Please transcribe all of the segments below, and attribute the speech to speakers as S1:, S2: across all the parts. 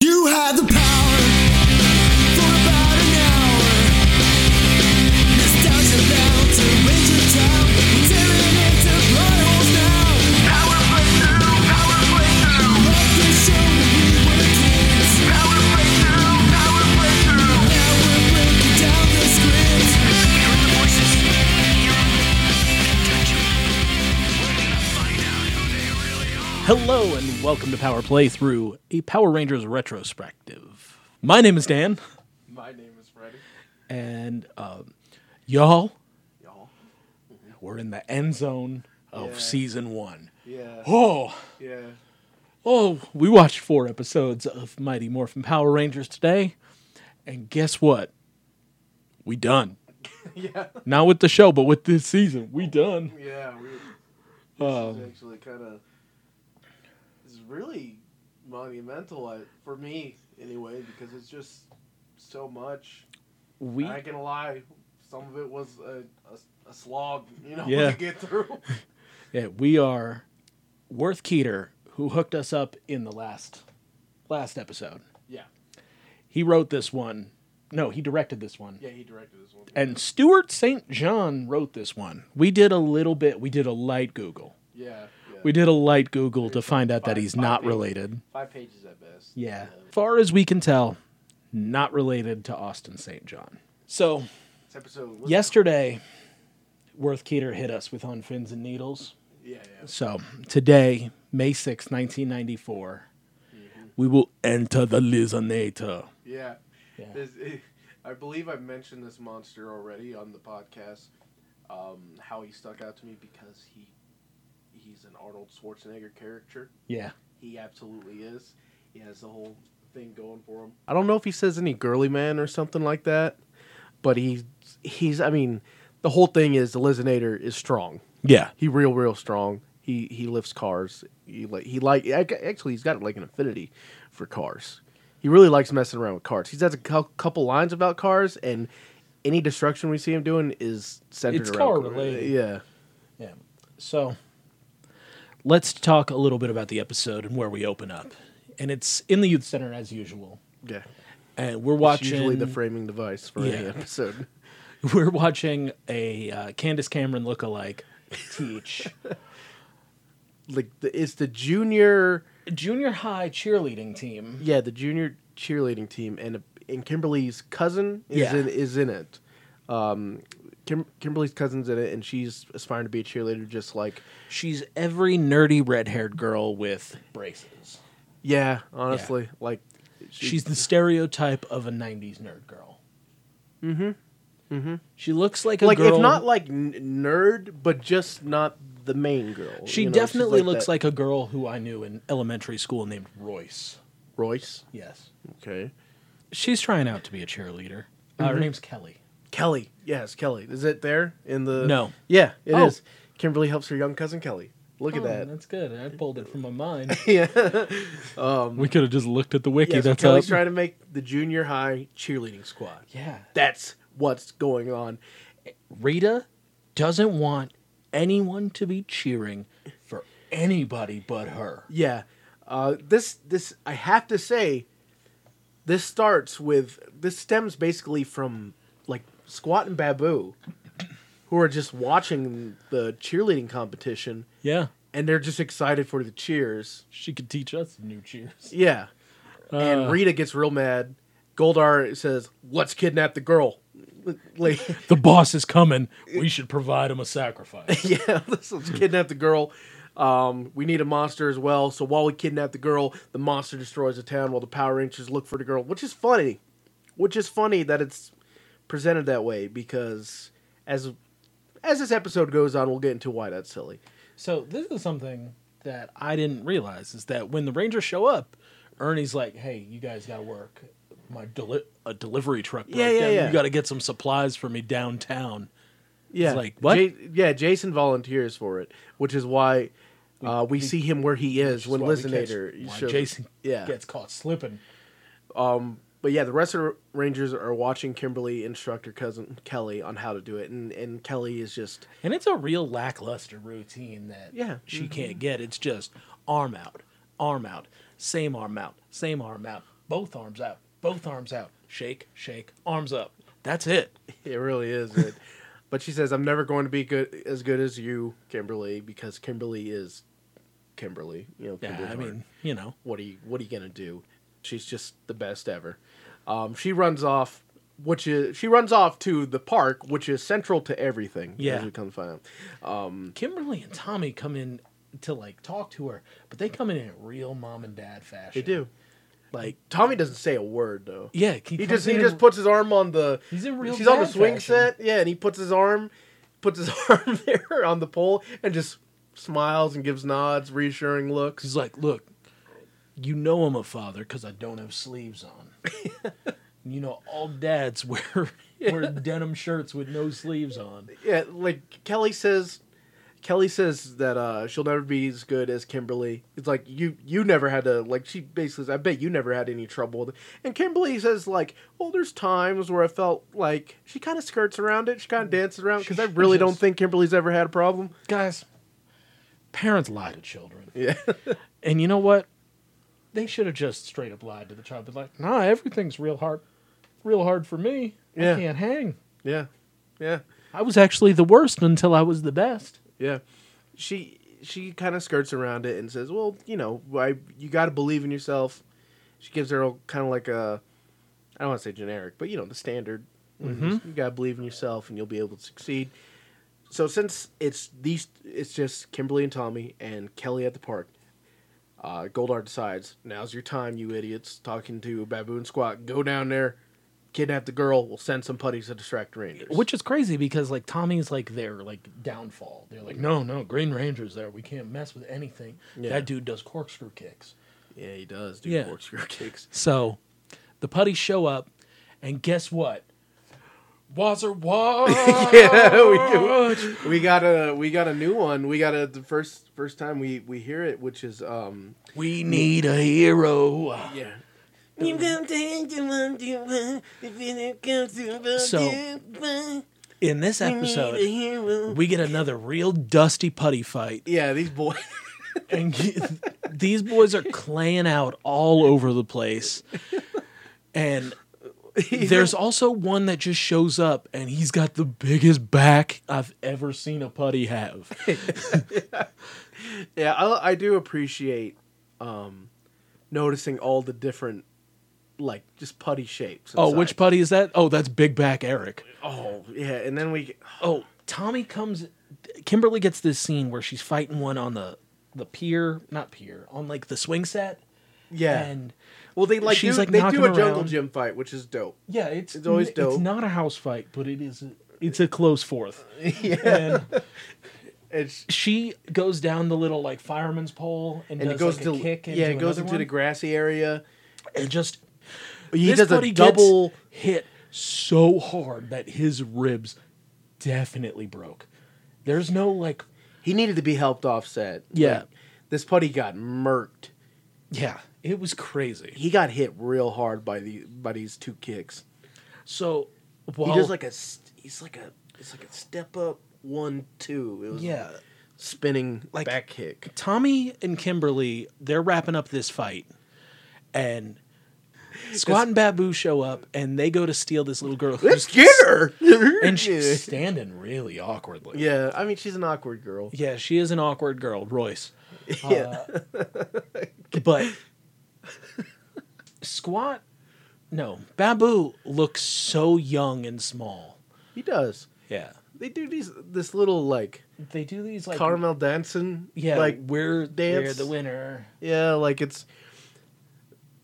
S1: had the power for about an hour. Nostalgia bound to Ranger Town. We're tearing into plot holes now. Power playthrough, power playthrough. Love the show when we were kids. Power playthrough, power playthrough. Now we're breaking down the script. Hear the voices. Hear 'em.
S2: Hello and welcome to Power Playthrough, a Power Rangers retrospective. My name is Dan,
S3: My name is Freddy.
S2: and um, y'all,
S3: Y'all.
S2: we're in the end zone of
S3: Yeah.
S2: season one.
S3: Yeah.
S2: Oh,
S3: Yeah.
S2: oh, we watched four episodes of Mighty Morphin Power Rangers today, and guess what? We done.
S3: Yeah.
S2: Not with the show, but with this season, we done.
S3: Yeah. We, this
S2: Um,
S3: is actually kind of. It's really monumental I, for me, anyway, because it's just so much.
S2: We
S3: I ain't gonna lie, some of it was a, a, a slog, you know,
S2: Yeah.
S3: to get through.
S2: Yeah, we are Worth Keeter, who hooked us up in the last last episode.
S3: yeah.
S2: He wrote this one. No, he directed this one.
S3: Yeah, he directed this one.
S2: And Stuart St. John wrote this one. We did a little bit, we did a light Google.
S3: yeah. yeah.
S2: We did a light Google to
S3: There's
S2: find out that
S3: five-
S2: he's
S3: five
S2: not
S3: pages.
S2: related.
S3: Five pages at best.
S2: Yeah. Far as we can tell, not related to Austin St. John. So,
S3: This episode. Was,
S2: yesterday, Worth Keeter hit us with On Fins and Needles.
S3: Yeah, yeah.
S2: So today, May sixth, 1994, we will enter the Lizonator.
S3: Yeah.
S2: Yeah.
S3: This, I believe I've mentioned this monster already on the podcast. Um, how he stuck out to me because he he's an Arnold Schwarzenegger character.
S2: Yeah.
S3: He absolutely is. He has the whole thing going for him. I don't know if he says any girly man or something like that, but he's he's I mean, the whole thing is the Lizinator is strong.
S2: Yeah.
S3: He real real strong. He he lifts cars. He like he like ac- actually he's got like an affinity for cars. He really likes messing around with cars. He's has a cou- couple lines about cars and any destruction we see him doing is centered
S2: It's
S3: around
S2: car
S3: car-
S2: related.
S3: Yeah.
S2: Yeah. So let's talk a little bit about the episode and where we open up. And it's in the youth center as usual.
S3: Yeah.
S2: And we're
S3: Watch
S2: watching
S3: usually the framing device for any
S2: Yeah.
S3: episode.
S2: we're watching a uh, Candace Cameron lookalike teach
S3: Like the, it's the junior
S2: junior high cheerleading team.
S3: yeah, the junior cheerleading team and and Kimberly's cousin is
S2: Yeah.
S3: in is in it. Um Kim, Kimberly's cousin's in it, and she's aspiring to be a cheerleader, just like
S2: She's every nerdy red-haired girl with braces.
S3: Yeah, honestly, like she-
S2: She's the stereotype of a '90s nerd girl. Mm-hmm. Mm-hmm. She looks like a
S3: like
S2: girl.
S3: if not like n- nerd, but just not the main girl.
S2: she
S3: you know, she's
S2: definitely looks
S3: that-
S2: like a girl who I knew in elementary school named Royce.
S3: Royce.
S2: Yes,
S3: Okay,
S2: she's trying out to be a cheerleader. Uh, her name's Kelly.
S3: Kelly. Yes, Kelly. Is it there in the?
S2: No.
S3: Yeah, it is.
S2: Oh.
S3: Kimberly helps her young cousin Kelly. Look
S2: Oh,
S3: at that.
S2: That's good. I pulled it from my mind.
S3: yeah.
S2: we could have just looked at the wiki.
S3: yeah so Kelly's trying to make the junior high cheerleading squad.
S2: Yeah,
S3: That's what's going on.
S2: Rita doesn't want anyone to be cheering for anybody but her.
S3: Yeah. Uh, this this I have to say, this starts with this stems basically from like Squat and Babu, who are just watching the cheerleading competition
S2: Yeah,
S3: and they're just excited for the cheers.
S2: she could teach us new cheers.
S3: Yeah. and Rita gets real mad. Goldar says, "Let's kidnap the girl." Like,
S2: The boss is coming. We should provide him a sacrifice.
S3: yeah, let's, let's kidnap the girl. Um, we need a monster as well. So while we kidnap the girl, the monster destroys the town while the Power Rangers look for the girl, which is funny. Which is funny that it's presented that way because as as this episode goes on, we'll get into why that's silly.
S2: So this is something that I didn't realize is that when the Rangers show up, Ernie's like, "Hey, you guys got to work. My deli- a delivery truck broke
S3: Yeah, yeah,
S2: down.
S3: yeah.
S2: You got to get some supplies for me downtown."
S3: Yeah,
S2: like, what?
S3: Ja- yeah, Jason volunteers for it, which is why uh, we, see him where he is
S2: Which is
S3: when
S2: why we catch-
S3: Listenator
S2: why
S3: shows.
S2: Jason
S3: yeah,
S2: gets caught slipping.
S3: But yeah, the rest of the Rangers are watching Kimberly instruct her cousin Kelly on how to do it, and, and Kelly is just
S2: And it's a real lackluster routine that
S3: Yeah. Mm-hmm.
S2: she can't get. It's just arm out, arm out, same arm out, same arm out. both arms out, both arms out, shake, shake, arms up. That's it.
S3: It really is. It. but she says, "I'm never going to be good as good as you, Kimberly, because Kimberly is Kimberly. You know,
S2: Yeah,
S3: Kimberly
S2: I
S3: Hart.
S2: mean, you know,
S3: what are you what are you gonna do? She's just the best ever. Um, she runs off, which is she runs off to the park, which is central to everything. as
S2: Yeah.
S3: we come to find out.
S2: Kimberly and Tommy come in to like talk to her, but they come in in real mom and dad fashion.
S3: They do. Like Tommy doesn't say a word though.
S2: Yeah,
S3: He
S2: comes
S3: just
S2: in
S3: he
S2: in-
S3: just puts his arm on the.
S2: He's in real
S3: She's on the
S2: dad
S3: swing
S2: fashion.
S3: set, yeah, and he puts his arm, puts his arm there on the pole, and just smiles and gives nods, reassuring looks.
S2: He's like, look, you know I'm a father because I don't have sleeves on. you know all dads wear wear denim shirts with no sleeves on.
S3: Yeah, like Kelly says, Kelly says that uh, she'll never be as good as Kimberly. It's like you you never had to like she basically. Says, I bet you never had any trouble. With it. And Kimberly says like, well, there's times where I felt like she kind of skirts around it. She kind of dances around because I
S2: She
S3: really don't
S2: does.
S3: think Kimberly's ever had a problem.
S2: Guys, parents lie to children.
S3: Yeah.
S2: And you know what? They should have just straight up lied to the child. But like, nah, everything's real hard, real hard for me.
S3: Yeah.
S2: I can't hang.
S3: yeah. Yeah.
S2: I was actually the worst until I was the best.
S3: Yeah, she she kind of skirts around it and says, "Well, you know, I, you got to believe in yourself." She gives her kind of like a, I don't want to say generic, but you know, the standard.
S2: Mm-hmm.
S3: You got to believe in yourself, and you'll be able to succeed. So since it's these, it's just Kimberly and Tommy and Kelly at the park. Uh, Goldar decides now's your time, you idiots. Talking to Baboon Squad, go down there, kidnap the girl. We'll send some putties to distract the Rangers.
S2: Which is crazy because like Tommy's like their like downfall. They're like, no, no, Green Ranger's there. We can't mess with anything.
S3: Yeah.
S2: That dude does corkscrew kicks.
S3: yeah, he does do
S2: Yeah.
S3: corkscrew kicks.
S2: So the putties show up, and guess what? Wazzer Watch.
S3: yeah, we do. We got a we got a new one. We got a the first first time we we hear it, which is um
S2: we need a hero.
S3: yeah.
S2: So in this episode,
S3: yeah,
S2: we get another real dusty putty fight,
S3: these boys.
S2: and these boys are claying out all over the place, and. There's also one that just shows up and he's got the biggest back I've ever seen a putty have.
S3: yeah, I, I do appreciate um noticing all the different like just putty shapes. and
S2: Oh, which
S3: sizes.
S2: putty is that? Oh, that's Big Back Eric.
S3: Oh, yeah, and then we
S2: Oh, Tommy comes. Kimberly gets this scene where she's fighting one on the the pier, not pier, on like the swing set,
S3: yeah.
S2: and
S3: well, they like
S2: she's,
S3: do,
S2: like,
S3: they
S2: knocking
S3: do a jungle
S2: around.
S3: gym fight, which is dope.
S2: yeah, it's
S3: It's always dope.
S2: It's not a house fight, but it is. A, it's a close fourth. Yeah. And
S3: It's
S2: she goes down the little like fireman's pole and,
S3: and
S2: does
S3: it goes
S2: like,
S3: to
S2: a kick.
S3: yeah, it
S2: into
S3: goes
S2: another
S3: into
S2: one,
S3: the grassy area.
S2: and just
S3: He
S2: this
S3: does a
S2: buddy
S3: double.
S2: gets hit so hard that his ribs definitely broke. There's no like
S3: He needed to be helped offset.
S2: Yeah.
S3: Like, this putty got murked.
S2: yeah, it was crazy.
S3: He got hit real hard by the by these two kicks.
S2: So while
S3: he does like a st- he's like a it's like a step up one two. It was
S2: yeah,
S3: spinning
S2: Like-
S3: back kick.
S2: Tommy and Kimberly they're wrapping up this fight, and Squat and Babu show up and they go to steal this little girl.
S3: Let's
S2: who's-
S3: get her.
S2: And she's standing really awkwardly.
S3: yeah, I mean she's an awkward girl.
S2: Yeah, she is an awkward girl, Royce. Uh,
S3: Yeah.
S2: But Squat, no, Babu looks so young and small.
S3: he does.
S2: Yeah,
S3: They do these this little like
S2: they do these like
S3: caramel dancing.
S2: Yeah,
S3: like
S2: like we're we're
S3: dance.
S2: the winner.
S3: Yeah, like it's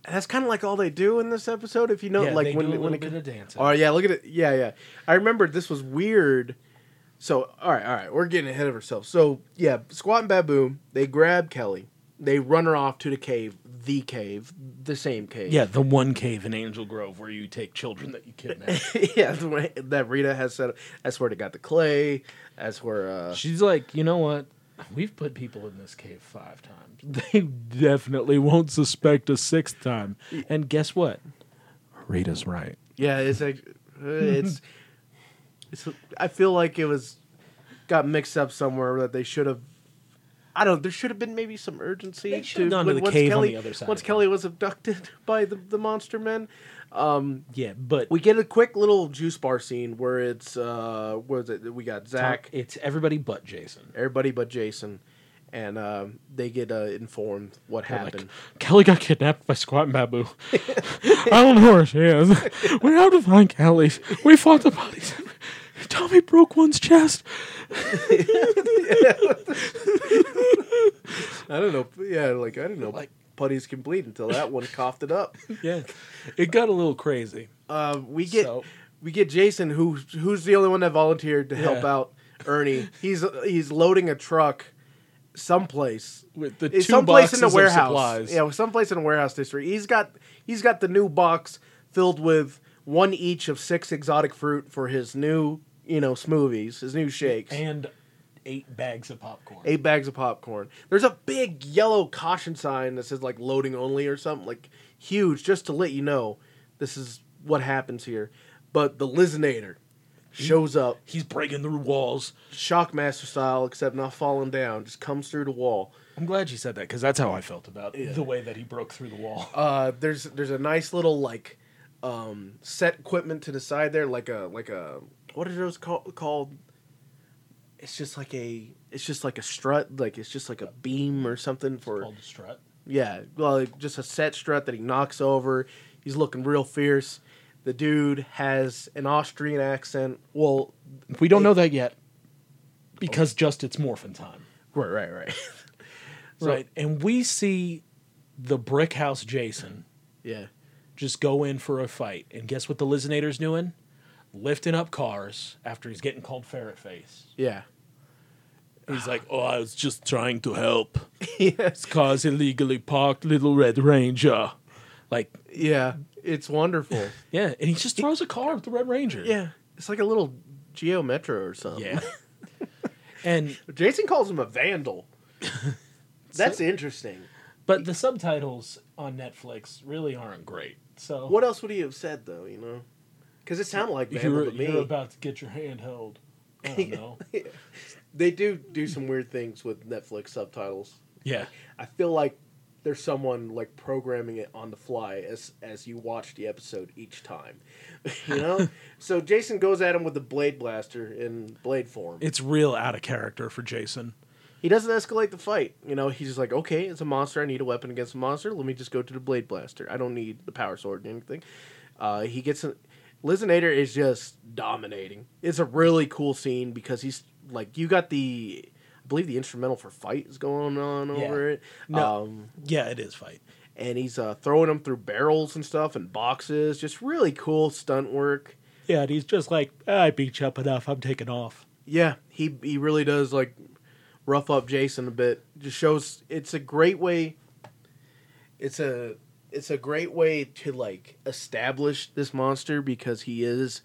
S3: that's kind of like all they do in this episode. If you know,
S2: Yeah,
S3: like
S2: they
S3: when
S2: do a
S3: when
S2: little
S3: it,
S2: bit of dancing.
S3: Oh yeah, look at it. Yeah, yeah. I remember this was weird. So all right, all right, we're getting ahead of ourselves. So yeah, Squat and Baboon they grab Kelly, they run her off to the cave, the cave, the same cave.
S2: Yeah, the one cave in Angel Grove where you take children that you kidnap.
S3: yeah, the way that Rita has set up. That's where they got the clay. That's where. uh
S2: She's like, you know what? We've put people in this cave five times. They definitely won't suspect a sixth time. And guess what? Rita's right.
S3: Yeah, it's like uh, it's it's. I feel like it was got mixed up somewhere that they should have. I don't. There should have been maybe some urgency.
S2: They should have
S3: to-
S2: gone to
S3: when-
S2: the
S3: once
S2: cave on
S3: Kelly,
S2: the other side
S3: Once
S2: of it.
S3: Kelly was abducted by the the monster men,
S2: Yeah, but
S3: we get a quick little juice bar scene where it's uh, where is it? We got Zach,
S2: it's everybody but Jason.
S3: everybody but Jason, and uh, they get uh, informed what happened.
S2: Kelly got kidnapped by Squat and Babu. I don't know where she is. We have to find Kelly. We fought the bodies. Tommy broke one's chest.
S3: I don't know. Yeah, like I didn't know
S2: Like-
S3: putties can bleed until that one coughed it up.
S2: Yeah, it got a little crazy.
S3: Uh, we get
S2: So-
S3: we get Jason, who who's the only one that volunteered to help
S2: Yeah.
S3: out Ernie. He's he's loading a truck someplace.
S2: With the
S3: It's
S2: two
S3: someplace
S2: boxes
S3: in the
S2: of
S3: warehouse.
S2: supplies.
S3: Yeah, someplace in a warehouse district. He's got he's got the new box filled with one each of six exotic fruit for his new you know smoothies, his new shakes.
S2: And eight bags of popcorn.
S3: Eight bags of popcorn. There's a big yellow caution sign that says like loading only or something like huge, just to let you know this is what happens here. But the Lizinator shows up,
S2: He's breaking through walls.
S3: Shockmaster style, except not falling down, just comes through the wall.
S2: I'm glad you said that because that's how I felt about the way that he broke through the wall.
S3: Uh, there's there's a nice little like um, set equipment to the side there, like a like a what are those call, called? It's just like a it's just like a strut, like it's just like a beam or something for
S2: Called the strut.
S3: Yeah, well, just a set strut that he knocks over. He's looking real fierce. The dude has an Austrian accent. Well,
S2: We don't know that yet because just it's morphin time.
S3: right, right, right. So-
S2: right. And we see the brick house Jason
S3: Yeah.
S2: just go in for a fight. And guess what the Lizinator's doing? Lifting up cars after he's getting called Ferret Face.
S3: Yeah.
S2: He's like, oh, I was just trying to help. This car's illegally parked, Little Red Ranger. Like,
S3: Yeah. It's wonderful.
S2: yeah. And he just throws a car at the Red Ranger.
S3: yeah. It's like a little Geo Metro or something.
S2: Yeah. and
S3: Jason calls him a vandal. That's interesting.
S2: But the subtitles on Netflix really aren't great. So
S3: What else would he have said, though, you know? Because it sounded like
S2: if you're,
S3: vandal to me.
S2: you're about to get your hand held? I don't know.
S3: they do do some weird things with Netflix subtitles.
S2: yeah,
S3: I feel like there's someone like programming it on the fly as as you watch the episode each time. you know? so Jason goes at him with the blade blaster in blade form.
S2: it's real out of character for Jason.
S3: He doesn't escalate the fight. You know, he's just like, "Okay, it's a monster. I need a weapon against a monster. Let me just go to the blade blaster. I don't need the power sword or anything." Uh, he gets a Lizinator is just dominating. It's a really cool scene because he's like, you got the, I believe the instrumental for fight is going on over it.
S2: No.
S3: Um,
S2: Yeah, it is fight.
S3: and he's uh, throwing them through barrels and stuff and boxes. Just really cool stunt work.
S2: Yeah, and he's just like, "Ah, I beat you up enough. I'm taking off.
S3: Yeah, he he really does like rough up Jason a bit. Just shows it's a great way. It's a it's a great way to like establish this monster because he is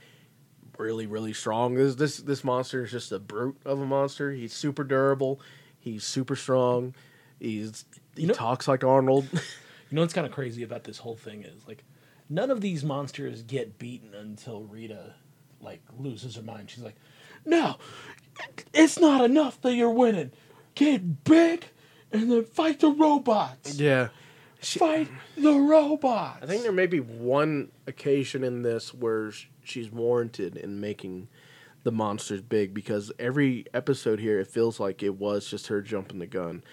S3: really really strong. This this this monster is just a brute of a monster. He's super durable. He's super strong. He's he
S2: You know-
S3: talks like Arnold.
S2: You know what's kind of crazy about this whole thing is like, none of these monsters get beaten until Rita, like, loses her mind. She's like, No, it's not enough that you're winning. Get big, and then fight the robots.
S3: yeah.
S2: Fight the robots.
S3: I think there may be one occasion in this where sh- she's warranted in making the monsters big because every episode here it feels like it was just her jumping the gun.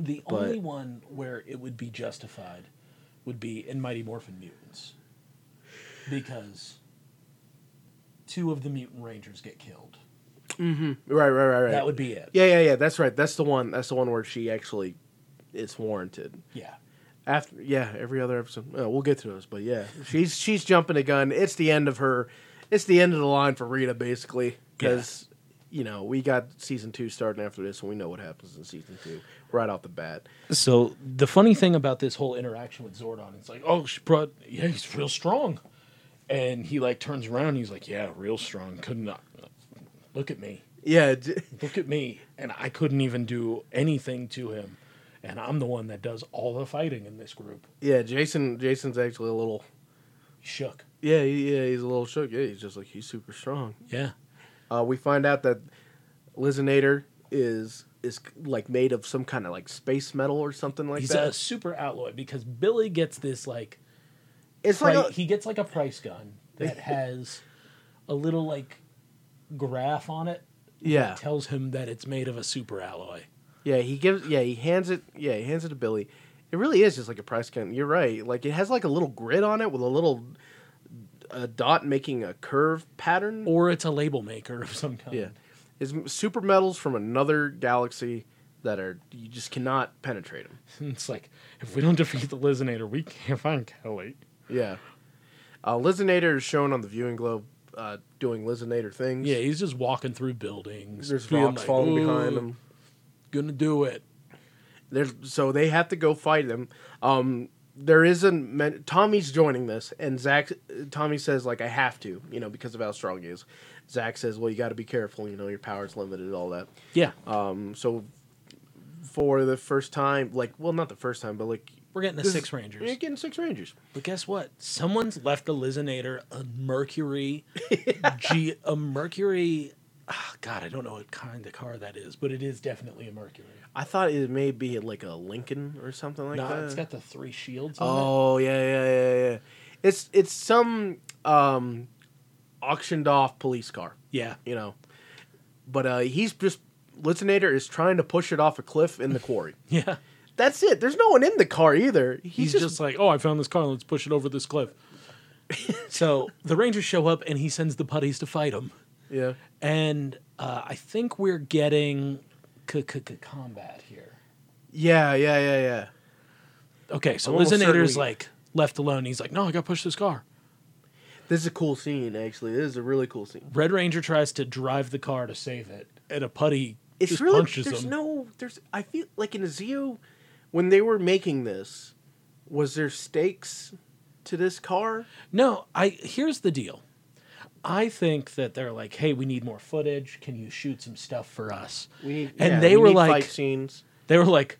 S2: The
S3: but-
S2: only one where it would be justified would be in Mighty Morphin Mutants. Because two of the mutant rangers get killed.
S3: Right, right, right, right.
S2: That would be it.
S3: yeah, yeah, yeah. That's right. That's the one. That's the one where she actually it's warranted.
S2: Yeah.
S3: After yeah, every other episode. Uh, we'll get to those, but yeah, she's she's jumping the gun. It's the end of her. It's the end of the line for Rita basically because you know we got season two starting after this and we know what happens in season two right off the bat.
S2: So the funny thing about this whole interaction with Zordon, it's like, oh, she brought, yeah, he's real strong, and he like turns around, and he's like, yeah, real strong. Couldn't look at me,
S3: Yeah. j-
S2: look at me, and I couldn't even do anything to him, and I'm the one that does all the fighting in this group.
S3: Yeah, Jason. Jason's actually a little.
S2: Shook.
S3: Yeah, he, yeah, he's a little shook. Yeah, he's just like he's super strong.
S2: Yeah.
S3: Uh, we find out that Lizinator is is like made of some kind of like space metal or something like
S2: He's
S3: that.
S2: a super outlaw because Billy gets this like
S3: it's
S2: pri-
S3: like a,
S2: he gets like a price gun that has a little like graph on it
S3: yeah,
S2: tells him that it's made of a super alloy.
S3: yeah. He gives yeah. He hands it yeah. He hands it to Billy. It really is just like a price gun. You're right. Like it has like a little grid on it with a little a dot making a curve pattern.
S2: Or it's a label maker of some kind.
S3: Yeah, is super metals from another galaxy that are you just cannot penetrate them.
S2: And it's like, if we don't defeat the Lizinator, we can't find Kelly.
S3: Yeah, uh, Lizinator is shown on the viewing globe uh, doing Lizinator things.
S2: Yeah, he's just walking through buildings.
S3: there's
S2: being
S3: rocks
S2: like,
S3: falling behind
S2: "Ooh,
S3: them.
S2: Gonna do it.
S3: There's so they have to go fight them. Um, there is a men- Tommy's joining this, and Zach Tommy says like I have to, you know, because of how strong he is. Zach says, well, you got to be careful, you know, your power's limited, all that.
S2: Yeah.
S3: Um, so for the first time, like, well, not the first time, but like
S2: We're getting the
S3: this-
S2: Six Rangers.
S3: You're getting six Rangers.
S2: But guess what? Someone's left the Lizinator a Mercury, G, a Mercury. ah, God, I don't know what kind of car that is, but it is definitely a Mercury.
S3: I thought it may be like a Lincoln or something like
S2: no,
S3: that.
S2: it's got the three shields. on
S3: oh yeah, yeah, yeah, yeah. It's it's some um, auctioned off police car,
S2: it. yeah,
S3: you know. But uh, he's just Lizinator is trying to push it off a cliff in the quarry.
S2: yeah.
S3: That's it. There's no one in the car either.
S2: He's,
S3: He's, just,
S2: just, like, oh, I found this car. Let's push it over this cliff. so the Rangers show up, and he sends the putties to fight him.
S3: yeah.
S2: And uh, I think we're getting c- c- c- combat here.
S3: Yeah, yeah, yeah, yeah.
S2: Okay, so
S3: Almost
S2: Lizinator's
S3: certainly-
S2: like left alone. He's like, no, I got to push this car.
S3: This is a cool scene, actually. This is a really cool scene.
S2: Red Ranger tries to drive the car to save it, and a putty
S3: It's
S2: just
S3: really
S2: punches
S3: there's
S2: him.
S3: no there's I feel like in Azio when they were making this, was there stakes to this car?
S2: no, I here's the deal. I think that they're like, hey, we need more footage. Can you shoot some stuff for us?
S3: We need,
S2: And they were like-
S3: fight scenes.
S2: They were like,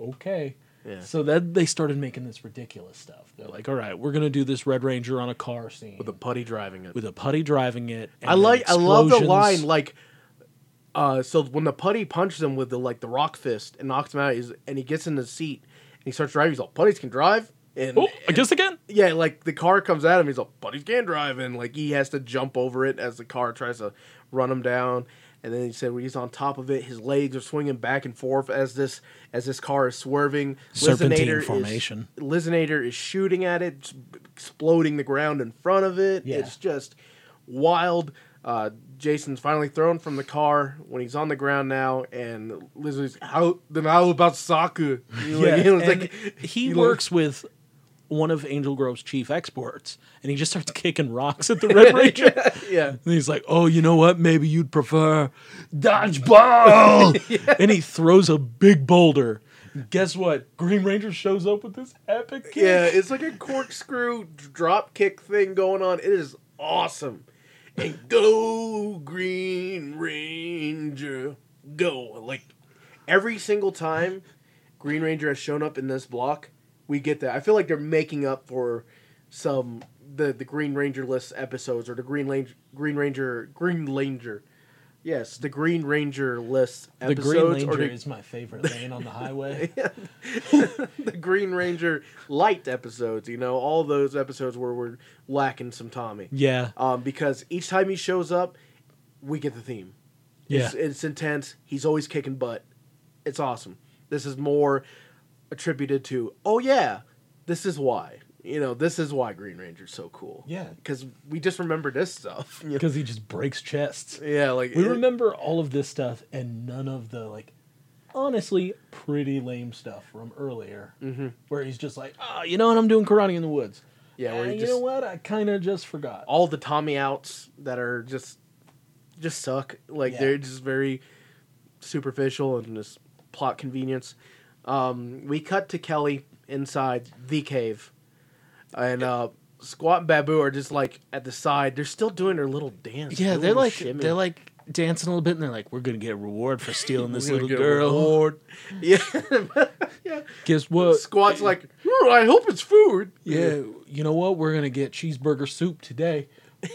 S2: okay.
S3: Yeah.
S2: So then they started making this ridiculous stuff. They're like, all right, we're gonna do this Red Ranger on a car scene
S3: with a putty driving it.
S2: with a putty driving it.
S3: I
S2: and
S3: like I love the
S2: explosions.
S3: line like uh so when the putty punches him with the like the rock fist and knocks him out he's, and he gets in the seat and he starts driving he's like putties can drive and
S2: Oh, I guess again.
S3: yeah, like the car comes at him. He's like, "Buddy can drive," and like he has to jump over it as the car tries to run him down. And then he said, when he's on top of it, his legs are swinging back and forth as this as this car is swerving.
S2: Serpentine
S3: Lizinator
S2: formation.
S3: Is, Lizinator is shooting at it, s- exploding the ground in front of it.
S2: Yeah.
S3: It's just wild. Uh, Jason's finally thrown from the car when he's on the ground now, and Lizinator's how then how about soccer? You know,
S2: Yeah,
S3: like, it was
S2: and
S3: like-
S2: he
S3: you know,
S2: works with one of Angel Grove's chief exports, and he just starts kicking rocks at the Red Ranger.
S3: yeah.
S2: And he's like, "Oh, you know what? Maybe you'd prefer dodgeball." And he throws a big boulder. Guess what? Green Ranger shows up with this epic kick.
S3: Yeah, it's like a corkscrew drop kick thing going on. It is awesome. And go Green Ranger, go! Like every single time Green Ranger has shown up in this block, we get that. I feel like they're making up for some the the Green Ranger list episodes or the Green Ranger Green Ranger Green Ranger. Yes, the Green Ranger list
S2: the
S3: episodes
S2: Green Ranger
S3: or the
S2: is my favorite lane on the highway.
S3: the Green Ranger light episodes, you know, all those episodes where we're lacking some Tommy.
S2: yeah,
S3: Um, because each time he shows up, we get the theme.
S2: yeah.
S3: It's, it's intense. He's always kicking butt. It's awesome. This is more attributed to, oh, yeah, this is why. You know, this is why Green Ranger's so cool.
S2: Yeah.
S3: Because we just remember this stuff. You know?
S2: Because he just breaks chests.
S3: Yeah, like.
S2: We
S3: it-
S2: remember all of this stuff and none of the like honestly pretty lame stuff from earlier
S3: Mm-hmm.
S2: where he's just like, "Oh, you know what? I'm doing karate in the woods."
S3: Yeah, where
S2: And
S3: he
S2: you
S3: just.
S2: know what? I kind of just forgot.
S3: all the Tommy outs that are just just suck. Like
S2: Yeah.
S3: they're just very superficial and just plot convenience. Um, we cut to Kelly inside the cave, and uh, Squat and Babu are just like at the side. They're still doing their little dance.
S4: Yeah,
S3: their
S4: they're
S3: little
S4: like
S3: shimmy.
S4: they're like dancing a little bit, and they're like, "We're gonna get a reward for stealing this
S3: We're
S4: little
S3: gonna get a
S4: girl."
S3: reward. Yeah,
S2: Guess what?
S3: Squat's like, "Hmm, I hope it's food.
S2: Yeah, you know what? We're gonna get cheeseburger soup today.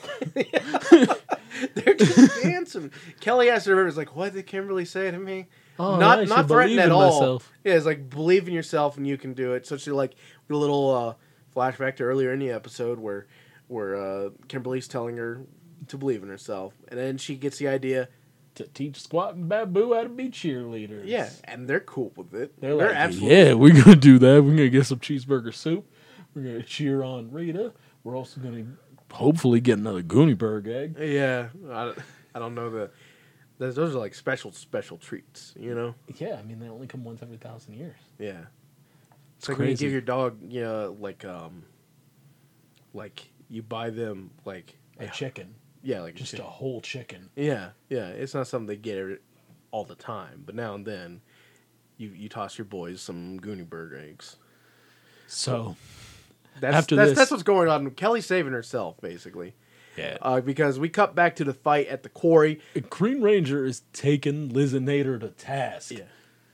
S3: They're just dancing. Kelly has to remember. It's like, what did Kimberly say to me?
S2: Oh,
S3: not
S2: nice,
S3: not
S2: you
S3: threatened
S2: believe
S3: at
S2: in
S3: all.
S2: myself.
S3: Yeah, it's like believe in yourself and you can do it. Such a like a little uh, flashback to earlier in the episode where where uh, Kimberly's telling her to believe in herself, and then she gets the idea.
S5: to teach Squat and Babu how to be cheerleaders.
S3: Yeah, and they're cool with it.
S5: They're
S3: They're,
S5: like,
S3: absolutely
S2: Yeah, we're gonna do that. We're gonna get some
S5: Cheeseburger soup. We're going to cheer on Rita. We're also going
S2: hopefully get another Goonie Burger egg.
S3: yeah. I, don't- I don't know the those, those are like special special treats, you know.
S5: to, yeah, I mean, they only come once every thousand years.
S3: Yeah. It's
S2: It's
S3: like when you
S2: crazy.
S3: give your dog, you know, like um, like you buy them like
S5: A chicken.
S3: yeah, like
S5: Just
S3: a
S5: a whole chicken.
S3: Yeah, yeah. It's not something they get every- all the time, but now and then, you you toss your boys some Goonie Burger eggs.
S2: So
S3: That's
S2: After
S3: that's,
S2: this-
S3: that's what's going on. Kelly's saving herself basically,
S2: yeah,
S3: uh, because we cut back to the fight at the quarry.
S2: Green Ranger is taking Liz and Nader to task.
S3: Yeah.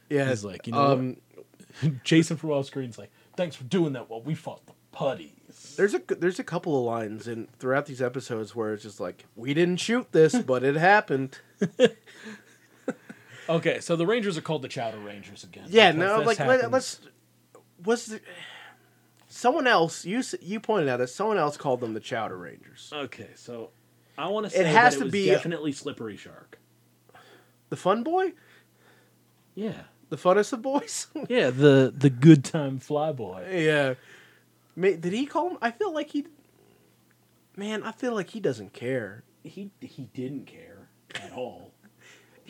S3: Yeah,
S2: He's like, you know
S3: um,
S2: Jason from off screen's like, "Thanks for doing that while we fought the putties."
S3: there's a there's a couple of lines in throughout these episodes where it's just like, we didn't shoot this, but it happened.
S5: Okay, so the Rangers are called the Chowder Rangers again.
S3: Yeah,
S5: because
S3: no,
S5: this
S3: like let,
S5: happens.
S3: let's was the, someone else you s- you pointed out that someone else called them the Chowder Rangers.
S5: Okay, so I want to say it
S3: has
S5: has
S3: to
S5: to
S3: be-
S5: definitely Slippery Shark.
S3: The Fun Boy,
S5: Yeah,
S3: the funnest of boys.
S5: yeah, the the good time flyboy.
S3: Yeah. Ma did he call him? I feel like he. Man, I feel like he doesn't care.
S5: He he didn't care at all,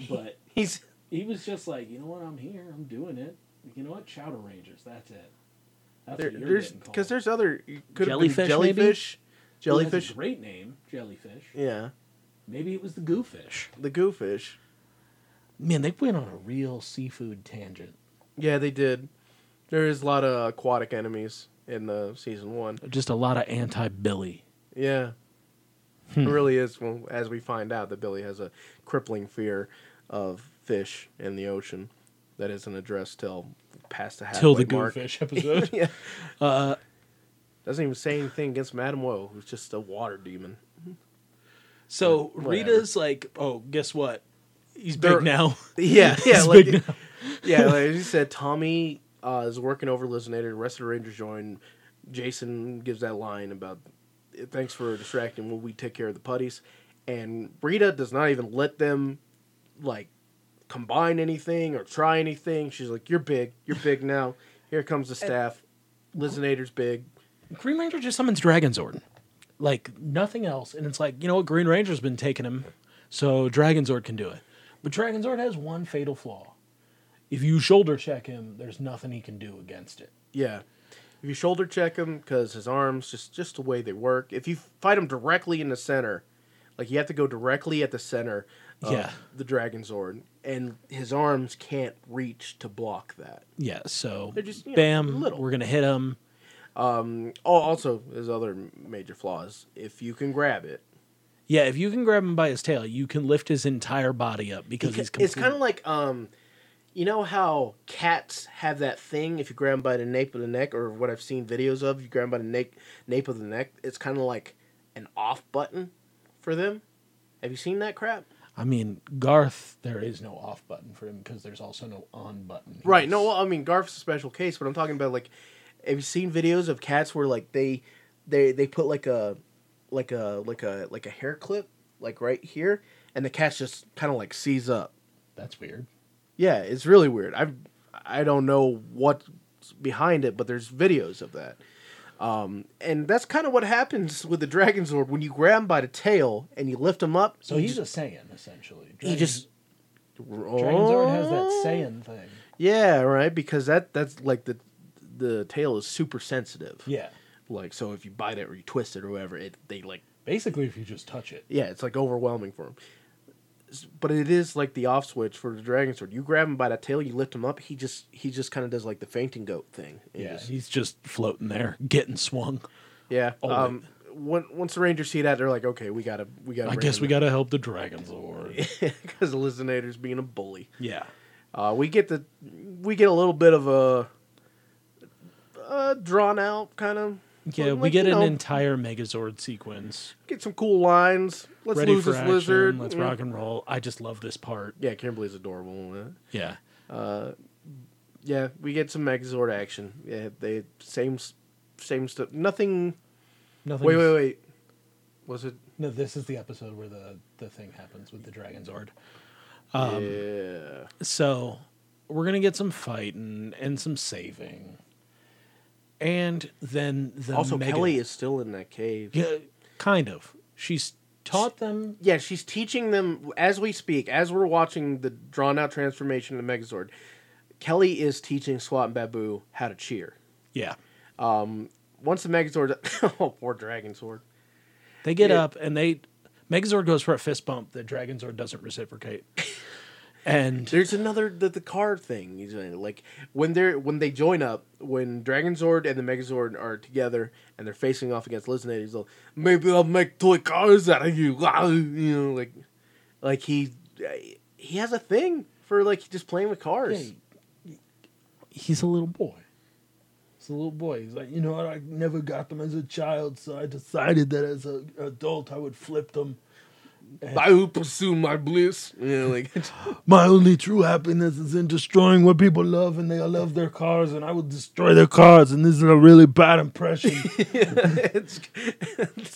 S5: but
S3: He's
S5: he was just like, you know what, I'm here, I'm doing it. You know what, Chowder Rangers, that's it. That's
S3: there,
S5: what you're
S3: there's
S5: getting called.
S3: because there's other could jellyfish,
S5: Jellyfish, maybe?
S3: jellyfish,
S5: Who has
S3: jellyfish.
S5: a great name, jellyfish.
S3: Yeah,
S5: Maybe it was the goofish.
S3: the goofish.
S5: Man, they went on a real seafood tangent.
S3: Yeah, they did. There is a lot of aquatic enemies in the season one.
S2: Just a lot of anti Billy.
S3: Yeah,
S2: Hmm.
S3: it really is. Well, as we find out, that Billy has a crippling fear of fish in the ocean that isn't addressed till past the halfway
S2: Till the
S3: mark.
S2: Goonfish episode.
S3: yeah. Doesn't even say anything against Madame Woe, who's just a water demon.
S2: So
S3: Whatever.
S2: Rita's like, "Oh, guess what? He's
S3: They're-
S2: big now."
S3: Yeah, yeah,
S2: He's
S3: like,
S2: big
S3: yeah. Like you said, Tommy uh, is working over Lizinator. The rest of the Rangers join. Jason gives that line about thanks for distracting. Will we take care of the putties? And Rita does not even let them like combine anything or try anything. She's like, "You're big. You're big now. Here comes the staff. Lizinator's big."
S2: Green Ranger just summons Dragon Zord, like nothing else, and it's like, you know what? Green Ranger's been taking him, so Dragon Zord can do it.
S5: But Dragon Zord has one fatal flaw. If you shoulder check him, there's nothing he can do against it.
S3: Yeah. If you shoulder check him, because his arms just just the way they work. If you fight him directly in the center, like you have to go directly at the center. Of
S2: Yeah.
S3: The Dragon Zord, and his arms can't reach to block that.
S2: Yeah, so
S3: They're just, you know,
S2: bam,
S3: little.
S2: we're gonna hit him.
S3: Oh, also his other major flaws. If you can grab it,
S2: Yeah, if you can grab him by his tail, you can lift his entire body up because he's
S3: it's
S2: completely
S3: kind of like um, you know how cats have that thing. If you grab them by the nape of the neck, or what I've seen videos of, you grab them by the nape nape of the neck. It's kind of like an off button for them. Have you seen that crap?
S2: I mean, Garth,
S5: There is no off button for him because there's also no on button.
S3: Right. No, well, I mean Garf's a special case, but I'm talking about like have you seen videos of cats where like they they they put like a like a like a like a hair clip like right here and the cat just kind of like seize up.
S5: That's weird.
S3: Yeah, it's really weird. I I don't know what's behind it, but there's videos of that. Um, and that's kind of what happens with the Dragon Zord when you grab him by the tail and you lift him up.
S5: So
S3: he
S5: he's
S3: just,
S5: a Saiyan, essentially.
S3: he just
S5: Dragon Zord has that Saiyan thing.
S3: Oh, Yeah, right. Because that that's like the the tail is super sensitive.
S5: Yeah.
S3: Like so, if you bite it or you twist it or whatever, it they like
S5: Basically, if you just touch it.
S3: yeah, it's like overwhelming for him. But it is like the off switch for the dragon sword. You grab him by the tail, you lift him up. He just he just kind of does like the fainting goat thing. He
S5: Yeah.
S3: just-
S2: he's just floating there, getting swung.
S3: yeah. Um, when, once the rangers see that, they're like, okay, we gotta we gotta.
S2: I guess we gotta help the Dragon Zord.
S3: because Elizinator's being a bully.
S2: yeah.
S3: Uh, we get the we get a little bit of a, a drawn out kind of
S2: Yeah,
S3: Like,
S2: we get
S3: you
S2: an
S3: know,
S2: entire Megazord sequence.
S3: get some cool lines. Let's
S2: Ready
S3: lose
S2: for
S3: this
S2: action.
S3: lizard.
S2: Let's
S3: Mm.
S2: rock and roll. I just love this part.
S3: Yeah, Kimberly's adorable. huh?
S2: Yeah.
S3: Yeah, we get some Megazord action. Yeah, they same s- same stuff. Nothing.
S2: Nothing.
S3: Wait, wait, wait. Was it?
S2: No, this is the episode where the the thing happens with the Dragon Zord.
S3: yeah.
S2: So we're gonna get some fighting and some saving, and then the
S3: Also,
S2: mega,
S3: Kelly is still in that cave.
S2: yeah, kind of. She's taught them
S3: Yeah, she's teaching them as we speak, as we're watching the drawn out transformation of the Megazord. Kelly is teaching Swat and Babu how to cheer.
S2: Yeah.
S3: Once the Megazord, oh poor Dragon Sword.
S2: They get
S3: Yeah.
S2: up and they Megazord goes for a fist bump that Dragonzord doesn't reciprocate. and
S3: There's another the, the car thing. you know, Like when they're when they join up, when Dragon Zord and the Megazord are together and they're facing off against Lizard, he's like, "Maybe I'll make toy cars out of you." Ah, You know, like like he he has a thing for like just playing with cars.
S2: he's a little boy. He's a little boy. He's like, you know what? I never got them as a child, so I decided that as an adult I would flip them.
S3: I will pursue my bliss. You know, like
S2: My only true happiness is in destroying what people love, and they love their cars, and I will destroy their cars. And this is a really bad impression.
S3: it's,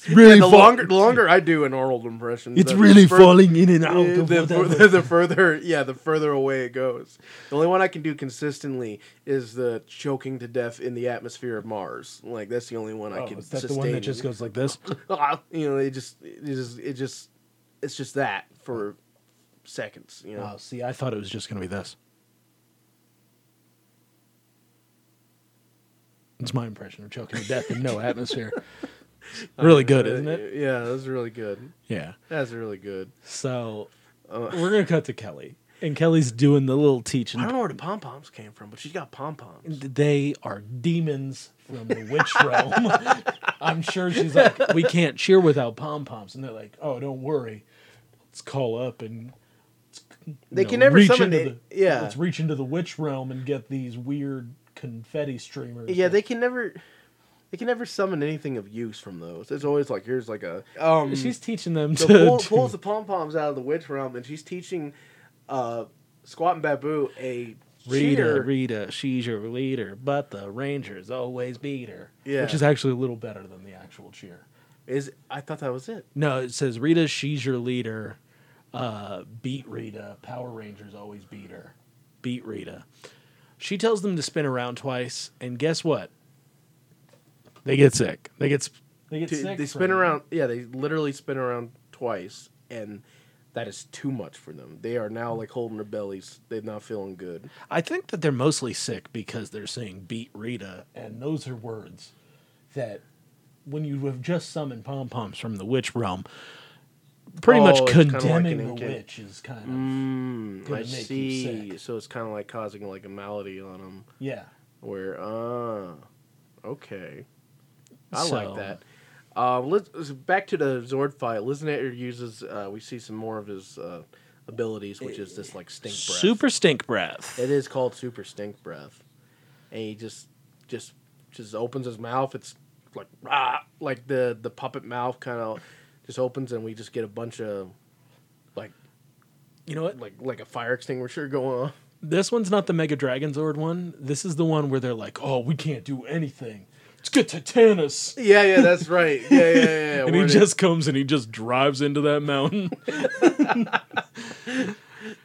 S2: really,
S3: the
S2: fa-
S3: longer the longer I do an Arnold impression,
S2: it's
S3: the
S2: really
S3: fur-
S2: falling in and out.
S3: The,
S2: of
S3: the,
S2: whatever.
S3: fur- the further, yeah, the further away it goes. The only one I can do consistently is the choking to death in the atmosphere of Mars. Like that's the only one I
S2: Oh,
S3: can.
S2: is that the one that just
S3: sustain. Ah,
S2: goes like this?
S3: You know, it just, it just, it just, it's just that for seconds. You know,
S2: Oh, see, I thought it was just going to be this. It's my impression of choking to death in no atmosphere. really
S3: Uh,
S2: good, isn't it?
S3: Yeah, that's really good.
S2: Yeah.
S3: That's really good.
S2: So we're going to cut to Kelly. And Kelly's doing the little teaching.
S3: Uh. I don't know where the pom poms came from, but she's got pom poms.
S2: They are demons from the witch realm. I'm sure she's like, we can't cheer without pom poms. And they're like, oh, don't worry. Let's call up and
S3: They
S2: know,
S3: can never
S2: reach
S3: summon
S2: into
S3: it.
S2: the-
S3: yeah,
S2: let's reach into the witch realm and get these weird confetti streamers.
S3: Yeah,
S2: that-
S3: they can never they can never summon anything of use from those. It's always like here's like a um
S2: She's teaching them
S3: so
S2: to.
S3: pull,
S2: to-
S3: pulls the pom poms out of the witch realm and she's teaching uh Squat and Babu a
S2: Rita,
S3: cheer.
S2: Rita, she's your leader, but the Rangers always beat her.
S3: Yeah.
S2: which is actually a little better than the actual cheer.
S3: Is I thought that was it.
S2: No, it says Rita, she's your leader. Uh, beat Rita. Power Rangers always beat her. Beat Rita. She tells them to spin around twice, and guess what? They get sick. They get sp- they get
S3: T-
S2: sick.
S3: they spin
S2: from-
S3: around. Yeah, they literally spin around twice and that is too much for them. They are now like holding their bellies. They're not feeling good.
S2: I think that they're mostly sick because they're saying beat Rita, and those are words that when you have just summoned pom poms from the witch realm, pretty
S3: Oh,
S2: much
S3: it's kinda like
S2: condemning
S3: an
S2: the
S3: inca-
S2: witch is kind of
S3: Mm,
S2: Gonna
S3: I
S2: make you
S3: see.
S2: sick.
S3: So it's kind of like causing like a malady on them.
S2: yeah.
S3: Where uh okay. I
S2: So-
S3: like that. Uh, let's, let's- back to the Zord fight. Liznator uses uh, we see some more of his uh, abilities, which is this like stink breath.
S2: Super stink breath.
S3: It is called super stink breath, and he just just just opens his mouth. It's like rah, like the the puppet mouth kind of just opens, and we just get a bunch of like
S2: You know what?
S3: like like a fire extinguisher going on.
S2: This one's not the Mega Dragon Zord one. This is the one where they're like, "Oh, we can't do anything. Let's get to Tannis."
S3: Yeah, yeah, that's right. Yeah, yeah, yeah.
S2: And he just comes and he just drives into that mountain.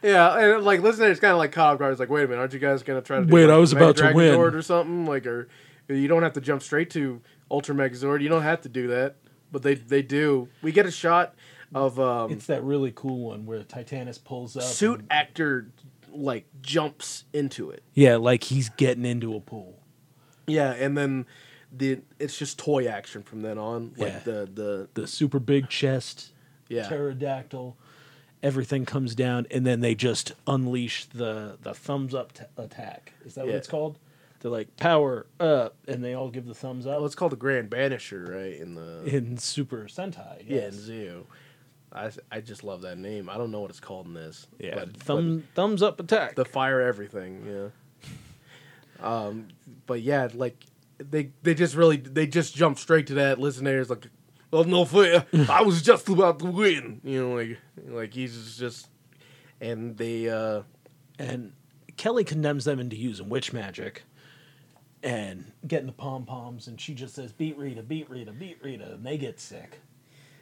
S3: Yeah, and like listening, it's kind of like caught off guard. It's like, wait a minute, aren't you guys gonna try to do
S2: Wait,
S3: like,
S2: I was
S3: Mega
S2: about to
S3: Dragon
S2: win.
S3: Zord or something? Like, or you don't have to jump straight to Ultra Megazord. You don't have to do that, but they they do. We get a shot of um,
S2: it's that really cool one where Titanus pulls up.
S3: suit
S2: and-
S3: actor like jumps into it.
S2: yeah, like he's getting into a pool.
S3: Yeah, and then the it's just toy action from then on. Like
S2: Yeah.
S3: the the
S2: The super big chest
S3: yeah
S2: pterodactyl. Everything comes down, and then they just unleash the the thumbs up t- attack. Is that what
S3: Yeah.
S2: it's called? They're like power up, and they all give the thumbs up.
S3: well, it's called the Grand Banisher, right? In the
S2: in Super Sentai.
S3: yeah in
S2: yes.
S3: Zio. I, I just love that name. I don't know what it's called in this.
S2: Yeah,
S3: but- but-
S2: thumb thumbs up attack.
S3: the fire everything yeah um but yeah like they they just really they just jump straight to that. Listeners like, well, no fair. I was just about to win. You know, like like he's just and they uh
S2: and Kelly condemns them into using witch magic and getting the pom poms, and she just says, "Beat Rita, beat Rita, beat Rita," and they get sick.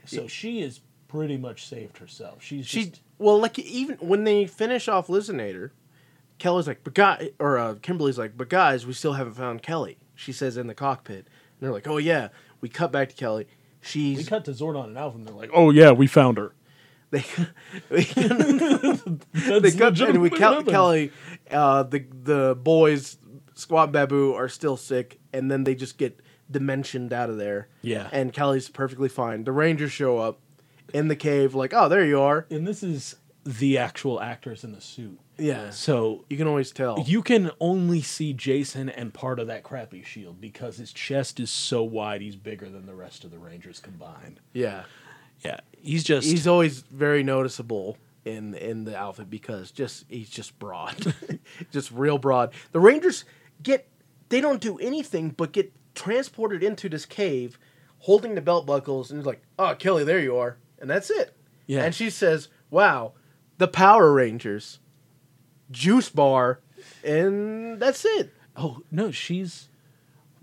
S2: So she is pretty much saved herself. She's
S3: she
S2: just,
S3: well like even when they finish off Listenator, Kelly's like, but guy or uh, Kimberly's like, but guys, we still haven't found Kelly. She says in the cockpit, and they're like, oh yeah. We cut back to Kelly. She's
S2: we cut to Zordon and Alvin. They're like, "Oh yeah, we found her."
S3: they, they
S2: That's
S3: they cut and we
S2: legitimately
S3: Kel-
S2: happened.
S3: Kelly, uh, the the boys, Squad Babu are still sick, and then they just get dimensioned out of there.
S2: Yeah.
S3: and Kelly's perfectly fine. The Rangers show up in the cave, like, oh, there you are.
S2: and this is the actual actors in the suit.
S3: Yeah,
S2: So
S3: you can always tell.
S2: you can only see Jason and part of that crappy shield because his chest is so wide, he's bigger than the rest of the Rangers combined.
S3: yeah,
S2: Yeah, he's just
S3: he's always very noticeable. In, in the outfit because just he's just broad, just real broad. The Rangers get they don't do anything but get transported into this cave, holding the belt buckles, and it's like, "Oh, Kelly, there you are," and that's it.
S2: Yeah.
S3: And she says, "Wow, the Power Rangers, juice bar, and that's it."
S2: Oh no, she's.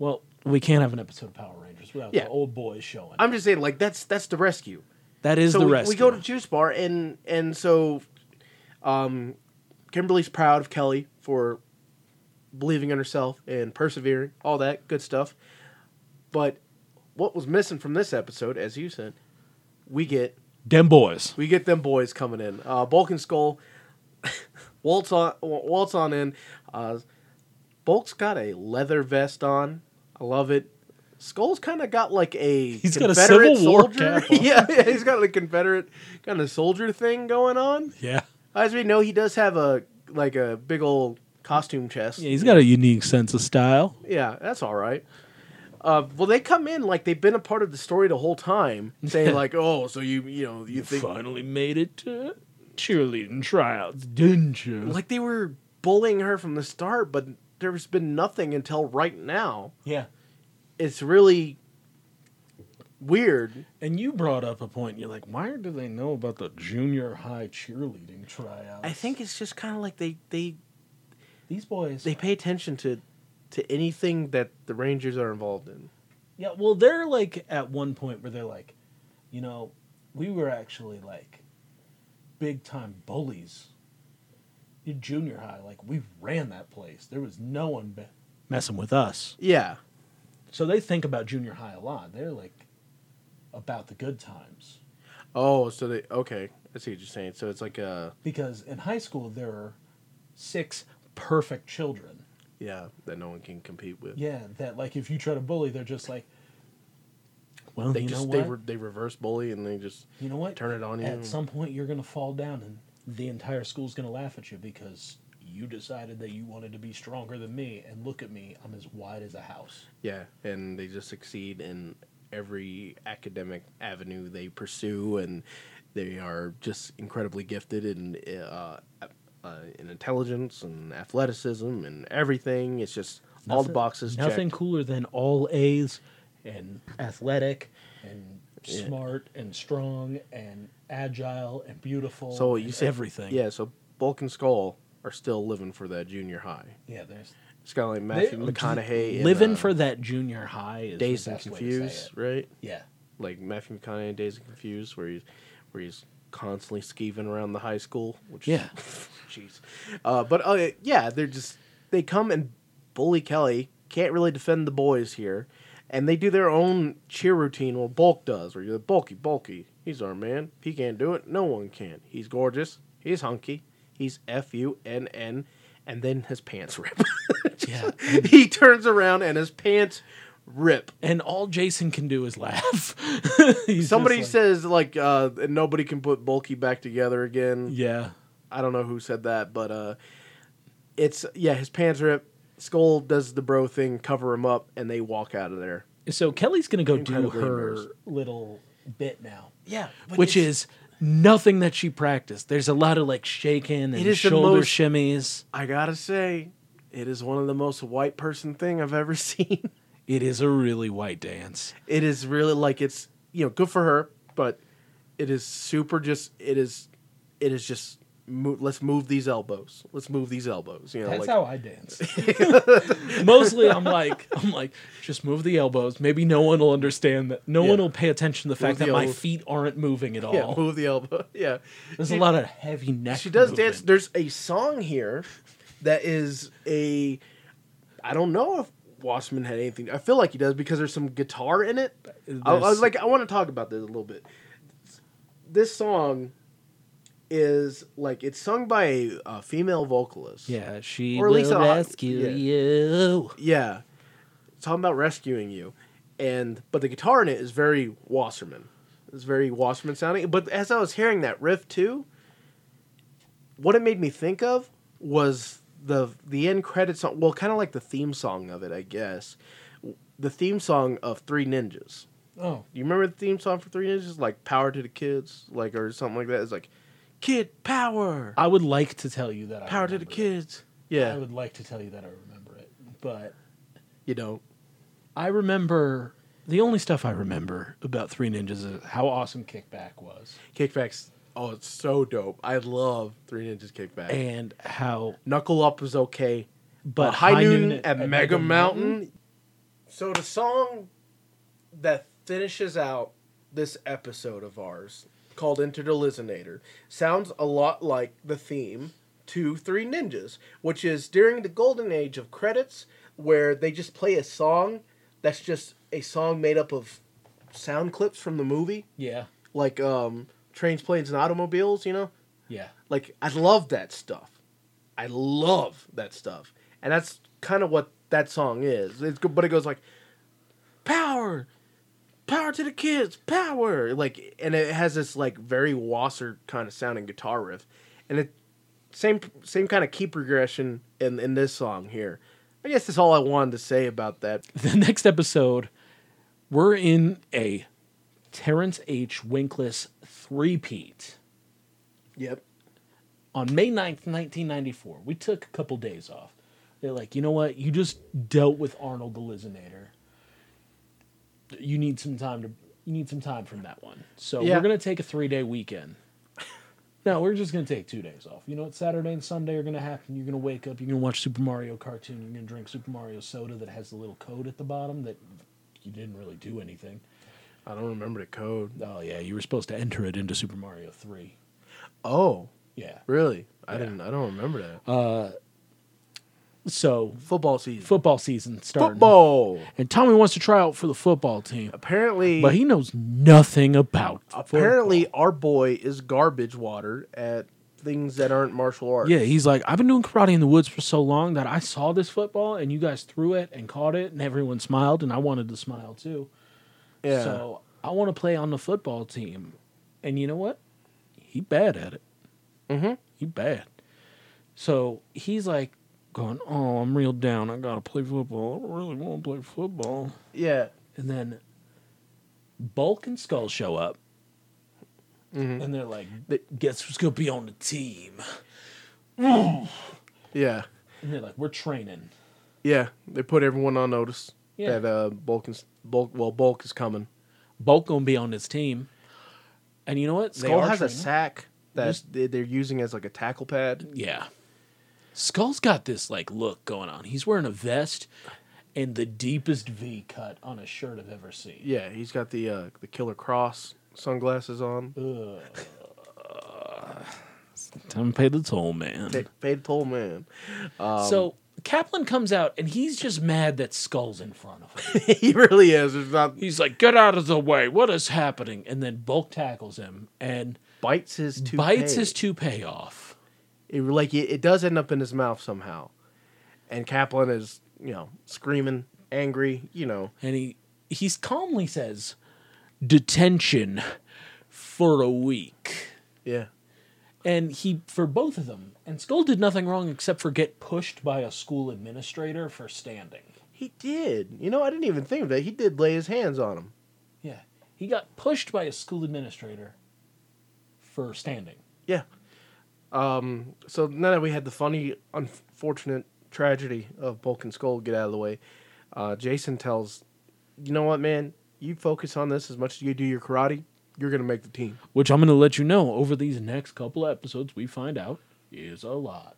S2: Well, we can't have an episode of Power Rangers without
S3: Yeah.
S2: the old boys showing.
S3: I'm just saying, like that's that's the rescue.
S2: that is
S3: so
S2: the
S3: we,
S2: rest.
S3: we go to juice bar, and and so, um, Kimberly's proud of Kelly for believing in herself and persevering, all that good stuff. But what was missing from this episode, as you said, we get
S2: dem boys.
S3: we get them boys coming in. Uh, Bulk and Skull waltz on waltz on in. Uh, Bulk's got a leather vest on. I love it. Skull's kind of got like a
S2: He's got a Civil War
S3: soldier.
S2: cap on.
S3: yeah, yeah, he's got like Confederate kind of soldier thing going on.
S2: Yeah.
S3: As we know, he does have a like a big old costume chest.
S2: yeah, he's got a unique sense of style.
S3: Yeah, that's all right. Uh, well, they come in like they've been a part of the story the whole time, saying like, "Oh, so you you know you think
S2: Finally made it to cheerleading tryouts, didn't you?
S3: like they were bullying her from the start, but there's been nothing until right now.
S2: yeah.
S3: It's really weird.
S2: And you brought up a point. You're like, why do they know about the junior high cheerleading tryouts?
S3: I think it's just kind of like they they
S2: these boys.
S3: they pay attention to to anything that the Rangers are involved in.
S2: Yeah, well, they're like at one point where they're like, you know, we were actually like big time bullies in junior high. Like, we ran that place. There was no one be- messing with us.
S3: Yeah,
S2: So they think about junior high a lot. They're like about the good times.
S3: Oh, so they okay. I see what you're saying. So it's like uh
S2: Because in high school, there are six perfect children.
S3: yeah that no one can compete with.
S2: Yeah, that like if you try to bully, they're just like, well,
S3: They
S2: you
S3: just
S2: know
S3: they
S2: what?
S3: re- they reverse bully and they just
S2: you know what?
S3: turn it on you.
S2: At some point, you're going to fall down, and the entire school's going to laugh at you because you decided that you wanted to be stronger than me. And look at me, I'm as wide as a house.
S3: yeah, and they just succeed in every academic avenue they pursue, and they are just incredibly gifted in uh, uh, in intelligence and athleticism and everything. It's just all the boxes.
S2: Nothing
S3: checked.
S2: cooler than all A's and athletic and smart and strong and agile and beautiful.
S3: So you
S2: and
S3: said
S2: everything.
S3: Yeah. So Bulk and Skull are still living for that junior high.
S2: yeah. There's
S3: It's kind of like Matthew
S2: They-
S3: McConaughey. and,
S2: living
S3: uh,
S2: for that junior high is
S3: Dazed
S2: the
S3: and
S2: best way to say
S3: Confused,
S2: it.
S3: right?
S2: Yeah.
S3: Like Matthew McConaughey in Dazed and Confused, where he's where he's constantly skeeving around the high school. Which
S2: Yeah.
S3: jeez. Uh, but uh, yeah, they're just they come and bully Kelly. Can't really defend the boys here, and they do their own cheer routine. Well, Bulk does, where you're like, bulky, bulky. He's our man. He can't do it. No one can. He's gorgeous. He's hunky. He's f u n n, and then his pants rip.
S2: Yeah.
S3: he turns around and his pants rip.
S2: And all Jason can do is laugh. He's just
S3: Somebody
S2: like,
S3: says like uh, nobody can put bulky back together again.
S2: Yeah.
S3: I don't know who said that, but uh, it's yeah, his pants rip. Skull does the bro thing, cover him up, and they walk out of there.
S2: So Kelly's going to go do
S3: Incredibly
S2: her
S3: embarrassed.
S2: little bit now,
S3: Yeah,
S2: which is nothing that she practiced. There's a lot of like shaking and
S3: It is the
S2: shoulder
S3: most-
S2: shimmies.
S3: I gotta say, it is one of the most white person thing I've ever seen.
S2: It is a really white dance.
S3: It is really like it's you know good for her, but it is super. Just it is, it is just. Move, let's move these elbows. Let's move these elbows. You know,
S5: That's
S3: like,
S5: how I dance.
S2: Mostly, I'm like, I'm like, just move the elbows. Maybe no one will understand that. No one
S3: Yeah.
S2: will pay attention to the fact
S3: the
S2: that my
S3: elbows.
S2: feet aren't moving at all.
S3: yeah, move the elbow. Yeah,
S2: There's a lot of heavy neck.
S3: She does
S2: movement.
S3: dance. There's a song here that is a. I don't know if Wasserman had anything. I feel like he does because there's some guitar in it. I, I
S2: There's-
S3: was like, I want to talk about this a little bit. This song is like it's sung by a, uh female vocalist.
S2: Yeah, she
S3: Or at least
S2: will
S3: a hot-
S2: rescue
S3: yeah.
S2: you.
S3: Yeah. It's talking about rescuing you, and but the guitar in it is very Wasserman. It's very Wasserman sounding. But as I was hearing that riff too, what it made me think of was the the end credits song. Well, kind of like the theme song of it, I guess. The theme song of Three Ninjas.
S5: Oh,
S3: You remember the theme song for Three Ninjas, like "Power to the Kids," like or something like that. It's like "Kid Power,
S2: I would like to tell you that. I
S3: Power to the
S2: remember it.
S3: Kids."
S5: I
S3: Yeah,
S5: would like to tell you that I remember it, but
S3: you don't.
S2: I remember the only stuff I remember about Three Ninjas is
S5: how awesome Kickback was.
S3: Kickbacks. Oh, it's so dope. I love Three Ninjas Kickback.
S2: and how,
S3: Knuckle Up is okay,
S2: but
S3: High, Noon, at, Mega,
S5: Mega
S3: Mountain. So the song that finishes out this episode of ours, called Enter the Lizinator, sounds a lot like the theme to Three Ninjas, which is during the golden age of credits, where they just play a song that's just a song made up of sound clips from the movie,
S5: Yeah,
S3: like um, trains, planes, and automobiles. You know,
S5: yeah.
S3: like I love that stuff. I love that stuff, and that's kind of what that song is. It's go- but it goes like, power, power to the kids, power. Like, and it has this like very Wasser kind of sounding guitar riff, and it same same kind of key progression in in this song here. I guess that's all I wanted to say about that.
S2: the next episode, we're in a Terrence H. Winkless three-peat.
S3: Yep.
S2: On May 9th, 1994, we took a couple days off. They're like, you know what? You just dealt with Arnold the Lizinator. You need some time to you need some time from that one. So
S3: Yeah.
S2: we're gonna take a three day weekend. No, we're just gonna take two days off. You know what? Saturday and Sunday are gonna happen. You're gonna wake up. You're gonna watch Super Mario cartoon. You're gonna drink Super Mario soda that has the little code at the bottom that you didn't really do anything.
S3: I don't remember the code.
S2: Oh yeah, you were supposed to enter it into Super Mario Three.
S3: Oh,
S2: Yeah.
S3: really? I didn't. I don't remember that.
S2: So
S3: football season.
S2: football season starting.
S3: football.
S2: And Tommy wants to try out for the football team,
S3: Apparently,
S2: but he knows nothing about.
S3: Apparently,
S2: football.
S3: our boy is garbage water at things that aren't martial arts.
S2: yeah, he's like, I've been doing karate in the woods for so long that I saw this football and you guys threw it and caught it and everyone smiled and I wanted to smile too.
S3: yeah.
S2: So I want to play on the football team. And you know what? He bad at it. Mm-hmm. He bad. So he's like going, Oh, I'm real down. I gotta play football. I really wanna play football.
S3: yeah,
S2: And then Bulk and Skull show up. And they're like, guess who's gonna be on the team?
S3: yeah,
S2: And they're like, we're training.
S3: yeah. They put everyone on notice
S2: Yeah.
S3: that uh, bulk is bulk. Well, bulk is coming.
S2: Bulk gonna be on his team. And you know what?
S3: Skull has a
S2: training.
S3: sack that
S2: There's-
S3: they- they're using as like a tackle pad.
S2: Yeah. Skull's got this like look going on. He's wearing a vest and the deepest V cut on a shirt I've ever seen.
S3: Yeah, he's got the uh, the killer cross sunglasses on.
S2: Time to pay the toll, man.
S3: Fa- Fade toll man. um,
S2: so Kaplan comes out and he's just mad that Skull's in front of him.
S3: he really is. There's not
S2: he's like, "Get out of the way! What is happening?" And then Bulk tackles him and
S3: bites his two
S2: bites his toupee off.
S3: it like it, it does end up in his mouth somehow, and Kaplan is you know screaming, angry, you know.
S2: and he he calmly says detention for a week
S3: Yeah.
S2: and he for both of them and skull did nothing wrong except for get pushed by a school administrator for standing
S3: He did. You know, I didn't even think of that. He did lay his hands on him.
S2: yeah he got pushed by a school administrator for standing
S3: Yeah. Um, so now that we had the funny, unfortunate tragedy of Bulk and Skull get out of the way, Uh, Jason tells, you know what, man? You focus on this as much as you do your karate. You're gonna make the team.
S2: Which I'm going to let you know over these next couple episodes, we find out is a lot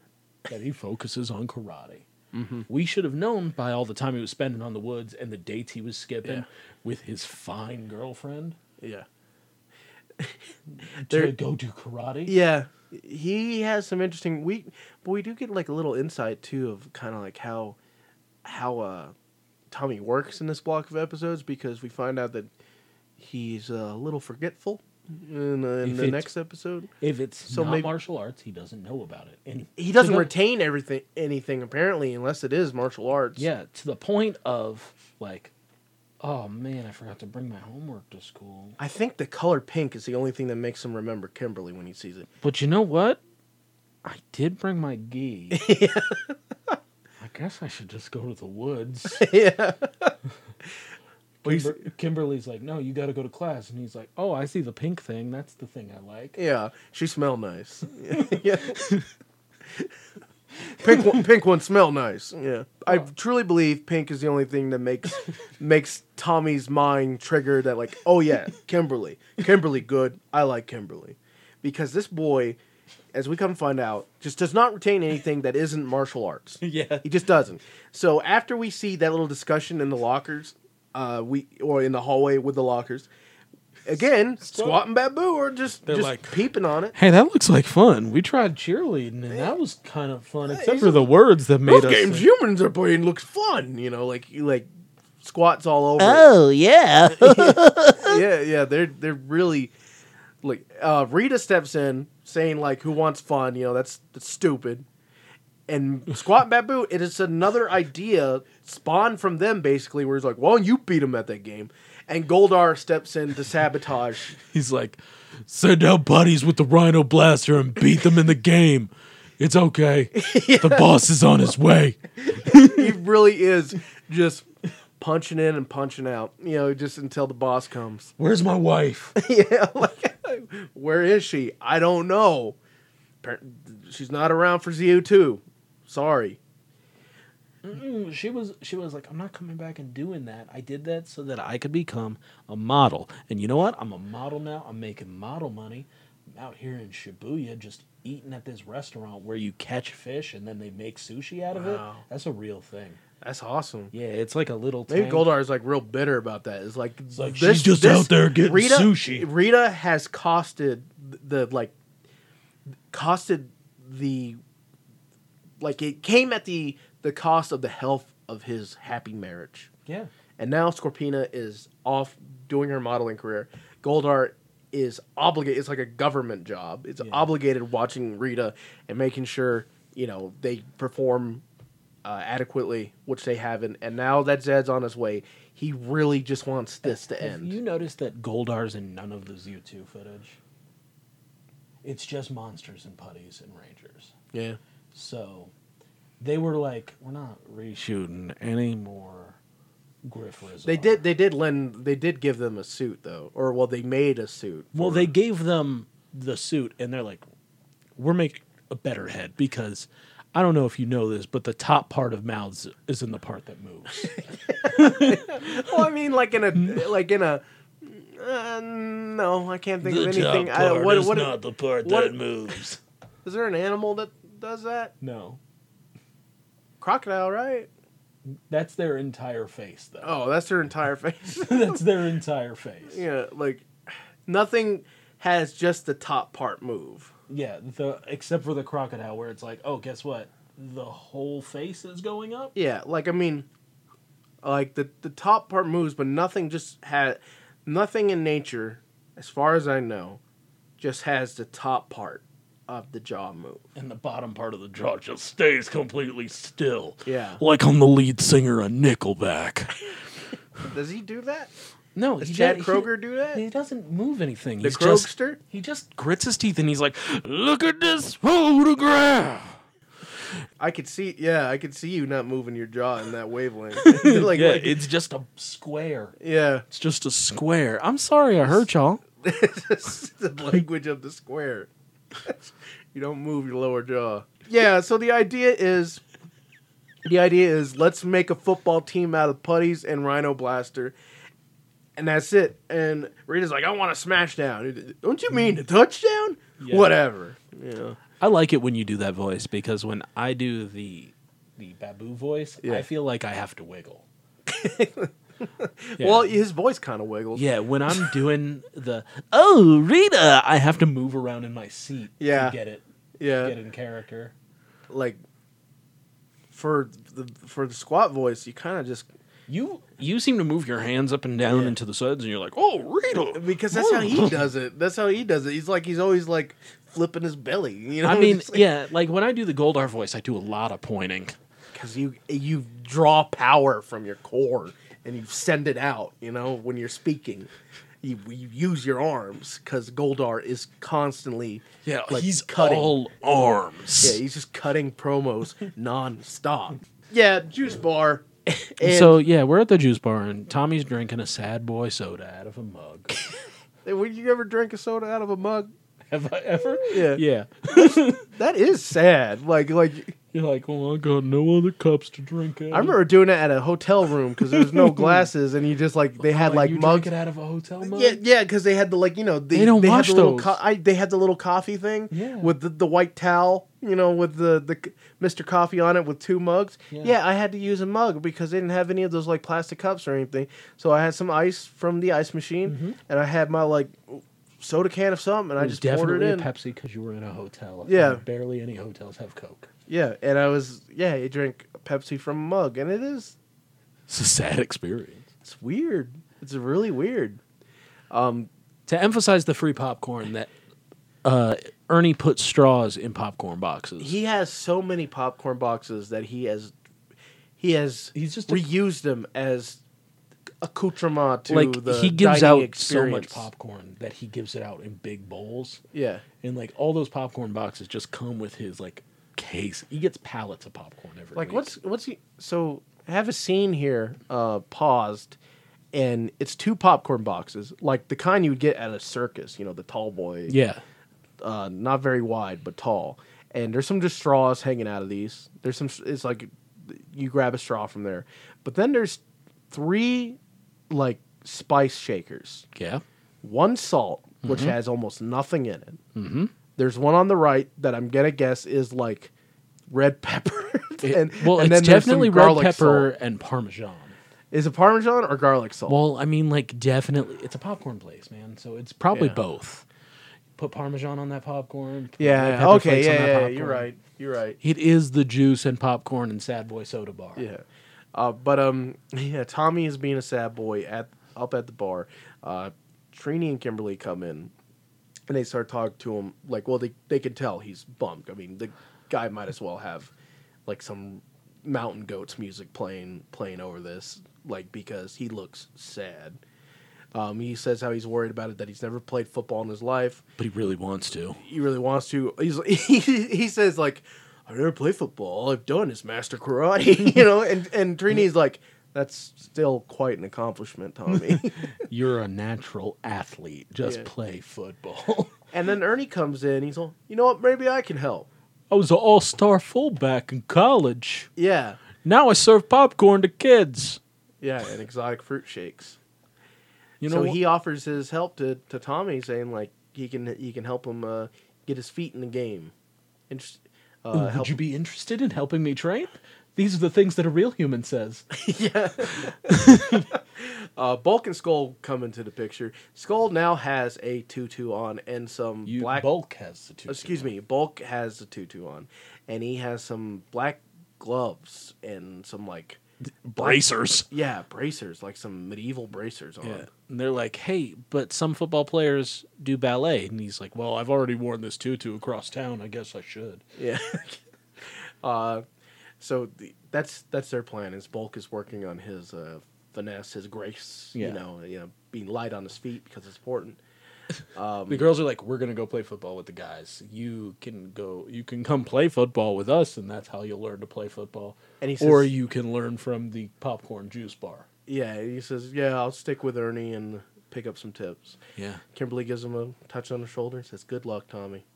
S2: that he focuses on karate.
S3: Mm-hmm.
S2: We should have known by all the time he was spending on the woods and the dates he was skipping
S3: Yeah.
S2: with his fine girlfriend
S3: Yeah.
S2: to
S3: There-
S2: go do karate.
S3: Yeah, he has some interesting. We but we do get like a little insight too of kind of like how how uh Tommy works in this block of episodes because we find out that he's a little forgetful in, uh, in
S2: If
S3: the
S2: it's-
S3: next episode.
S2: If it's
S3: So
S2: not
S3: maybe-
S2: martial arts, he doesn't know about it. And
S3: He doesn't
S2: to the-
S3: retain everything anything apparently unless it is martial arts.
S2: Yeah, to the point of like, oh man, I forgot to bring my homework to school.
S3: I think the color pink is the only thing that makes him remember Kimberly when he sees it.
S2: But you know what? I did bring my gi. I guess I should just go to the woods.
S3: yeah.
S2: Kimber- Kimberly's like, no, you got to go to class, and he's like, oh, I see the pink thing. That's the thing I like.
S3: Yeah, she smell nice. yeah. pink one, pink ones smell nice. Yeah, I truly believe pink is the only thing that makes makes Tommy's mind trigger that like, oh yeah, Kimberly, Kimberly, good. I like Kimberly, because this boy, as we come to find out, just does not retain anything that isn't martial arts.
S2: Yeah.
S3: He just doesn't. So after we see that little discussion in the lockers, uh, we or in the hallway with the lockers, again, Squat and Babu are just
S2: They're
S3: just
S2: like-
S3: peeping on it.
S2: Hey, that looks like fun. We tried cheerleading, and that was kind of fun, except for the words that made
S3: Those
S2: us.
S3: games humans are playing looks fun, you know, like you like squats all over. it.
S1: yeah.
S3: Yeah, yeah, they're they're really like uh, Rita steps in saying like, "Who wants fun?" You know, that's that's stupid. And Squat and Babu, it is another idea spawned from them basically, where he's like, "Well, you beat him at that game," and Goldar steps in to sabotage.
S2: He's like, send out buddies with the Rhino Blaster and beat them in the game. It's okay. The boss is on his way.
S3: he really is just punching in and punching out, you know, just until the boss comes.
S2: Where's my wife?
S3: yeah, like, where is she? I don't know. Appar- She's not around for ZU2. Sorry.
S2: she was she was like, I'm not coming back and doing that. I did that so that I could become a model. And you know what? I'm a model now. I'm making model money. I'm out here in Shibuya just eating at this restaurant where you catch fish and then they make sushi out of
S3: Wow.
S2: it. That's a real thing.
S3: That's awesome.
S2: Yeah, it's like a little
S3: Maybe
S2: tank.
S3: Goldar is like real bitter about that. It's like,
S2: like, she's just out there getting
S3: Rita,
S2: sushi.
S3: Rita has costed the like costed the like it came at the the cost of the health of his happy marriage.
S2: Yeah.
S3: And now Scorpina is off doing her modeling career. Goldar is obligated. It's like a government job. It's obligated watching Rita and making sure you know they perform uh, adequately, which they haven't. And now that Zed's on his way, he really just wants this to
S2: Have
S3: end.
S2: you noticed that Goldar's in none of the Z2 footage? It's just monsters and putties and rangers.
S3: yeah,
S2: So they were like, we're not reshooting any more Griff Rizzo.
S3: they did. They did lend. They did give them a suit though, or well, they made a suit.
S2: Well,
S3: for-
S2: they gave them the suit, and they're like, we're making a better head because I don't know if you know this, but the top part of mouths is in the part that moves.
S3: Well, I mean, like in a like in a. Uh, no, I can't think of anything. I, what, what,
S2: the part
S3: what- that
S2: moves.
S3: Is there an animal that does that?
S2: No,
S3: Crocodile, right?
S2: that's their entire face, though.
S3: Oh, that's their entire face.
S2: that's their entire face.
S3: yeah, like nothing has just the top part move.
S2: Yeah, the except for the crocodile, where it's like, oh, guess what? The whole face is going up.
S3: Yeah, like I mean, like the the top part moves, but nothing just had nothing in nature, as far as I know, just has the top part of the jaw move.
S2: and the bottom part of the jaw just stays completely still.
S3: Yeah.
S2: Like I'm the lead singer of Nickelback.
S3: Does he do that?
S2: No,
S3: Does
S2: he
S3: Chad
S2: does-
S3: Kroger do that?
S2: He, he doesn't move anything.
S3: The
S2: He's just,
S3: Krogster?
S2: he just grits his teeth and he's like, "Look at this photograph."
S3: I could see. Yeah, I could see you not moving your jaw in that wavelength. like,
S2: Yeah,
S3: like-
S2: it's just a square.
S3: yeah.
S2: It's just a square. I'm sorry I hurt y'all.
S3: It's the language of the square. you don't move your lower jaw. Yeah, so the idea is The idea is let's make a football team out of putties and Rhino Blaster, and that's it. And Rita's like, I want a smackdown. Don't you mean a touchdown? Whatever. Yeah.
S2: I like it when you do that voice because when I do the the baboo voice,
S3: Yeah.
S2: I feel like I have to wiggle.
S3: Well, his voice kind of wiggles.
S2: Yeah, when I'm doing the oh Rita, I have to move around in my seat.
S3: Yeah.
S2: to get it,
S3: yeah.
S2: get in character.
S3: Like for the for the squat voice, you kind of just
S2: You you seem to move your hands up and down
S3: Yeah.
S2: and to the sides, and you're like, oh Rita.
S3: because that's how he does it. That's how he does it. He's like he's always like flipping his belly. You know.
S2: I mean,
S3: It's like-
S2: yeah, like when I do the Goldar voice, I do a lot of pointing.
S3: because you you draw power from your core and you send it out. You know when you're speaking, you, you use your arms because Goldar is constantly
S2: Yeah,
S3: like,
S2: he's
S3: cutting.
S2: all arms.
S3: yeah he's just cutting promos nonstop. Yeah, juice bar. And
S2: so yeah, we're at the juice bar and Tommy's drinking a sad boy soda out of a mug.
S3: would you ever drink a soda out of a mug?
S2: Have I ever?
S3: Yeah.
S2: Yeah.
S3: That is sad. Like like
S2: You're like, well, I got no other cups to drink out.
S3: I remember doing it at a hotel room because there was no glasses and you just like they had like
S2: you
S3: mugs.
S2: drink it out of a hotel mug.
S3: Yeah, yeah, because they had the like you know they,
S2: They don't
S3: had
S2: wash
S3: the little
S2: those.
S3: Co- I, they had the little coffee thing
S2: Yeah.
S3: with the, the white towel, you know, with the the c- Mr. Coffee on it with two mugs. Yeah.
S2: Yeah.
S3: I had to use a mug because they didn't have any of those like plastic cups or anything. So I had some ice from the ice machine, and I had my like soda can of something, and I
S2: Mm-hmm. It was
S3: just poured
S2: definitely
S3: it
S2: a
S3: in.
S2: Pepsi because you were in a hotel.
S3: Yeah.
S2: and barely any hotels have Coke.
S3: yeah, and I was yeah, I drank Pepsi from a mug, and it is
S2: It's a sad experience.
S3: it's weird. It's really weird.
S2: To emphasize the free popcorn that uh, Ernie put straws in popcorn boxes.
S3: he has so many popcorn boxes that he has he has
S2: He's just a-
S3: reused them as accoutrement to
S2: like
S3: the
S2: he gives
S3: dining
S2: out so
S3: experience.
S2: much popcorn that he gives it out in big bowls,
S3: Yeah,
S2: and like all those popcorn boxes just come with his like case. He gets pallets of popcorn every
S3: like
S2: week.
S3: what's what's he? So I have a scene here uh, paused, and it's two popcorn boxes, like the kind you would get at a circus. You know, the tall boy,
S2: yeah.
S3: uh, not very wide but tall. And there's some just straws hanging out of these. There's some. It's like you grab a straw from there, but then there's three like spice shakers.
S2: Yeah.
S3: one salt, which
S2: Mm-hmm.
S3: has almost nothing in it. Mm-hmm. There's one on the right that I'm gonna guess is like red pepper. and
S2: well, it's
S3: and there's some
S2: definitely red
S3: garlic
S2: pepper
S3: salt.
S2: and parmesan.
S3: Is it parmesan or garlic salt?
S2: Well, I mean, like definitely, it's a popcorn place, man. So it's probably
S3: Yeah.
S2: both. Put parmesan on that popcorn. put red
S3: yeah.
S2: pepper
S3: Okay.
S2: flakes on
S3: Yeah.
S2: that
S3: yeah you're
S2: popcorn.
S3: right. You're right.
S2: It is the juice and popcorn and sad boy soda bar.
S3: Yeah. Uh, but um, yeah. Tommy is being a sad boy at up at the bar. Uh, Trini and Kimberly come in, and they start talking to him. Like, well, they they can tell he's bummed. I mean, the guy might as well have like some mountain goats music playing playing over this, like because he looks sad. Um, he says how he's worried about it that he's never played football in his life
S2: But he really wants to.
S3: he really wants to. He's he, he says like, I've never played football. All I've done is master karate, you know. And and Trini's like, that's still quite an accomplishment, Tommy.
S2: You're a natural athlete. Just
S3: Yeah.
S2: play football.
S3: and then Ernie comes in. He's all, you know what? Maybe I can help.
S2: I was an all star fullback in college.
S3: Yeah,
S2: Now I serve popcorn to kids.
S3: yeah, and exotic fruit shakes.
S2: You
S3: so
S2: know,
S3: he offers his help to, to Tommy, saying like he can he can help him uh, get his feet in the game. And just, uh,
S2: would
S3: help
S2: you be interested in helping me train? These are the things that a real human says.
S3: Uh, Bulk and Skull come into the picture. Skull now has a tutu on and some
S2: You
S3: black
S2: bulk has the two.
S3: excuse me, Bulk has the tutu on, and he has some black gloves and some like
S2: bracers.
S3: yeah bracers, like some medieval bracers on.
S2: Yeah. And they're like, hey, but some football players do ballet. And he's like, well, I've already worn this tutu across town. I guess I should.
S3: Yeah. uh, so the, that's that's their plan. Is Bulk is working on his uh, finesse, his grace.
S2: Yeah.
S3: You know, you know, being light on his feet because it's important.
S5: Um,
S2: the girls are like, we're going to go play football with the guys. You can go, you can come play football with us, and that's how you'll learn to play football.
S3: And he
S2: or
S3: says-
S2: you can learn from the popcorn juice bar.
S3: Yeah, he says, yeah, I'll stick with Ernie and pick up some tips.
S2: Yeah.
S3: Kimberly gives him a touch on the shoulder and says, Good luck, Tommy.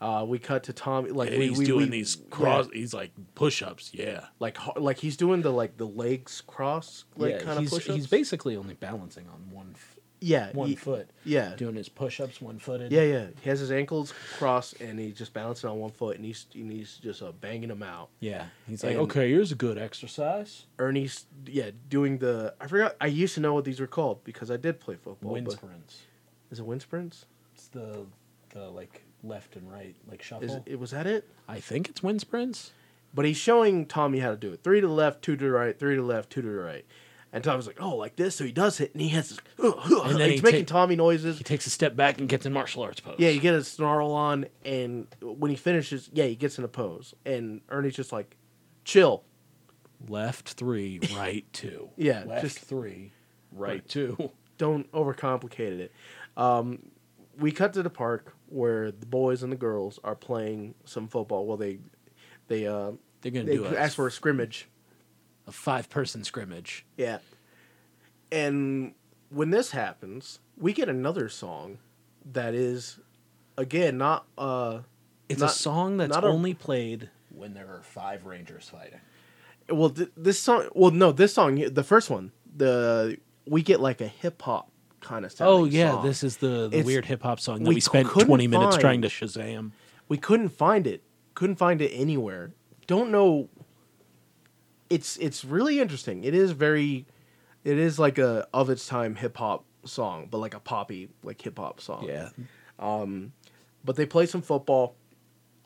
S3: Uh, we cut to Tommy like
S2: And
S3: we,
S2: he's
S3: we-
S2: doing
S3: we-
S2: these
S3: yeah,
S2: cross. He's like push ups. Yeah.
S3: like ho- like he's doing the like the legs cross like
S5: yeah,
S3: kind of
S5: he's,
S3: push
S5: he's basically only balancing on one f-
S3: yeah
S5: one
S3: he-
S5: foot.
S3: Uh, yeah
S5: Doing his push ups one footed.
S3: yeah yeah he has his ankles crossed and he's just balancing on one foot and he's and he's just uh, banging them out
S5: Yeah. He's
S2: Like,
S5: like,
S3: And-
S2: okay, here's a good exercise.
S3: Ernie's yeah doing the I forgot I used to know what these were called because I did play football
S5: wind
S3: but-
S5: sprints.
S3: is it wind sprints
S5: It's the, the like left and right, like shuffle.
S3: is it was that it
S2: I think it's wind sprints.
S3: But he's showing Tommy how to do it. Three to the left, two to the right, three to the left, two to the right. And Tommy's like, oh, like this. So he does it, and he has this. and
S2: then
S3: he's
S2: he
S3: making
S2: take-
S3: Tommy noises.
S2: He takes a step back and gets in martial arts pose.
S3: Yeah, you get a snarl on, and when he finishes, yeah, he gets in a pose. And Ernie's just like, chill.
S2: Left three, right two.
S3: Yeah,
S5: left
S3: just
S5: three.
S2: Right two.
S3: don't overcomplicate it. Um, we cut to the park where the boys and the girls are playing some football. Well, they they uh,
S2: They're gonna
S3: they
S2: do a,
S3: ask for a scrimmage.
S2: a five person scrimmage.
S3: Yeah. And when this happens, we get another song that is again not uh
S2: It's
S3: Not-
S2: a song that's
S3: not a-
S2: only played.
S5: When there are five Rangers fighting.
S3: well th- this song well no this song the first one the we get like a hip hop kind of
S2: Oh yeah, this is the, the
S3: It's-
S2: weird hip hop song that
S3: we
S2: we, spent
S3: couldn't
S2: twenty minutes
S3: find-
S2: trying to Shazam.
S3: we couldn't find it couldn't find it anywhere don't know it's it's really interesting it is very it is like a of its time hip hop song but like a poppy like hip hop song Um, But they play some football.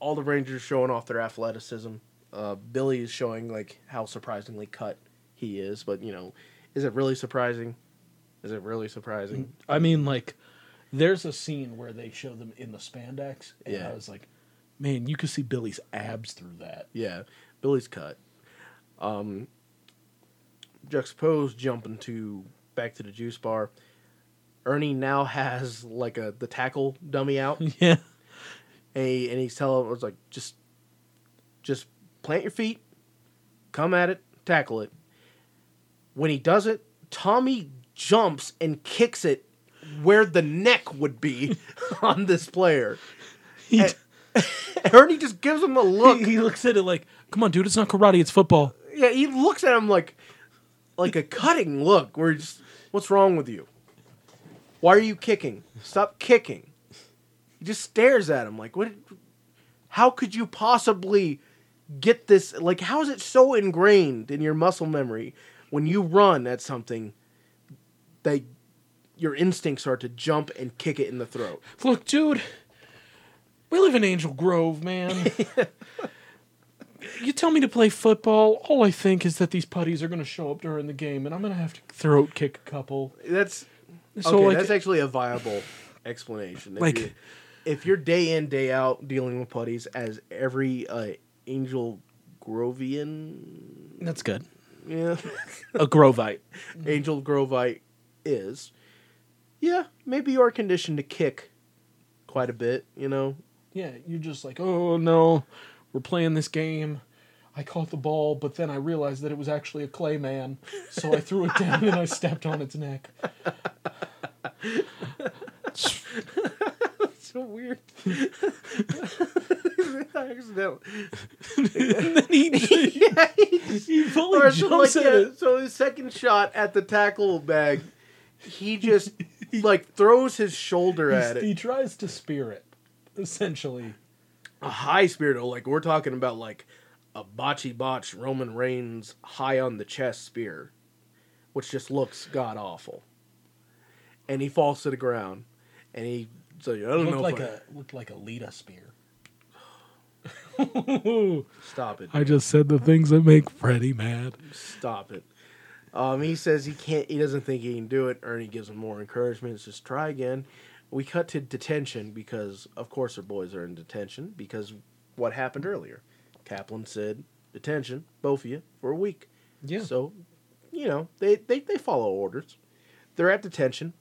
S3: All the Rangers showing off their athleticism. Uh, Billy is showing like how surprisingly cut he is, but you know, is it really surprising? Is it really surprising?
S5: I mean, like, there's a scene where they show them in the spandex, and
S3: Yeah.
S5: I was like, man, you could see Billy's abs through that.
S3: Yeah, Billy's cut. Um, juxtaposed jumping to back to the juice bar. Ernie now has like a the tackle dummy out.
S2: Yeah.
S3: and, he, and he's telling us like just just plant your feet come at it tackle it when he does it tommy jumps and kicks it where the neck would be on this player And- ernie just gives him a look
S2: He, he looks at it like, "Come on, dude, it's not karate, it's football."
S3: yeah he looks at him like like a cutting look where he's just what's wrong with you why are you kicking stop kicking he just stares at him like what how could you possibly get this like how is it so ingrained in your muscle memory when you run at something that your instincts are to jump and kick it in the throat
S2: Look, dude, we live in Angel Grove, man. you tell me to play football, all I think is that these putties are going to show up during the game, and I'm going to have to throat kick a couple.
S3: that's
S2: So
S3: okay,
S2: like,
S3: that's actually a viable explanation. If
S2: Like-
S3: you're, if you're day in day out dealing with putties, as every uh, Angel Grovian,
S2: that's good.
S3: yeah,
S2: A Grovite.
S3: Angel Grovite is, yeah, maybe you are conditioned to kick quite a bit. You know,
S2: Yeah, you're just like, oh no, we're playing this game. I caught the ball, but then I realized that it was actually a clay man, so I threw it down and I stepped on its neck.
S3: so weird. Accidental.
S2: And he, he fully
S3: Or so,
S2: jumps
S3: like,
S2: at
S3: yeah,
S2: it.
S3: so his second shot at the tackle bag, he just like throws his shoulder at it.
S5: He tries to spear it, essentially.
S3: a high spirit. oh, Like we're talking about like a botchy botch Roman Reigns high on the chest spear, which just looks god awful. And he falls to the ground, and he so I don't know.
S5: Looked like
S3: if I,
S5: a looked like a Lita spear.
S3: stop it!
S2: I just said the things that make Freddy mad.
S3: Stop it! Um, he says he can't. He doesn't think he can do it. Ernie gives him more encouragement. It's just try again. We cut to detention because, of course, our boys are in detention because what happened earlier. Kaplan said detention, both of you, for a week.
S2: Yeah.
S3: So, you know, they, they, they follow orders. They're at detention.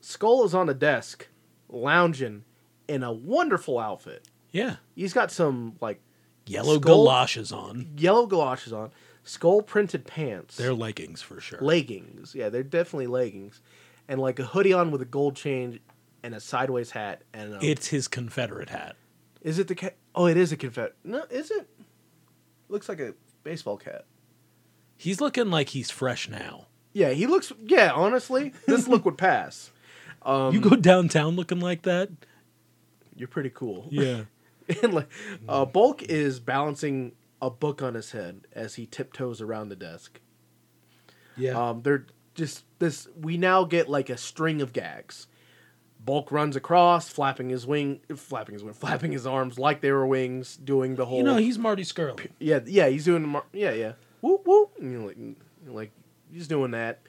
S3: Skull is on a desk, lounging in a wonderful outfit.
S2: Yeah.
S3: He's got some, like,
S2: Yellow
S3: Skull-
S2: galoshes on.
S3: yellow galoshes on, skull printed pants,
S2: They're leggings for sure.
S3: leggings. Yeah, they're definitely leggings. And, like, a hoodie on with a gold chain and a sideways hat. And a,
S2: it's his Confederate hat.
S3: Is it the cat? Oh, it is a confet. No, is it? Looks like a baseball cat.
S2: He's looking like he's fresh now.
S3: Yeah, he looks. Yeah, honestly, this look would pass. Um,
S2: you go downtown looking like that?
S3: You're pretty cool.
S2: Yeah.
S3: and like, uh, Bulk is balancing a book on his head as he tiptoes around the desk.
S2: Yeah.
S3: Um, they're just this. We now get like a string of gags. Bulk runs across, flapping his wing, flapping his wing, flapping his arms like they were wings, doing the whole.
S2: you know, he's Marty Skrull.
S3: Yeah, yeah, he's doing. the mar- Yeah, yeah. Whoop whoop. And you're like, you're like he's doing that.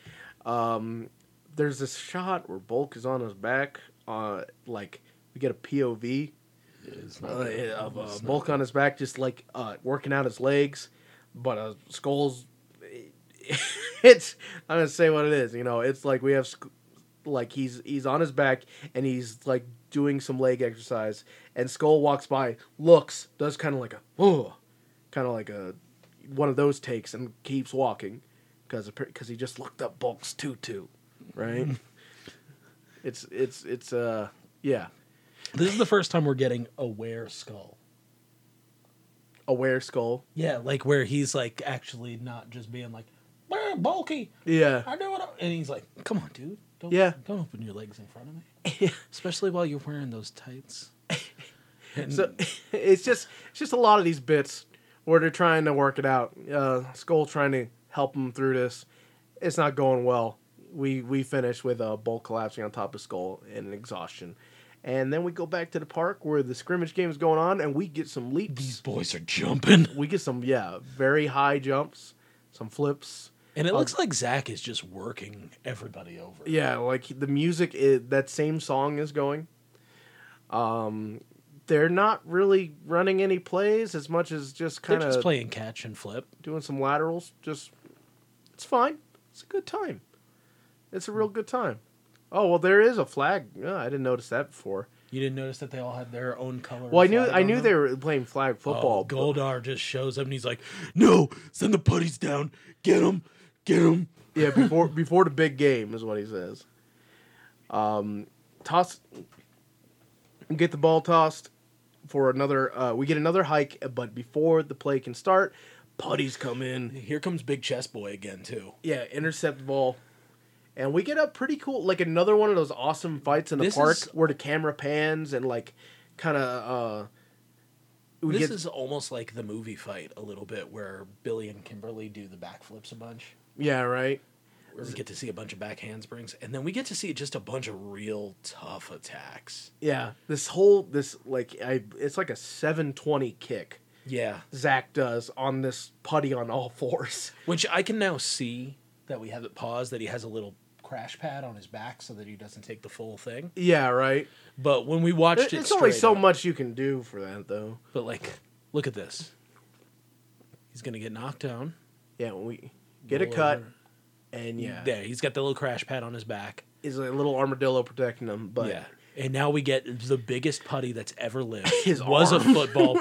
S3: Um, there's this shot where Bulk is on his back. Uh, like we get a POV uh, of uh, Bulk on his back, just like uh, working out his legs. But uh, Skull's. It's I'm gonna say what it is. You know, it's like we have, Sk- like he's he's on his back and he's like doing some leg exercise. And Skull walks by, looks, does kind of like a oh, kind of like a one of those takes and keeps walking because because he just looked up Bulk's tutu, right? it's it's it's uh yeah
S2: This is the first time we're getting aware Skull.
S3: aware Skull
S2: Yeah, like where he's like actually not just being like, "Brr, bulky.
S3: yeah
S2: I do what I-" And he's like, come on, dude. Don't,
S3: Yeah.
S2: Don't open your legs in front of me. Especially while you're wearing those tights. And
S3: so it's just it's just a lot of these bits where they're trying to work it out. Uh, Skull trying to help him through this. It's not going well. We we finish with a uh, Bulk collapsing on top of Skull in exhaustion, and then we go back to the park where the scrimmage game is going on, and we get some leaps.
S2: these boys are jumping.
S3: We get some yeah very high jumps, some flips.
S2: And it looks like Zach is just working everybody over.
S3: Um, Yeah, like the music is, that same song is going. Um, they're not really running any plays as much as just
S2: They're
S3: kind
S2: just
S3: of
S2: playing catch and flip.
S3: doing some laterals. Just, it's fine. It's a good time. It's a real good time. Oh well, there is a flag. Yeah, I didn't notice that before.
S2: You didn't notice that they all had their own color.
S3: Well, I
S2: and
S3: knew
S2: flag
S3: I
S2: on
S3: knew
S2: them?
S3: they were playing flag football.
S2: Oh, Goldar just shows up and he's like, "No, send the putties down. Get them, get them."
S3: but- yeah, before before the big game is what he says. Um, toss. Get the ball tossed for another. Uh, we get another hike, but before the play can start, putties come in.
S2: Here comes Big Chess Boy again too.
S3: Yeah, intercept ball. And we get up pretty cool, like another one of those awesome fights in the
S2: This
S3: park
S2: is-
S3: where the camera pans and like kind of. uh we
S2: This
S3: get,
S2: is almost like the movie fight a little bit, where Billy and Kimberly do the backflips a bunch.
S3: yeah right.
S2: Where we get to see a bunch of backhand springs, and then we get to see just a bunch of real tough attacks.
S3: Yeah, this whole this like I it's like a seven twenty kick
S2: Yeah,
S3: Zach does on this putty on all fours.
S2: which I can now see that we have it paused. That he has a little crash pad on his back so that he doesn't take the full thing.
S3: Yeah right.
S2: But when we watched it,
S3: it's only
S2: straight
S3: so
S2: up-
S3: much you can do for that though.
S2: But like, look at this. He's gonna get knocked down.
S3: Yeah, when we get a
S2: Roll
S3: cut,
S2: over.
S3: and yeah,
S2: There, he's got the little crash pad on his back.
S3: is a little armadillo protecting him, but
S2: yeah. And now we get the biggest putty that's ever lived.
S3: His
S2: was a football.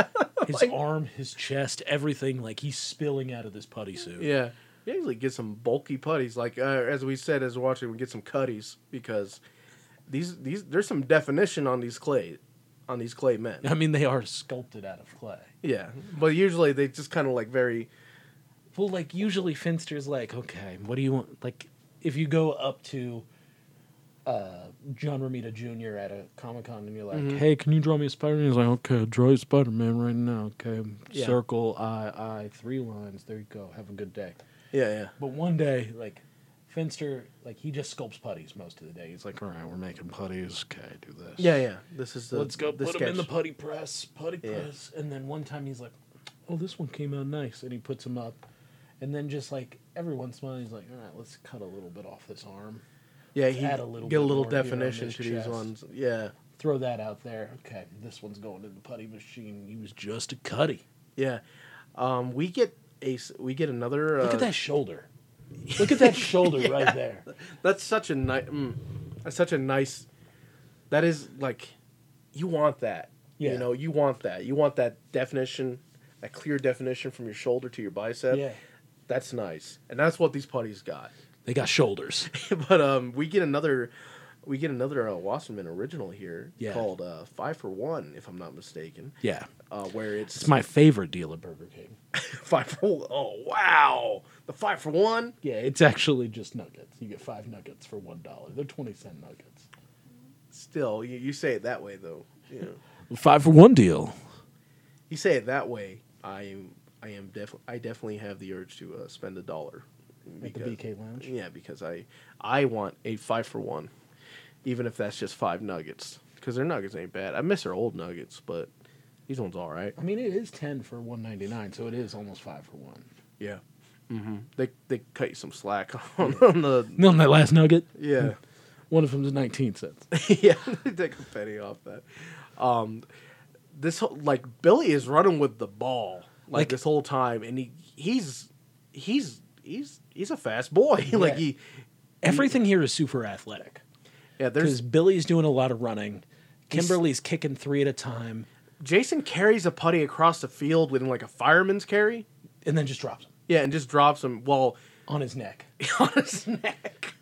S2: His arm, his chest, everything. Like he's spilling out of this putty suit.
S3: Yeah. We usually get some bulky putties. Like uh, as we said as we're watching, we get some cutties because these these there's some definition on these clay on these clay men.
S2: I mean, they are sculpted out of clay.
S3: yeah. But usually they just kinda like very
S2: Well, like usually Finster's like, okay, what do you want? Like, if you go up to uh, John Romita Jr. at a Comic Con and you're like,
S3: Mm-hmm.
S2: hey, can you draw me a Spider Man? He's like, okay, I'll draw you Spider Man right now. Okay,
S3: Yeah.
S2: circle, eye, eye, three lines. There you go. Have a good day.
S3: Yeah, yeah.
S2: But one day, like, Finster, like, he just sculpts putties most of the day. He's like, all right, we're making putties. Okay, do this.
S3: Yeah, yeah. This is the
S2: Let's go
S3: the
S2: put him in
S3: sketch.
S2: the putty press, putty
S3: Yeah.
S2: press. And then one time he's like, oh, this one came out nice. And he puts him up. And then just like every once in a while, he's like, all right, let's cut a little bit off this arm.
S3: Yeah, he
S2: add a little
S3: get a
S2: bit
S3: little
S2: more here on
S3: definition
S2: his
S3: to these
S2: chest.
S3: ones. Yeah.
S2: Throw that out there. Okay, this one's going in the putty machine. He was just a cutty.
S3: Yeah. Um we get a s- we get another uh,
S2: Look at that shoulder. Look at that shoulder right there.
S3: That's such a nice. Mm, that's such a nice. That is like, you want that.
S2: Yeah.
S3: You know, you want that. You want that definition, that clear definition from your shoulder to your bicep.
S2: Yeah.
S3: That's nice, and that's what these putties got.
S2: They got shoulders.
S3: but um, we get another We get another uh, Wasserman original here
S2: Yeah.
S3: called uh, Five for One, if I'm not mistaken.
S2: Yeah.
S3: Uh, where it's,
S2: It's my favorite deal at Burger King.
S3: five for one. Oh, wow. The five for one?
S2: Yeah, it's actually just nuggets. You get five nuggets for one dollar. They're twenty cent nuggets.
S3: Still, you, you say it that way, though. You, know,
S2: Five for one deal.
S3: you say it that way. I am, I am def- I definitely have the urge to uh, spend a dollar.
S2: At the
S3: because-
S2: BK Lounge.
S3: Yeah, because I I want a five for one, even if that's just five nuggets, because their nuggets ain't bad. I miss their old nuggets, but these ones all right.
S2: I mean, it is ten for one ninety nine, so it is almost five for one.
S3: Yeah. hmm They they cut you some slack on, on the
S2: No, and that last nugget,
S3: yeah
S2: one of them's nineteen cents.
S3: yeah they take a penny off that. Um, this whole, like Billy is running with the ball like,
S2: Like-
S3: this whole time, and he he's he's he's he's a fast boy like
S2: Yeah.
S3: he
S2: Everything here is super athletic
S3: yeah
S2: because
S3: there's
S2: Billy's doing a lot of running.
S3: He's-
S2: Kimberly's kicking three at a time
S3: Jason carries a putty across the field with like a fireman's carry.
S2: and then just drops him
S3: Yeah, and just drops him. Well,
S2: on his neck.
S3: on his neck.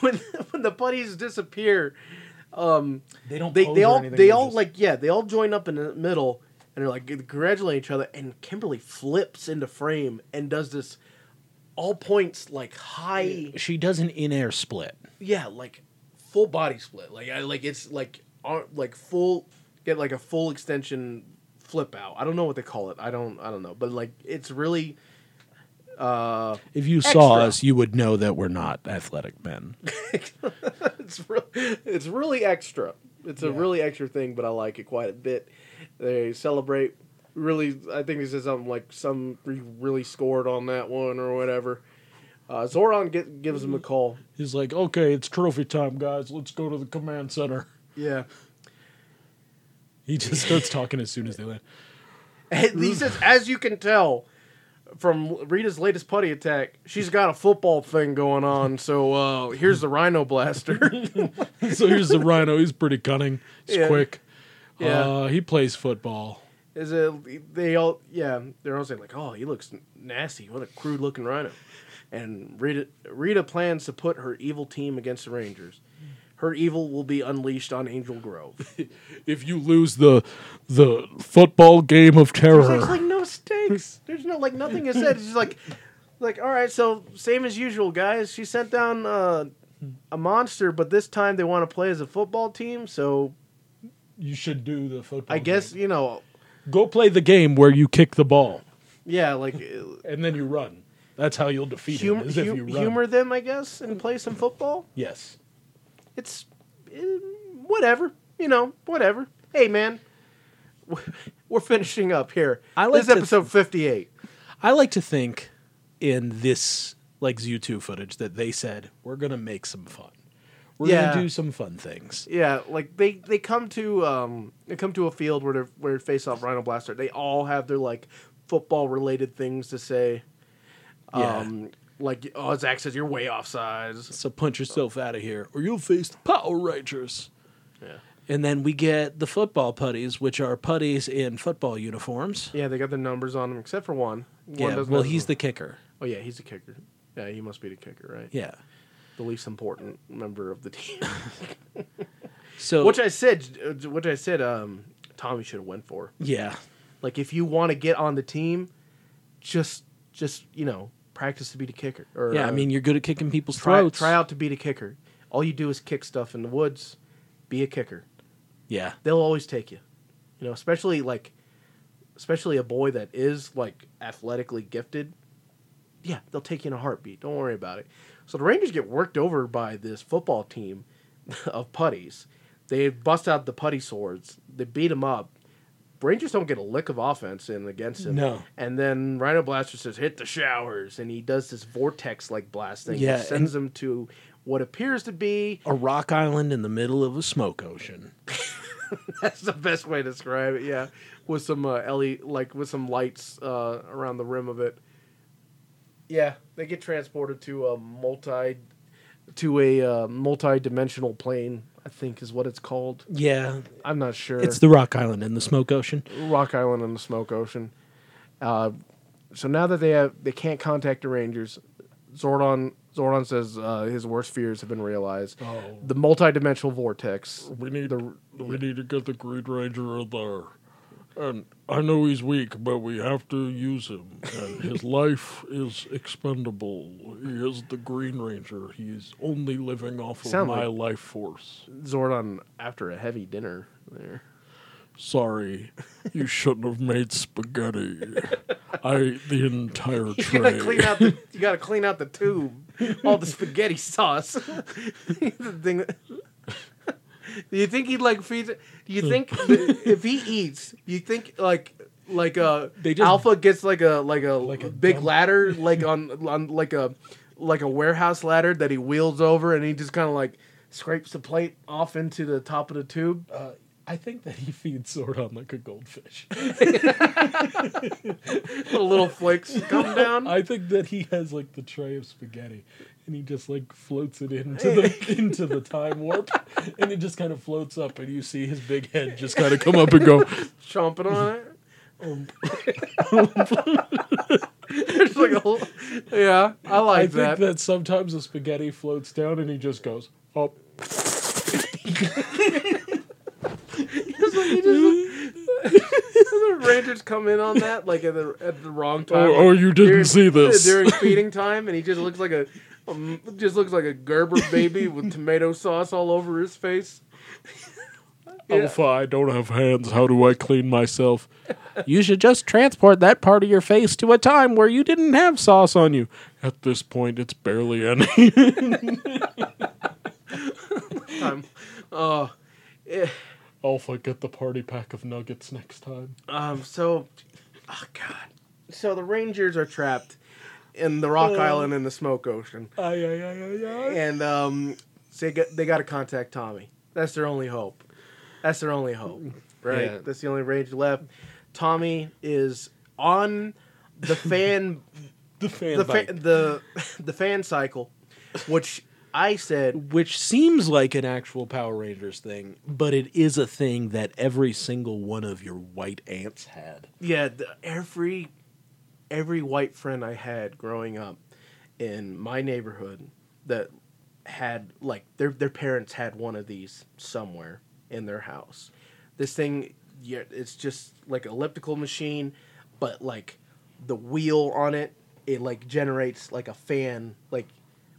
S3: when when the putties disappear,
S2: They don't.
S3: they
S2: pose
S3: they
S2: or
S3: all
S2: anything,
S3: they
S2: they're
S3: all
S2: just-
S3: like yeah they all join up in the middle and they're like congratulating each other. And Kimberly flips into frame and does this all points like high yeah,
S2: She does an in air split.
S3: like full body split like I, like it's like ar- like full get like a full extension flip out. I don't know what they call it. I don't I don't know, but like it's really.
S2: If you saw
S3: Extra.
S2: us, you would know that we're not athletic men.
S3: it's real, it's really extra. It's a really extra thing, but I like it quite a bit. They celebrate. Really, I think they said something like some we really scored on that one or whatever. Uh, Zoran get, gives him a call.
S2: He's like, okay, it's trophy time, guys. Let's go to the command center.
S3: Yeah,
S2: He just starts talking as soon as they land.
S3: and he says, as you can tell from Rita's latest putty attack, she's got a football thing going on. So uh, here's the Rhino Blaster.
S2: So here's the rhino. He's pretty cunning. He's
S3: Yeah.
S2: quick.
S3: Yeah.
S2: Uh, he plays football.
S3: Is it they all yeah, they're all saying like, Oh, he looks nasty, what a crude looking rhino. And Rita Rita plans to put her evil team against the Rangers. Her evil will be unleashed on Angel Grove.
S2: If you lose the the football game of
S3: There's like,
S2: terror,
S3: like, no stakes. There's no like nothing is said. It's just like like, all right, so same as usual, guys. She sent down uh, a monster, but this time they want to play as a football team, so
S2: you should do the football.
S3: I guess, you know,
S2: game. go play the game where you kick the ball
S3: yeah, like uh,
S2: and then you run. That's how you'll defeat
S3: hum-
S2: him. Is if you
S3: hu-
S2: run.
S3: humor them, I guess, and play some football.
S2: Yes.
S3: it's eh, whatever, you know, whatever. Hey, man, we're finishing up here.
S2: I like
S3: this
S2: to-
S3: is episode fifty-eight.
S2: I like to think in this like zoo 2 footage that they said we're gonna make some fun. We're
S3: Yeah.
S2: gonna do some fun things.
S3: Yeah, like they they come to um they come to a field where they're where they face off Rhino Blaster. They all have their like football related things to say.
S2: Yeah.
S3: Um Like oh, Zach says you're way off size.
S2: So punch yourself out of here, or you'll face the Power Rangers.
S3: Yeah.
S2: And then we get the football putties, which are putties in football uniforms.
S3: Yeah, they got their numbers on them except for one. one
S2: Yeah,
S3: doesn't
S2: well,
S3: have-
S2: he's the kicker.
S3: oh yeah, he's the kicker. Yeah, he must be the kicker, right?
S2: Yeah.
S3: The least important member of the team.
S2: So
S3: which I said, which I said, um, Tommy should have went for.
S2: yeah,
S3: Like, if you want to get on the team, just, just you know, practice to be the kicker. Or,
S2: yeah. I
S3: uh,
S2: mean, you're good at kicking people's
S3: try,
S2: throats.
S3: try out to be the kicker. All you do is kick stuff in the woods. Be a kicker.
S2: Yeah.
S3: They'll always take you. You know, especially like, especially a boy that is like athletically gifted. Yeah, they'll take you in a heartbeat. Don't worry about it. So the Rangers get worked over by this football team of putties. They bust out the putty swords. They beat them up. Rangers don't get a lick of offense in against him.
S2: No.
S3: And then Rhino Blaster says, "Hit the showers," and he does this vortex-like blast thing.
S2: Yeah,
S3: Yeah, sends them to what appears to be
S2: A rock island in the middle of a smoke ocean.
S3: That's the best way to describe it. Yeah, with some uh, Ellie, like with some lights uh, around the rim of it. Yeah, they get transported to a multi, to a uh, multi-dimensional plane. I think is what it's called.
S2: Yeah,
S3: I'm not sure.
S2: it's the rock island in the smoke ocean.
S3: Rock Island and the Smoke Ocean. Uh, so now that they have, they can't contact the Rangers. Zordon Zordon says uh, his worst fears have been realized.
S2: Oh.
S3: The multidimensional vortex.
S5: We need we need to get the Green Ranger in there. And I know he's weak, but we have to use him. And his life is expendable. He is the Green Ranger. He's only living off of
S3: Sound
S5: my
S3: like-
S5: life force.
S3: Zordon after a heavy dinner there.
S5: Sorry, you shouldn't have made spaghetti. I ate the entire tray.
S3: out the you gotta clean out the tube. All the spaghetti sauce. the thing that- do you think he'd like feed it? Do you think that if he eats, you think like like uh
S2: They just-
S3: Alpha gets like a like a,
S2: a
S3: big
S2: dump-
S3: ladder like on on like a like a warehouse ladder that he wheels over and he just kind of like scrapes the plate off into the top of the tube.
S2: I think that he feeds Zordon like a goldfish.
S3: the little flakes come down.
S2: I think that he has like the tray of spaghetti, and he just like floats it into the into the time warp, and it just kind of floats up, and you see his big head just kind of come up and go.
S3: chomping on it. There's like a whole- yeah, I like
S2: I think
S3: that.
S2: that sometimes the spaghetti floats down, and he just goes up.
S3: Doesn't Rangers come in on that like at the at the wrong time.
S5: Oh, oh, you
S3: during-
S5: didn't see this.
S3: during feeding time, and he just looks like a um, just looks like a Gerber baby with tomato sauce all over his face.
S2: "Oh,
S5: Alpha, I don't have hands. How do I clean myself?
S2: You should just transport that part of your face to a time where you didn't have sauce on you.
S5: At this point, it's barely any.
S3: Time. Oh,
S2: Alpha, get the party pack of nuggets next time.
S3: um, so, oh god. So the Rangers are trapped in the Rock Island in the Smoke Ocean.
S2: Ay, ay, ay, ay, ay.
S3: and um, so they got, they got to contact Tommy. That's their only hope. That's their only hope, right?
S5: Yeah.
S3: That's the only range left. Tommy is on the fan
S2: The fan
S3: the fa- the the fan cycle, which I said
S2: which seems like an actual Power Rangers thing, but it is a thing that every single one of your white ants had.
S3: yeah the, every every white friend i had growing up in my neighborhood that had like their their parents had one of these somewhere in their house this thing yeah, it's just like an elliptical machine but like the wheel on it it like generates like a fan like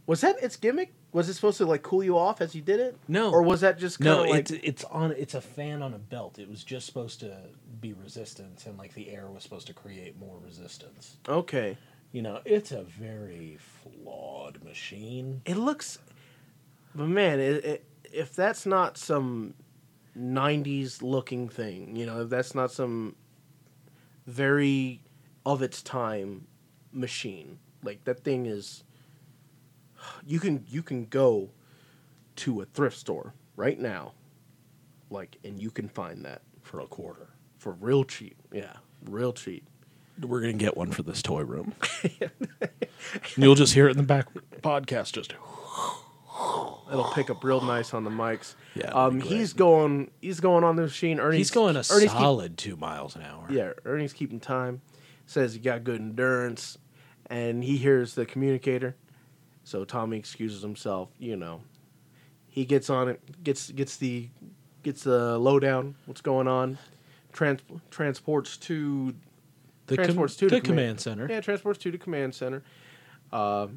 S3: was that its gimmick was it supposed to like cool you off as you did it
S2: No.
S3: or was that just kind
S2: No,
S3: of like
S2: it's it's on it's a fan on a belt. It was just supposed to be resistance, and like the air was supposed to create more resistance.
S3: okay
S2: You know, it's a very flawed machine.
S3: It looks, but man, it, it, if that's not some '90s looking thing, you know, if that's not some very of its time machine, like that thing is, you can you can go to a thrift store right now, like, and you can find that
S2: For a quarter,
S3: for real cheap. Yeah, real cheap.
S2: we're gonna get one for this toy room. And You'll just hear it in the back podcast. Just
S3: It'll pick up real nice on the mics.
S2: Yeah, that'd be
S3: um,
S2: great.
S3: he's going. He's going on the machine. Ernie's
S2: he's going a
S3: Ernie's keep-
S2: solid two miles an hour.
S3: Yeah, Ernie's keeping time. Says he got good endurance, and he hears the communicator. So Tommy excuses himself. You know, he gets on it. gets gets the gets the lowdown. What's going on? Trans, transports to
S2: the, com-
S3: transports to the
S2: the
S3: command-
S2: command center.
S3: yeah transports to the command center. Uh,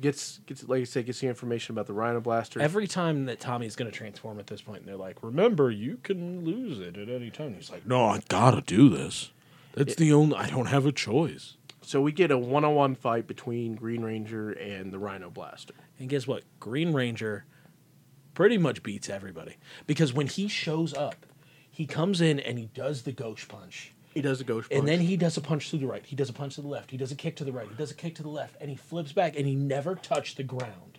S3: gets gets like I said gets the information about the Rhino Blaster.
S2: Every time that Tommy's going to transform at this point, they're like, "Remember, you can lose it at any time." He's like,
S5: no, I gotta do this. That's the only. I don't have a choice.
S3: so we get a one on one fight between Green Ranger and the Rhino Blaster.
S2: And guess what? Green Ranger pretty much beats everybody because when he shows up, he comes in and he does the gauche punch.
S3: He does a ghost punch.
S2: And then he does a punch to the right. He does a punch to the left. He does a kick to the right. He does a kick to the left. And he flips back and he never touched the ground.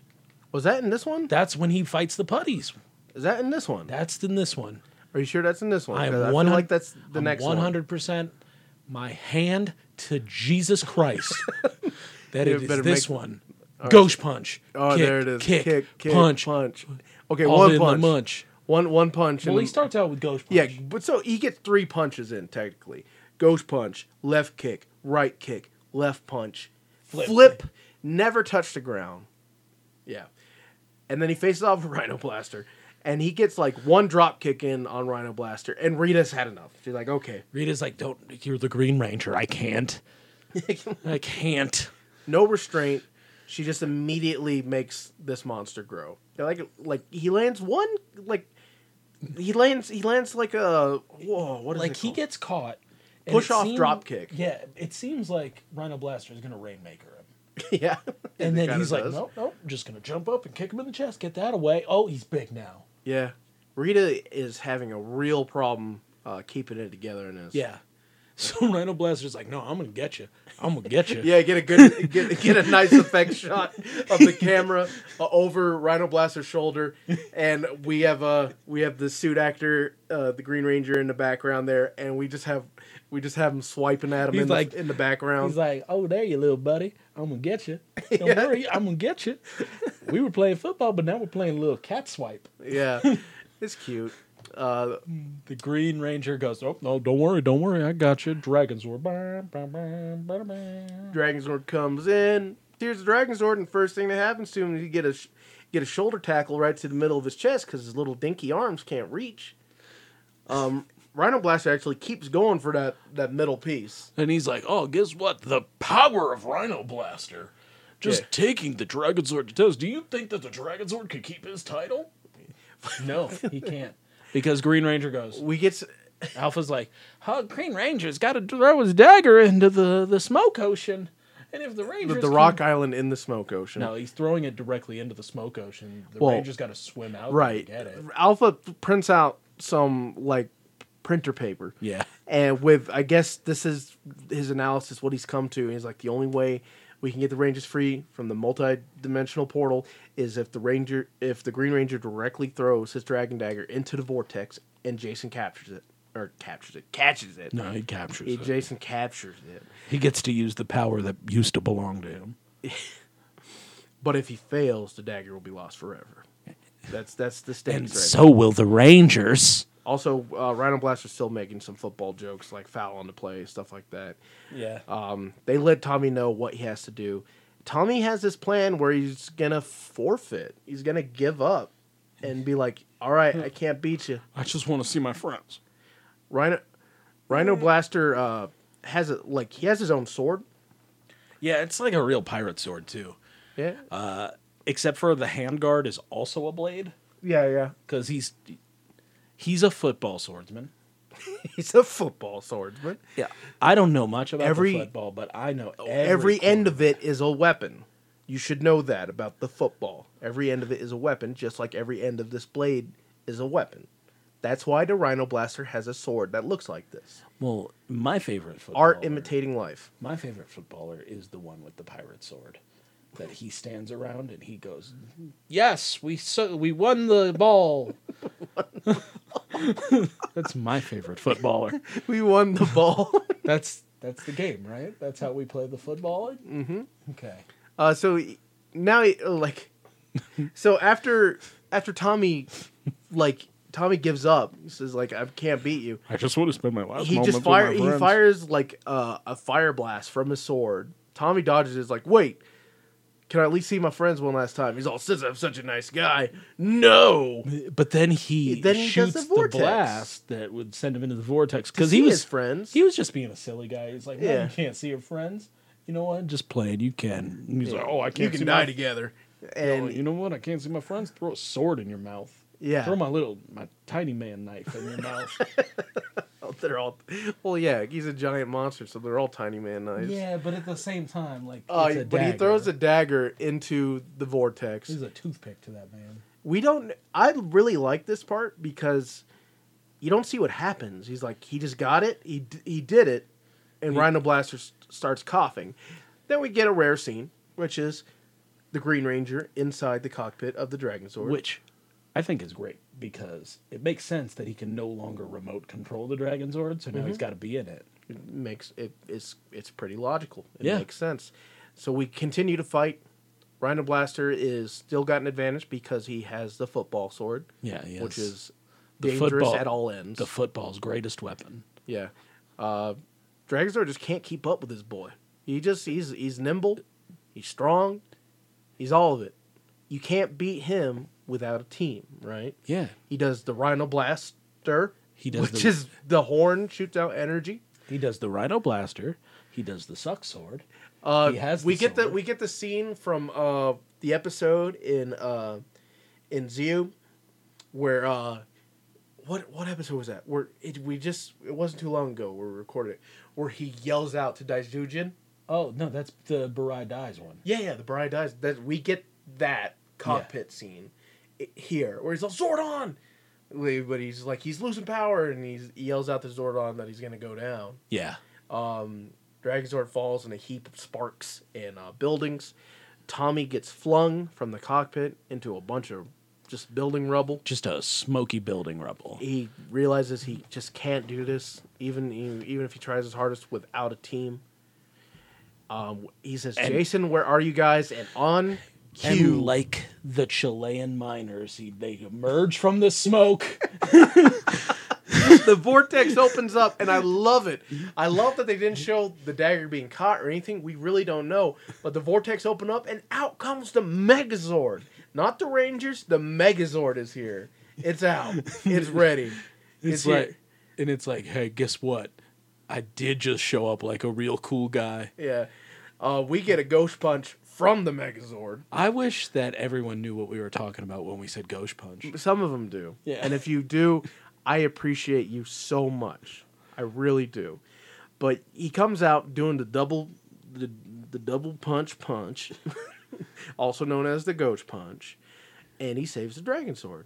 S3: was that in this one?
S2: That's when he fights the putties.
S3: Is that in this one?
S2: That's in this one.
S3: Are you sure that's in this one?
S2: I am
S3: 'Cause I
S2: 100
S3: feel like that's the
S2: I'm
S3: next one.
S2: 100% my hand to Jesus Christ. that
S3: You
S2: it is
S3: better
S2: this
S3: make-
S2: one. Gauche punch.
S3: Oh,
S2: kick,
S3: there it is.
S2: Kick,
S3: kick, kick
S2: punch.
S3: punch. Okay,
S2: all
S3: one
S2: in
S3: punch.
S2: the munch.
S3: One one punch.
S2: Well,
S3: and
S2: he starts out with gauche punch.
S3: yeah, but so he gets three punches in technically. Ghost punch, left kick, right kick, left punch, flip.
S2: Flip.
S3: never touch the ground. Yeah. And then he faces off with Rhino Blaster. And he gets like one drop kick in on Rhino Blaster. And Rita's had enough. She's like, okay,
S2: Rita's like, "Don't you're the Green Ranger. I can't. I can't."
S3: no restraint. She just immediately makes this monster grow. Like like he lands one like he lands he lands like a whoa, what is
S2: Like
S3: it
S2: he
S3: called?
S2: gets caught. and
S3: Push
S2: it
S3: off drop kick.
S2: Yeah, it seems like Rhino Blaster is gonna Rainmaker him.
S3: yeah.
S2: And then
S3: It kinda
S2: he's like,
S3: does.
S2: nope, nope, I'm just gonna jump up and kick him in the chest, get that away. Oh, he's big now.
S3: Yeah. Rita is having a real problem uh, keeping it together in this.
S2: Yeah. So Rhino Blaster's like, no, I'm gonna get you. I'm gonna get you.
S3: Yeah, get a good get, get a nice effect shot of the camera uh, over Rhino Blaster's shoulder, and we have uh we have the suit actor, uh, the Green Ranger in the background there, and we just have we just have him swiping at him
S2: He's
S3: in,
S2: like-
S3: the, in the background.
S2: He's like, oh, there you little buddy. I'm gonna get you. Don't worry, I'm gonna get you. We were playing football, but now we're playing little cat swipe.
S3: yeah, it's cute. Uh,
S2: The Green Ranger goes, oh no, don't worry, don't worry, I got you. Dragons were. Well,
S3: Dragonzord comes in. Here's the Dragonzord, and first thing that happens to him is he get a sh- get a shoulder tackle right to the middle of his chest because his little dinky arms can't reach. Um, Rhino Blaster actually keeps going for that that middle piece.
S5: And he's like, oh, guess what? The power of Rhino Blaster.
S2: Just Yeah.
S5: taking the Dragonzord to toast. Do you think that the Dragonzord could keep his title?
S2: no, he can't. Because Green Ranger goes,
S3: We get s-
S2: Alpha's like, oh, Green Ranger's got to throw his dagger into the, the smoke ocean. And if the
S3: the,
S2: Rangers.
S3: the
S2: can-
S3: Rock Island in the Smoke Ocean.
S2: No, he's throwing it directly into the smoke ocean. The
S3: Well,
S2: Rangers got to swim out
S3: right.
S2: and get it.
S3: Alpha prints out some like printer paper.
S2: Yeah.
S3: And with, I guess this is his analysis, what he's come to. He's like, the only way we can get the Rangers free from the multi-dimensional portal is if the Ranger, if the Green Ranger directly throws his Dragon Dagger into the vortex, and Jason captures it, or captures it, catches it.
S2: No, he captures
S3: He-
S2: it.
S3: Jason captures it.
S2: He gets to use the power that used to belong to him.
S3: But if he fails, the dagger will be lost forever. That's that's the stance.
S2: And
S3: right
S2: so will the Rangers.
S3: Also, uh, Rhino Blaster's still making some football jokes, like foul on the play, stuff like that.
S2: Yeah.
S3: Um, they let Tommy know what he has to do. Tommy has this plan where he's gonna forfeit. He's gonna give up and be like, "All right, I can't beat you."
S5: I just want to see my friends.
S3: Rhino, Rhino Blaster uh, has a like he has his own sword.
S2: Yeah, it's like a real pirate sword, too.
S3: Yeah,
S2: Except for the handguard is also a blade
S3: yeah, yeah.
S2: because he's he's a football swordsman.
S3: He's a football swordsman.
S2: Yeah. I don't know much about
S3: Every-
S2: the football, but I know every,
S3: every end of it is a weapon. You should know that about the football. Every end of it is a weapon, just like every end of this blade is a weapon. That's why the Rhino Blaster has a sword that looks like this.
S2: Well, my favorite footballer.
S3: Art imitating life.
S2: My favorite footballer is the one with the pirate sword that he stands around and he goes, "Yes, we so we won the ball." that's my favorite footballer.
S3: We won the ball.
S2: That's that's the game, right? That's how we play the football. Mm-hmm. Okay.
S3: uh, so now, he- like, so after after Tommy, like Tommy gives up. He says, "Like I can't beat you."
S5: I just want to spend my last
S3: he
S5: moments
S3: just fire
S5: with
S3: he
S5: my friends.
S3: fires like uh, a fire blast from his sword. Tommy dodges. Is like, wait, can I at least see my friends one last time? He's all, since I'm such a nice guy, no,
S2: But then he
S3: Then he does
S2: shoots
S3: the
S2: the,
S3: vortex.
S2: blast that would send him into the vortex because
S3: see
S2: he
S3: his
S2: was
S3: friends.
S2: he was just being a silly guy. He's like, "No,
S3: Yeah.
S2: you can't see your friends." You know what? Just playing. You can. And he's
S5: He's
S2: like,
S5: like, oh, I can't
S3: you can
S5: see
S3: die
S5: my
S3: together.
S5: Well,
S3: And
S5: you know what? I can't see my friends. Throw a sword in your mouth.
S3: Yeah.
S5: Throw my little, my tiny man knife in your mouth.
S3: they're all, well, yeah, he's a giant monster, so they're all tiny man knives.
S2: Yeah, but at the same time, like,
S3: Uh,
S2: it's a
S3: but he throws a
S2: dagger.
S3: dagger into the vortex.
S2: He's a toothpick to that man.
S3: we don't i really like this part because you don't see what happens he's like he just got it he d- he did it and rhino blaster s- starts coughing then we get a rare scene which is the green ranger inside the cockpit of the dragon sword
S2: Which I think is great because it makes sense that he can no longer remote control the Dragon Zord, so now
S3: Mm-hmm.
S2: he's got to be in it.
S3: makes it it's it's pretty logical it
S2: Yeah.
S3: makes sense so we continue to fight rhino blaster is still got an advantage because he has the football sword
S2: Yeah, yes.
S3: which is
S2: The
S3: dangerous
S2: football-
S3: at all ends
S2: the football's greatest weapon.
S3: Yeah. Uh Dragazor just can't keep up with his boy. He just he's he's nimble, he's strong, he's all of it. you can't beat him without a team, right?
S2: Yeah.
S3: He does the Rhino Blaster,
S2: He does
S3: which
S2: the-
S3: is the horn shoots out energy.
S2: He does the Rhino Blaster. He does the Suck Sword.
S3: Uh,
S2: He has
S3: we
S2: the
S3: get the
S2: sword.
S3: we get the scene from uh, the episode in uh, in Zio, where uh, what what episode was that? Where it, we just it wasn't too long ago where we recorded it, where he yells out to Daijujin.
S2: Oh no, that's the Barai Dies one.
S3: Yeah, yeah, the bride dies. That we get that cockpit scene i- here, where he's all Zordon, Like, but he's like he's losing power, and he's, he yells out to Zordon that he's gonna go down.
S2: Yeah.
S3: Dragonzord falls in a heap of sparks and uh, buildings. Tommy gets flung from the cockpit into a bunch of just building rubble.
S2: Just a smoky building rubble.
S3: He realizes he just can't do this, even e, even if he tries his hardest without a team. Um, he says,
S2: And-
S3: "Jason, where are you guys?" And on cue,
S2: And like the Chilean miners, he they emerge from the smoke.
S3: the vortex opens up, and I love it. I love that they didn't show the dagger being caught or anything. We really don't know, but the vortex opened up, and out comes the Megazord. Not the Rangers. The Megazord is here. It's out. It's ready.
S2: It's
S3: here.
S2: like, and it's like, hey, guess what? I did just show up like a real cool guy.
S3: yeah. Uh, we get a ghost punch from the Megazord.
S2: I wish that everyone knew what we were talking about when we said Ghost Punch.
S3: Some of them do.
S2: Yeah.
S3: And if you do, I appreciate you so much. I really do. But he comes out doing the double the, the double punch punch, also known as the Goach punch, and he saves the Dragon Sword.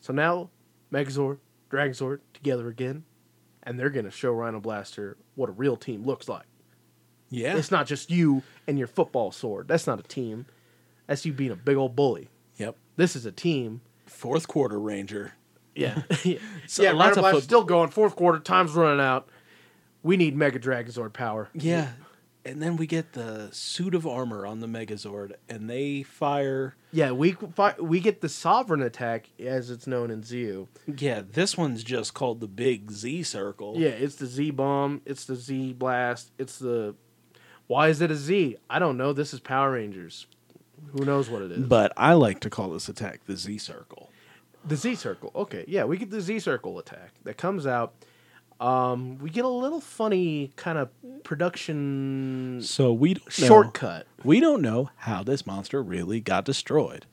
S3: So now Megazord, Dragon Sword together again, and they're going to show Rhino Blaster what a real team looks like.
S2: Yeah.
S3: It's not just you and your football sword. That's not a team. That's you being a big old bully.
S2: Yep.
S3: This is a team
S2: Fourth quarter Ranger.
S3: yeah. yeah,
S2: So
S3: yeah
S2: lots
S3: Rhino
S2: of
S3: Blast
S2: foot-
S3: still going. Fourth quarter, time's running out. We need Mega Dragonzord power.
S2: Yeah. And then we get the suit of armor on the Megazord, and they fire.
S3: Yeah, we fi- we get the Sovereign attack, as it's known in ZU.
S2: Yeah, this one's just called the Big Z Circle.
S3: Yeah, it's the Z bomb, it's the Z blast, it's the. Why is it a Z? I don't know. This is Power Rangers. Who knows what it is?
S2: But I like to call this attack the Z Circle.
S3: The Z circle. Okay, yeah, we get the Z circle attack that comes out. Um, we get a little funny kind of production
S2: So we don't know,
S3: shortcut
S2: We don't know how this monster really got destroyed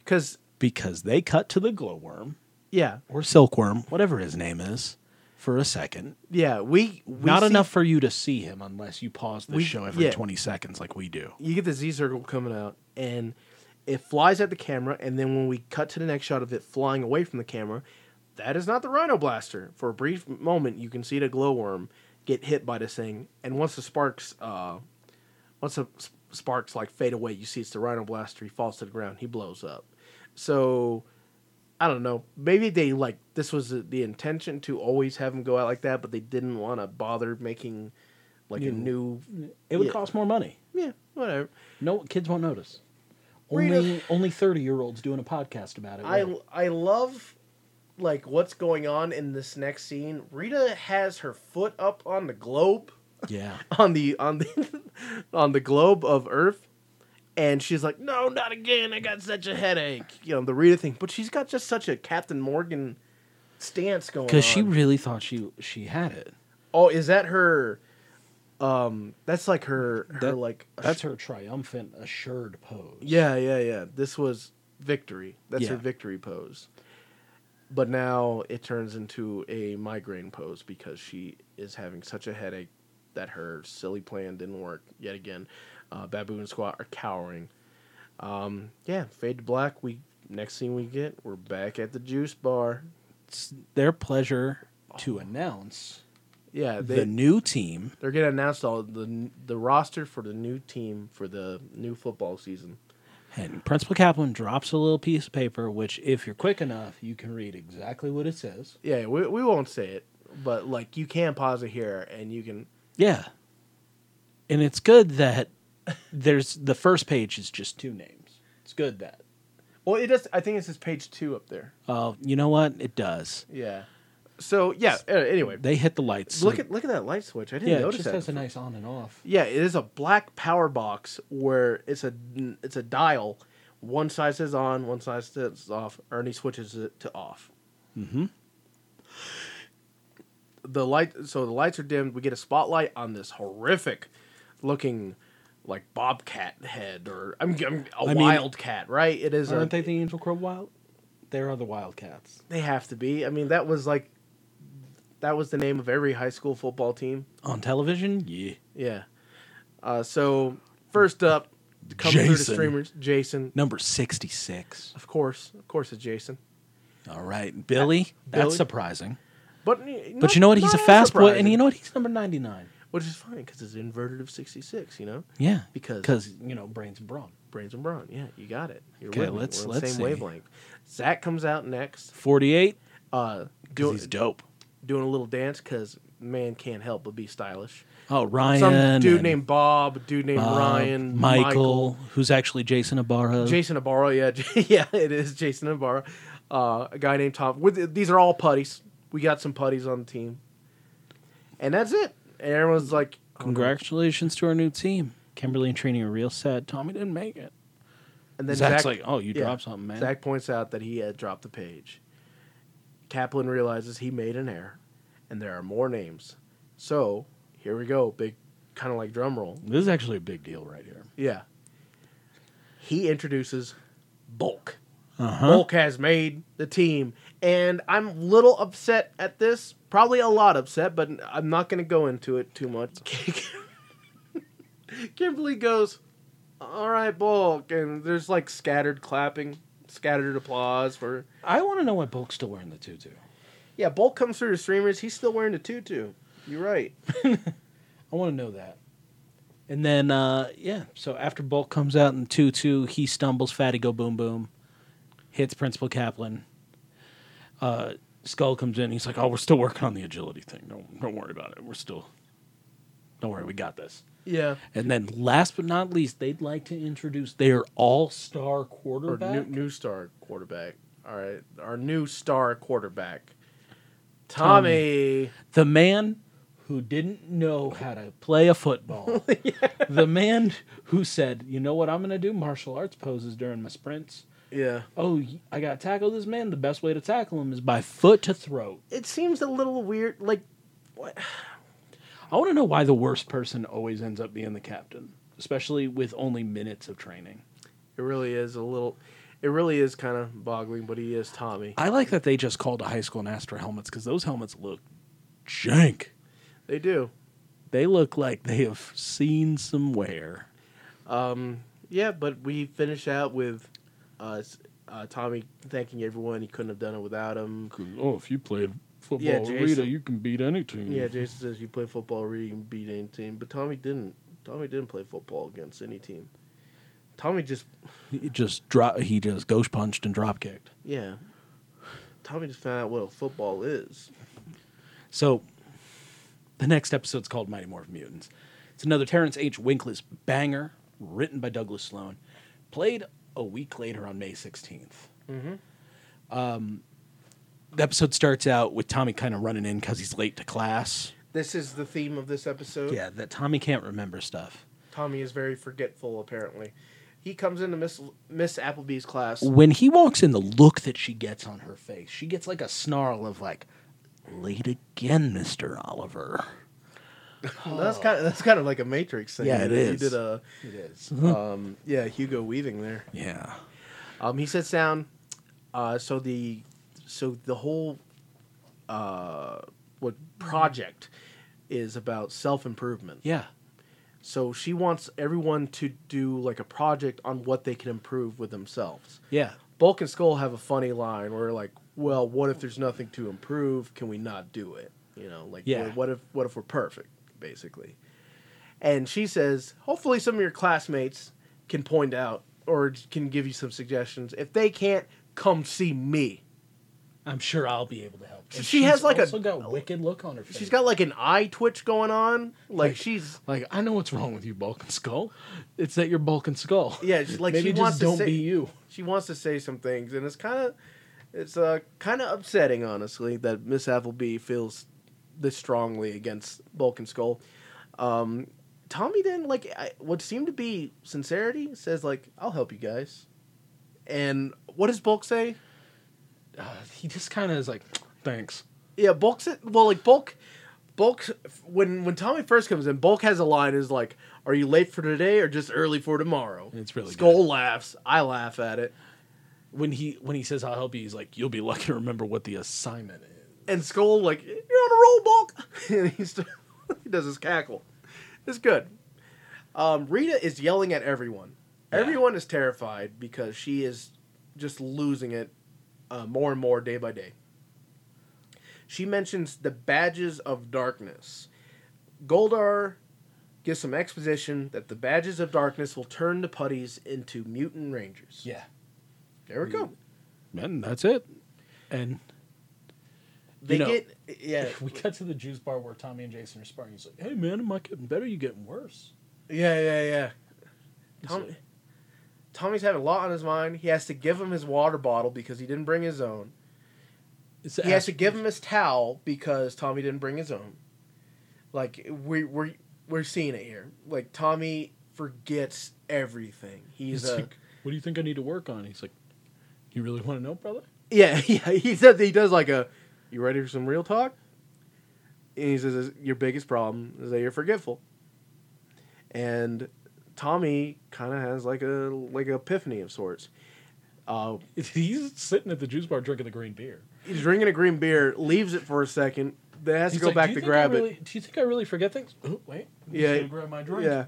S3: because
S2: because they cut to the glowworm
S3: yeah,
S2: or silkworm, whatever his name is, for a second.
S3: yeah, we, we
S2: Not
S3: see-
S2: enough for you to see him unless you pause the
S3: We-
S2: show every
S3: yeah.
S2: 20 seconds like we do.
S3: you get the Z circle coming out, and it flies at the camera, and then when we cut to the next shot of it flying away from the camera, that is not the Rhino Blaster. For a brief moment, you can see the glowworm get hit by this thing, and once the sparks, uh, once the s- sparks like fade away, you see it's the Rhino Blaster. He falls to the ground. He blows up. So. I don't know. Maybe they like this was the, the intention to always have him go out like that, but they didn't want to bother making like a new.
S2: It would
S3: Yeah.
S2: cost more money.
S3: Yeah, whatever.
S2: No, kids won't notice.
S3: Rita-
S2: Only only 30 year olds doing a podcast about it.
S3: I
S2: will.
S3: I love like what's going on in this next scene. Rita has her foot up on the globe
S2: yeah.
S3: on the on the on the globe of Earth and she's like, "No, not again. I got such a headache." You know, the Rita thing, but she's got just such a Captain Morgan stance going on.
S2: Because she really thought she she had it.
S3: Oh, is that her um that's like her her
S2: That-
S3: like
S2: That's her triumphant, assured pose.
S3: Yeah, yeah, yeah. This was victory. That's her
S2: Yeah.
S3: victory pose. But now it turns into a migraine pose because she is having such a headache that her silly plan didn't work yet again. Uh, Babu and Squat are cowering. Um, yeah, fade to black. We next scene we get we're back at the juice bar.
S2: It's their pleasure to announce
S3: Yeah, they
S2: the new team.
S3: they're gonna announce all the the roster for the new team for the new football season.
S2: And Principal Kaplan drops a little piece of paper, which, if you're quick enough, you can read exactly what it says.
S3: Yeah, we we won't say it, but like you can pause it here and you can
S2: Yeah. And it's good that there's the first page is just two names. It's good that.
S3: Well, it does. I think it's just page two up there.
S2: Oh, you know what? It does.
S3: Yeah. So yeah. uh, Anyway,
S2: They hit the lights.
S3: look at look at that light switch. I didn't
S2: yeah, it
S3: notice
S2: just
S3: that.
S2: has a
S3: before.
S2: nice on and off.
S3: yeah, it is a black power box where it's a it's a dial One side says on, one side says off. Ernie switches it to off. Mm-hmm. The light, so the lights are dimmed. We get a spotlight on this horrific looking, like bobcat head, or I'm, I'm a
S2: mean-
S3: wildcat, right? It is. A,
S2: Aren't they the Angel Crow Wild? They are the Wildcats.
S3: they have to be. I mean, that was like, that was the name of every high school football team.
S2: On television? Yeah.
S3: Yeah. Uh, so first up, comes through the
S2: Jason.
S3: streamers, Jason.
S2: Number 66.
S3: Of course, of course, it's Jason.
S2: All right. Billy?
S3: Billy.
S2: That's surprising.
S3: But
S2: But you know what? He's a fast boy, and you know what? He's number 99.
S3: which is fine because it's inverted of sixty six. You know,
S2: Yeah.
S3: Because-
S2: Because, you know, brains and brawn.
S3: brains and brawn. Yeah, you got it. You're
S2: Okay,
S3: with me.
S2: let's-
S3: We're on the
S2: let's
S3: same
S2: see.
S3: wavelength. Zach comes out next,
S2: 48.
S3: uh,
S2: 'cause
S3: doing
S2: he's dope.
S3: doing a little dance because man can't help but be stylish.
S2: Oh, Ryan.
S3: Some dude
S2: and
S3: named Bob, a dude named
S2: Bob,
S3: Ryan,
S2: Uh, Michael, who's actually Jason Ibarra.
S3: Jason Ibarra, yeah, yeah, it is Jason Ibarra. Uh, a guy named Tom. With these are all putties. We got some putties on the team, and that's it. And everyone's like, oh, no.
S2: Congratulations to our new team. Kimberly and Trini are real sad. Tommy didn't make it.
S3: And then
S2: Zach's
S3: Zach,
S2: like, oh, you
S3: yeah,
S2: dropped something, man.
S3: Zach points out that he had dropped the page. Kaplan realizes he made an error, and there are more names. So here we go, big kind of like drum roll.
S2: This is actually a big deal right here.
S3: Yeah. He introduces Bulk.
S2: Uh-huh.
S3: Bulk has made the team, and I'm a little upset at this. Probably a lot upset, but I'm not going to go into it too much. Kimberly goes, "All right, Bulk," and there's like scattered clapping, scattered applause for.
S2: I want to know why Bulk's still wearing the tutu.
S3: Yeah, Bulk comes through the streamers. He's still wearing the tutu. You're right.
S2: I want to know that. And then, uh, yeah, so after Bulk comes out in 2 2, he stumbles, Fatty go boom boom, hits Principal Kaplan. Uh, Skull comes in, he's like, oh, we're still working on the agility thing. Don't, don't worry about it. We're still, don't worry, we got this.
S3: Yeah,
S2: And then, last but not least, they'd like to introduce their all star
S3: or
S2: quarterback.
S3: new, new star quarterback. All right, our new star quarterback, Tommy.
S2: the man who didn't know how to play a football, the man who said, "You know what I'm going to do? Martial arts poses during my sprints."
S3: Yeah.
S2: Oh, y- I got to tackle this man. The best way to tackle him is by foot to throat.
S3: it seems a little weird. Like, what?
S2: I want to know why the worst person always ends up being the captain, especially with only minutes of training.
S3: It really is a little. It really is kind of boggling, but he is Tommy.
S2: I like that they just called a high school and asked for helmets because those helmets look jank.
S3: They do.
S2: They look like they have seen some wear.
S3: Yeah, but we finish out with uh, s- uh, Tommy thanking everyone. He couldn't have done it without him.
S5: 'Cause, oh, if you played football
S3: Yeah,
S5: with Rita,
S3: Jason.
S5: you can beat any team.
S3: Yeah, Jason says you play football, really, you can beat any team, but Tommy didn't. Tommy didn't play football against any team. Tommy just,
S2: He just drop. He just ghost punched and drop kicked.
S3: yeah. Tommy just found out what a football is.
S2: So the next episode's called Mighty Morphin Mutants. It's another Terrence H. Winkless banger written by Douglas Sloan, played a week later on May 16th. Um, the episode starts out with Tommy kind of running in because he's late to class.
S3: This is the theme of this episode.
S2: Yeah, that Tommy can't remember stuff.
S3: Tommy is very forgetful, apparently. He comes into Miss Miss Applebee's class.
S2: When he walks in, the look that she gets on her face, she gets like a snarl of like, late again, Mr. Oliver.
S3: That's kind of that's kind of like a Matrix thing.
S2: Yeah, it is. Mm-hmm.
S3: He did a
S2: It is.
S3: um, yeah Hugo Weaving there.
S2: Yeah.
S3: Um, he sits down. Uh, so the so the whole uh, what project is about self improvement.
S2: Yeah.
S3: So she wants everyone to do like a project on what they can improve with themselves.
S2: Yeah.
S3: Bulk and Skull have a funny line where like, well, what if there's nothing to improve? Can we not do it? You know, like
S2: Yeah.
S3: what, what if what if we're perfect, basically? And she says, hopefully some of your classmates can point out or can give you some suggestions. If they can't, come see me.
S2: I'm sure I'll be able to help.
S3: So she has, like, a-
S2: also got a wicked look on her face.
S3: She's got like an eye twitch going on. Like, she's
S2: like I know what's wrong with you, Balkan Skull. It's that you're Balkan Skull.
S3: yeah, she's like
S2: Maybe
S3: she
S2: just
S3: wants
S2: don't
S3: to say,
S2: be you.
S3: She wants to say some things, and it's kind of it's uh, kind of upsetting, honestly, that Miss Appleby feels this strongly against Bulk and Skull. Um, Tommy then, like, I, what seemed to be sincerity, says like, "I'll help you guys," And what does Bulk say?
S2: He just kind of is like, thanks.
S3: Yeah, Bulk said, well, like Bulk, Bulk, when when Tommy first comes in, Bulk has a line is like, "Are you late for today or just early for tomorrow?"
S2: It's really
S3: Skull
S2: good.
S3: laughs. I laugh at it,
S2: When he when he says I'll help you, he's like, you'll be lucky to remember what the assignment is.
S3: and Skull like, "You're on a roll, Bulk," and he st- he does his cackle. It's good. Um, Rita is yelling at everyone. Everyone is terrified because she is just losing it uh, more and more day by day. She mentions the badges of darkness. Goldar gives some exposition that the badges of darkness will turn the putties into mutant rangers.
S2: Yeah.
S3: There we go.
S2: And that's it. And
S3: They
S2: know-
S3: get yeah
S2: we cut to the juice bar where Tommy and Jason are sparring. He's like, hey, man, am I getting better? You getting worse?
S3: yeah yeah yeah. Tommy,
S2: So-
S3: Tommy's having a lot on his mind. He has to give him his water bottle because he didn't bring his own.
S2: It's to
S3: he has
S2: ask-
S3: to give him his towel because Tommy didn't bring his own. Like we we're we're seeing it here. Like Tommy forgets everything. He's
S2: He's
S3: a,
S2: like, what do you think I need to work on? He's like, you really want to know, brother?
S3: yeah yeah. He says he does like a. You ready for some real talk? And he says your biggest problem is that you're forgetful. And Tommy kind of has like a like an epiphany of sorts. Uh,
S2: He's sitting at the juice bar drinking the green beer.
S3: he's drinking a green beer, leaves it for a second, then has
S2: He's
S3: to go
S2: like,
S3: back
S2: "Do you
S3: to
S2: think I
S3: grab
S2: really,
S3: it.
S2: Do you think I really forget things? Oh, wait, I'm just
S3: Yeah.
S2: gonna grab my drink.
S3: Yeah.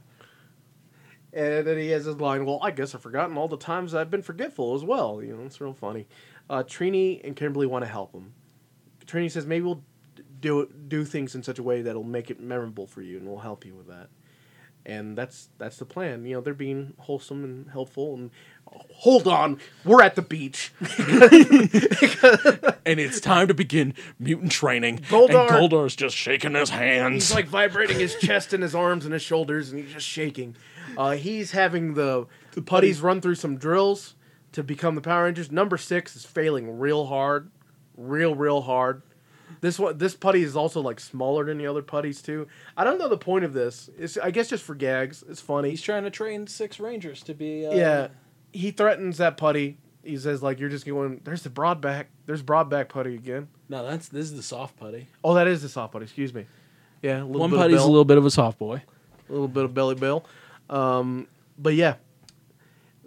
S3: And then he has his line, well, I guess I've forgotten all the times I've been forgetful as well. You know, it's real funny. Uh, Trini and Kimberly want to help him. Trini says, maybe we'll d- do it, do things in such a way that'll make it memorable for you, and we'll help you with that. And that's that's the plan. You know, they're being wholesome and helpful. And hold on, we're at the beach.
S2: And it's time to begin mutant training.
S3: Goldar-
S2: And Goldar's just shaking his hands.
S3: He's like vibrating his chest and his arms and his shoulders, and he's just shaking. Uh, he's having the, the putties run through some drills to become the Power Rangers. Number six is failing real hard, real real hard. This one, this putty is also like smaller than the other putties too. I don't know the point of this. It's I guess just for gags. It's funny.
S2: he's trying to train six rangers to be. Uh,
S3: Yeah, he threatens that putty. He says like, "You're just going." There's the broadback. There's broadback putty again.
S2: No, that's this is the soft putty.
S3: Oh, that is the soft putty. Excuse me. Yeah, a little
S2: One
S3: bit of
S2: putty's
S3: bell.
S2: a little bit of a soft boy.
S3: a little bit of belly bill. Um, but yeah,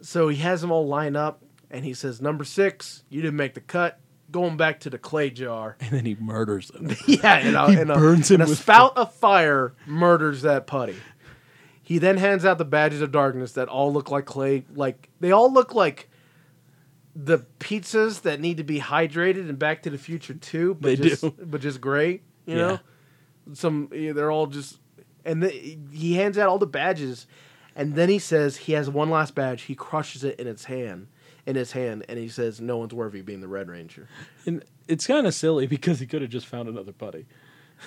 S3: so he has them all lined up, and he says, "Number six, you didn't make the cut. Going back to the clay jar."
S2: And then he murders them.
S3: yeah, and a,
S2: He
S3: and a,
S2: burns
S3: and
S2: him
S3: a
S2: with-
S3: spout of fire murders that putty. He then hands out the badges of darkness that all look like clay. Like they all look like the pizzas that need to be hydrated in Back to the Future too, but
S2: They
S3: just
S2: do.
S3: but just gray.
S2: Yeah.
S3: You know, some yeah, they're all just and the, he hands out all the badges, and then he says he has one last badge. He crushes it in its hand. In his hand, and he says, "No one's worthy of being the Red Ranger."
S2: and it's kind of silly because he could have just found another putty.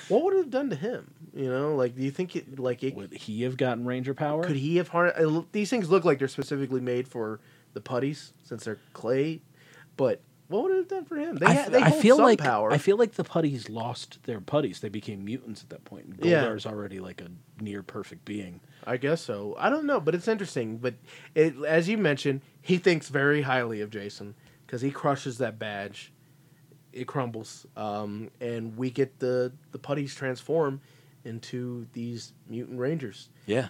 S3: What would it have done to him? You know, like, do you think it, like, it,
S2: Would he have gotten ranger power?
S3: could he have harmed? I lo- These things look like they're specifically made for the putties since they're clay, but what would it have done for him? They,
S2: I,
S3: ha-
S2: f-
S3: they
S2: I
S3: hold
S2: feel
S3: some
S2: like
S3: power.
S2: I feel like the putties lost their putties. They became mutants at that point. And
S3: Yeah.
S2: Goldar's already like a near perfect being.
S3: I guess so. I don't know, but it's interesting. But it, as you mentioned, he thinks very highly of Jason because he crushes that badge. It crumbles, um, and we get the the putties transform into these mutant rangers.
S2: Yeah.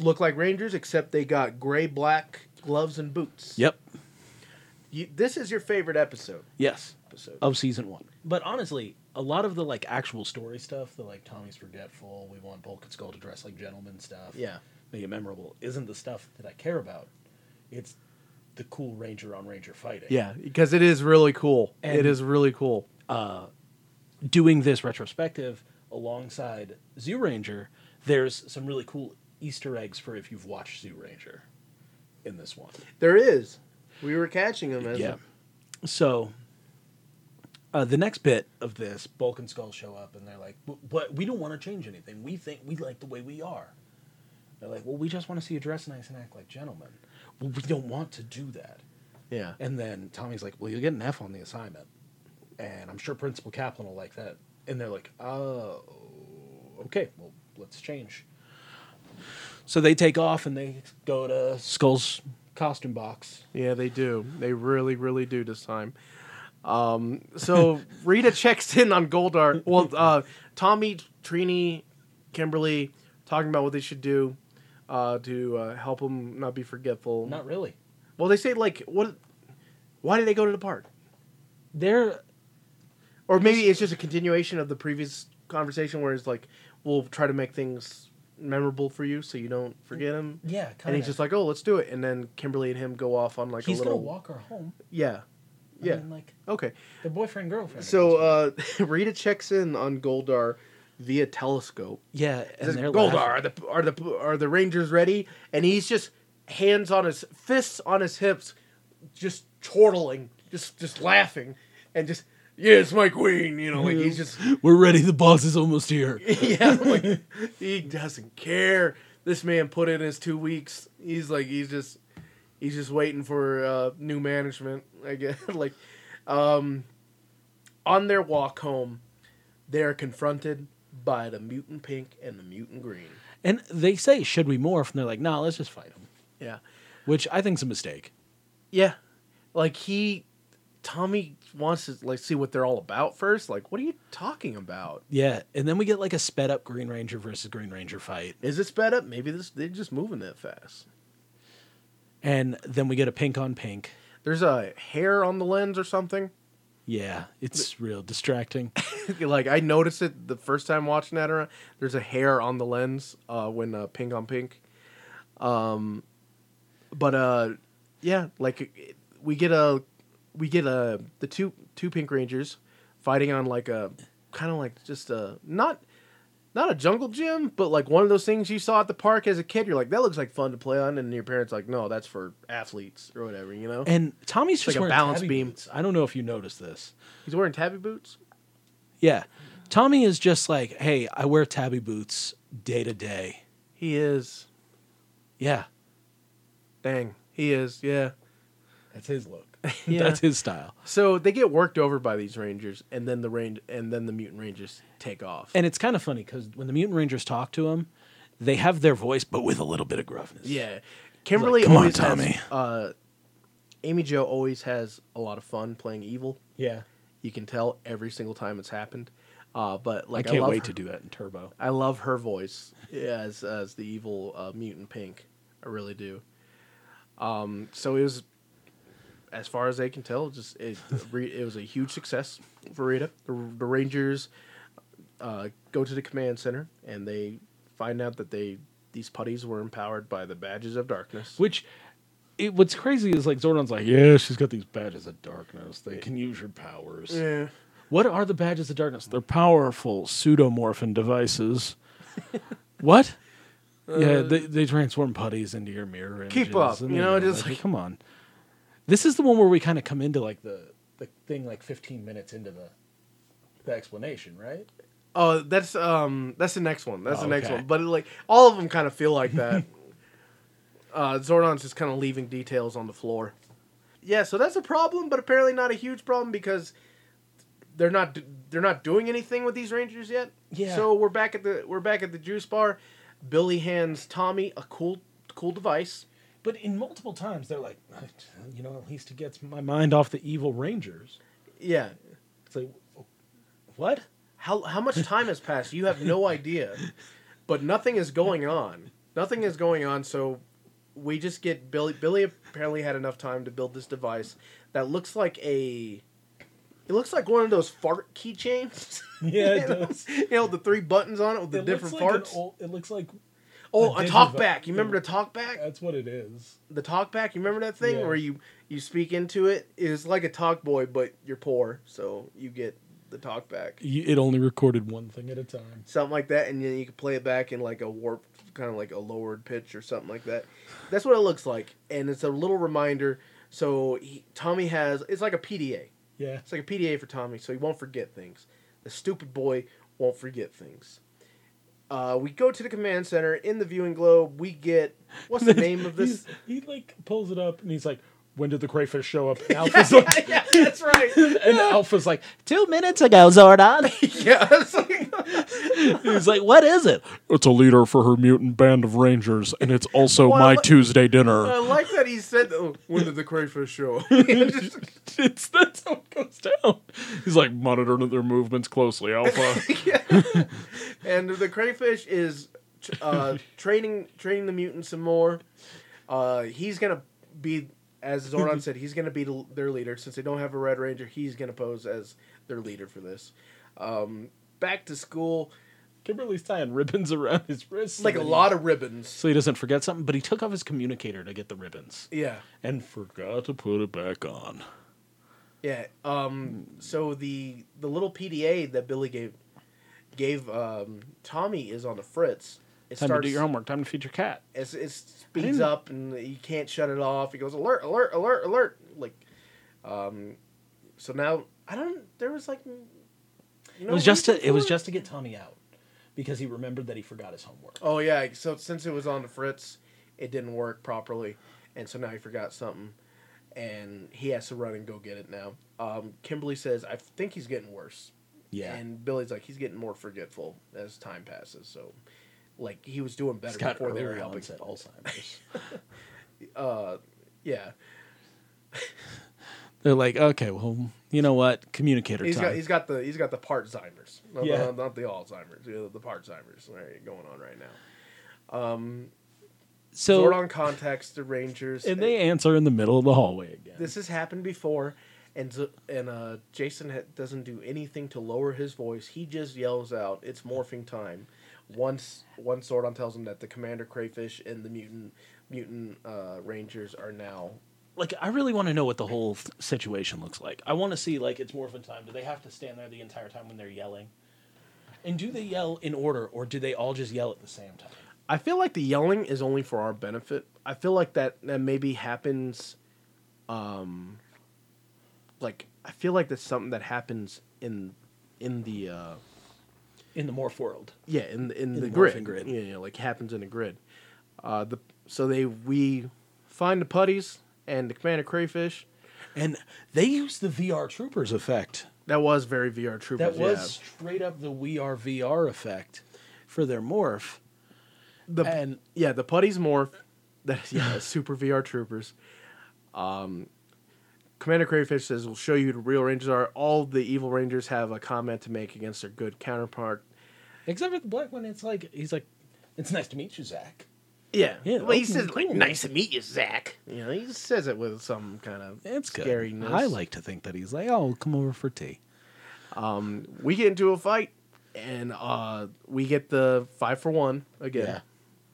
S3: Look like rangers, except they got gray, black gloves and boots.
S2: Yep.
S3: You, this is your favorite episode.
S2: Yes.
S3: Episode.
S2: Of season one. But honestly, a lot of the like actual story stuff, the like Tommy's forgetful, we want Bulk and Skull to dress like gentlemen stuff.
S3: Yeah.
S2: Make it memorable. Isn't the stuff that I care about. It's the cool ranger on ranger fighting.
S3: Yeah, because it is really cool.
S2: And-
S3: it is really cool.
S2: doing this retrospective alongside Zoo Ranger, there's some really cool Easter eggs for if you've watched Zoo Ranger in this one.
S3: There is. We were catching him as
S2: Yeah. So uh, the next bit of this, Bulk and Skull show up and they're like, "But- "But we don't want to change anything. We think we like the way we are." They're like, "Well, we just want to see you dress nice and act like gentlemen." Well, we don't want to do that.
S3: yeah.
S2: And then Tommy's like, "Well, you'll get an F on the assignment," and I'm sure Principal Kaplan will like that. And they're like, "Oh, okay. Well, let's change." So they take off and they go to Skull's
S6: costume box.
S3: Yeah, they do. They really, really do this time. Um, so Rita checks in on Goldar. Well, uh, Tommy, Trini, Kimberly talking about what they should do uh, to uh, help them not be forgetful.
S6: Not really.
S3: well, they say like, what? Why did they go to the park?
S2: They're
S3: Or maybe it's just a continuation of the previous conversation where it's like, we'll try to make things memorable for you so you don't forget them.
S6: Yeah, kind
S3: And he's just like, oh, let's do it. And then Kimberly and him go off on like
S6: he's
S3: a little.
S6: gonna walk her home.
S3: Yeah.
S6: I
S3: Yeah.
S6: mean, like
S3: okay.
S6: the boyfriend girlfriend.
S3: So uh, Rita checks in on Goldar via telescope.
S2: yeah, and
S3: Says,
S2: they're
S3: Goldar,
S2: laughing.
S3: are the are the are the Rangers ready? And he's just hands on his fists on his hips, just chortling, just just laughing, and just yeah, it's my queen. You know, like he's just
S2: We're ready. The boss is almost here.
S3: yeah, like, he doesn't care. This man put in his two weeks. He's like he's just he's just waiting for uh, new management. I guess like um, on their walk home, they are confronted by the mutant pink and the mutant green.
S2: And they say, "Should we morph?" And they're like, "No, nah, let's just fight him,"
S3: Yeah,
S2: which I think's a mistake.
S3: yeah. Like he, Tommy wants to like see what they're all about first. Like, what are you talking about?
S2: Yeah, and then we get like a sped up Green Ranger versus Green Ranger fight,
S3: Is it sped up? Maybe this they're just moving that fast.
S2: and then we get a pink on pink.
S3: There's a hair on the lens or something.
S2: Yeah, it's real distracting.
S3: like I noticed it the first time watching that. Around, there's a hair on the lens uh, when uh, pink on pink. Um, but uh, yeah, like it- we get a we get a the two two pink rangers fighting on like a kind of like just a not not a jungle gym, but like one of those things you saw at the park as a kid. You're like, that looks like fun to play on, and your parents like, no, that's for athletes or whatever. You know,
S2: And Tommy's just
S3: like a
S2: wearing
S3: balance
S2: tabby
S3: beam.
S2: boots. I don't know if you noticed this.
S3: he's wearing tabby boots.
S2: Yeah, Tommy is just like, "Hey, I wear tabby boots day to day."
S3: He is
S2: Yeah,
S3: dang, he is yeah.
S6: that's his look.
S3: yeah.
S2: that's his style.
S3: So they get worked over by these rangers, and then the rain, and then the mutant rangers take off.
S2: And it's kind of funny because when the mutant rangers talk to him, they have their voice but with a little bit of gruffness.
S3: yeah, Kimberly
S2: Come on,
S3: always
S2: Tommy.
S3: has. Uh, Amy Jo always has a lot of fun playing evil.
S6: Yeah,
S3: You can tell every single time it's happened. Uh, but
S2: I
S3: like, I
S2: can't
S3: love
S2: wait to
S3: her-
S2: do that in Turbo.
S3: I love her voice as as the evil uh, mutant pink. I really do. Um, so it was, as far as they can tell, just it, re- it was a huge success for Rita. The, the Rangers uh, go to the command center and they find out that they these putties were empowered by the badges of darkness.
S5: Which, it, what's crazy is like Zordon's like, yeah, she's got these badges of darkness. They can use your powers.
S3: Yeah.
S2: What are the badges of darkness?
S5: They're powerful pseudomorphin devices.
S2: What? yeah, they, they transform putties into your mirror. Images
S3: Uh, Keep up,
S2: and,
S3: you know, just like-
S2: come on. This is the one where we kind of come into like the.
S6: the the thing like 15 minutes into the the explanation, right?
S3: Oh, that's um, that's the next one. That's
S2: Oh,
S3: the next
S2: okay.
S3: one. But like all of them kind of feel like that. uh, Zordon's just kind of leaving details on the floor. Yeah, so that's a problem, but apparently not a huge problem because they're not they're not doing anything with these Rangers yet.
S6: Yeah.
S3: So we're back at the we're back at the juice bar. Billy hands Tommy a cool cool device.
S6: But in multiple times they're like, you know, at least it gets my
S2: My
S6: mind.
S2: mind off the evil rangers.
S3: Yeah.
S6: It's like, what?
S3: How how much time has passed? You have no idea. But nothing is going on. Nothing is going on, so we just get Billy Billy apparently had enough time to build this device that looks like a it looks like one of those fart keychains.
S6: Yeah,
S3: You
S6: it
S3: know,
S6: does.
S3: You know, the three buttons on it with the
S6: It
S3: different
S6: looks like an
S3: farts.
S6: old- it looks like
S3: oh,
S6: a
S3: a talk
S6: digivi-
S3: back. You remember the talk back?
S6: that's what it is.
S3: the talk back you remember that thing
S6: Uh, Yeah.
S3: where you you speak into it it's like a talk boy but you're poor so you get the talk back
S2: You- It only recorded one
S6: One
S2: thing.
S6: thing at a time.
S3: something like that and then you can play it back in like a warped kind of like a lowered pitch or something like that that's what it looks like and it's a little reminder so he, tommy has it's like a pda
S6: Yeah.
S3: it's like a PDA for Tommy, so he won't forget things. The stupid boy won't forget things. Uh, we go to the command center in the viewing globe. We get what's the name of this?
S6: He's- he like pulls it up and he's like, when did the crayfish show up? And Alpha's
S3: yeah,
S6: like,
S3: yeah, that's right.
S6: and Alpha's like,
S2: Two minutes ago, Zordon.
S3: Yeah, it's like-
S2: He's like, what is it?
S5: It's a leader for her mutant band of rangers, and it's also
S3: Well, I
S5: my
S3: li-
S5: Tuesday dinner.
S3: I like that he said, that. oh, "When did the crayfish show?"
S5: it's that's how it goes down. He's like monitoring their movements closely, Alpha.
S3: and the crayfish is uh, training training the mutant some more. Uh, he's gonna be, as Zoran said, he's gonna be the- their leader since they don't have a Red Ranger. He's gonna pose as their leader for this. Um, back to school,
S2: Kimberly's tying ribbons around his wrists.
S3: like a lot of ribbons.
S2: So he doesn't forget something, but he took off his communicator to get the ribbons
S3: Yeah,
S2: and
S5: Forgot to put it back on.
S3: yeah. Um, so the the little PDA that Billy gave gave um, Tommy is on the fritz. It
S2: Time to do your homework. Time to feed your cat.
S3: it's, it
S2: I
S3: speeds
S2: didn't-
S3: up and you can't shut it off. It goes alert, alert, alert, alert. Like, um, so now I don't. There was like,
S2: It was just to, it was just
S6: Just to get Tommy out because he remembered that he forgot his homework.
S3: Oh yeah. So since it was on the Fritz, it didn't work properly, and so now he forgot something, and he has to run and go get it now. Um, Kimberly says, "I think he's getting worse."
S6: Yeah.
S3: And Billy's like, he's getting more forgetful as time passes. So, like, he was doing better
S6: He's got
S3: before they were
S6: early
S3: helping.
S6: onset Alzheimer's.
S3: Yeah.
S2: they're like, okay, well, you know what? Communicator
S3: He's
S2: time.
S3: got he's got the he's got the Partzheimer's. Not,
S6: Yeah.
S3: not, not the Alzheimer's. Yeah, the Partzheimer's right, going on right now.
S2: so
S3: Zordon contacts the Rangers.
S2: and they answer in the middle of the hallway again.
S3: this has happened before, and Z- and uh, Jason ha- doesn't do anything to lower his voice. He just yells out, "It's morphing time!" Once once Zordon tells him that the Commander Crayfish and the mutant mutant uh, Rangers are now.
S2: Like, I really want to know what the whole th- situation looks like. I want to see like it's morphin time. Do they have to stand there the entire time when they're yelling? And do they yell in order, or do they all just yell at the same time?
S3: I feel like the yelling is only for our benefit. I feel like that that maybe happens, um, like I feel like that's something that happens in in the uh,
S2: In the morph world,
S3: yeah in in, in the,
S2: the
S3: grid.
S2: morphing grid.
S3: yeah yeah, like happens in the grid. Uh, the so they we find the putties and the commander crayfish.
S2: and they use the VR troopers effect.
S3: That was very VR
S2: That
S3: troopers.
S2: was
S3: yeah.
S2: straight up the we are VR effect for their morph.
S3: the
S2: and-
S3: yeah the putties morph. That yeah super VR troopers. Um, Commander Crayfish says, We'll show you who the real Rangers are. All the evil Rangers have a comment to make against their good counterpart.
S2: Except for the black one, it's like he's like,
S6: it's nice to meet you, Zach.
S3: Yeah.
S2: Yeah,
S3: Well, he
S2: okay,
S3: says, like,
S2: cool.
S3: nice to meet you, Zach. You know, he says it with some kind of
S2: it's good.
S3: scariness.
S2: I like to think that he's like, oh, come over for tea.
S3: We get into a fight, and uh, we get the five for one again.
S2: Yeah.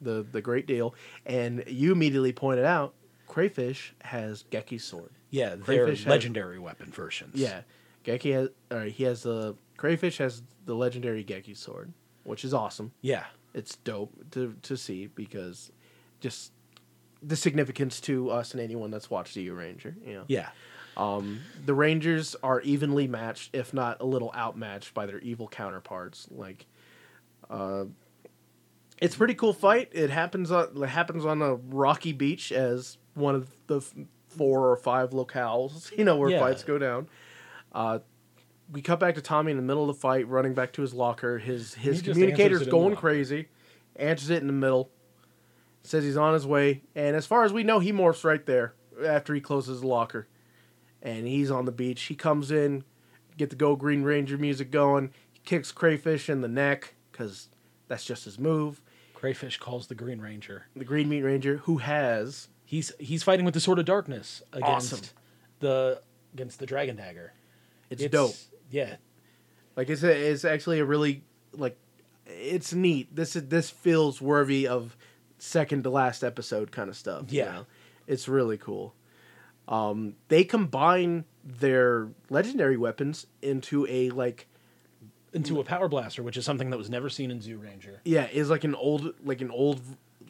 S3: The, the great deal. And you immediately pointed out Crayfish has Geki's sword.
S2: Yeah, their
S3: Crayfish has-
S2: legendary weapon versions.
S3: Yeah. Geki has, or he has the, Crayfish has the legendary Geki sword, which is awesome.
S2: yeah.
S3: it's dope to to see because just the significance to us and anyone that's watched the U Ranger. You know?
S2: Yeah.
S3: The Rangers are evenly matched, if not a little outmatched by their evil counterparts. Like uh it's a pretty cool fight. It happens on it happens on a rocky beach as one of the f- four or five locales, you know, where
S2: Yeah.
S3: fights go down. Uh we cut back to Tommy in the middle of the fight, running back to his locker. His his
S6: just
S3: communicator's
S6: answers it in
S3: going
S6: the locker.
S3: crazy. Answers it in the middle. Says he's on his way, and as far as we know, he morphs right there after he closes the locker. And he's on the beach. He comes in, get the Go Green Ranger music going. He kicks crayfish in the neck because that's just his move.
S2: Crayfish calls the Green Ranger.
S3: The Green Meat Ranger, who has
S2: He's he's fighting with the Sword of Darkness against
S3: Awesome.
S2: the against the Dragon Dagger.
S3: it's, dope.
S2: Yeah.
S3: Like it's a, it's actually a really like it's neat. This is this feels worthy of second to last episode kind of stuff. you
S2: Yeah.
S3: know? it's really cool. Um, they combine their legendary weapons into a like
S2: Into a power blaster, which is something that was never seen in Zoo Ranger.
S3: yeah is like an old like an old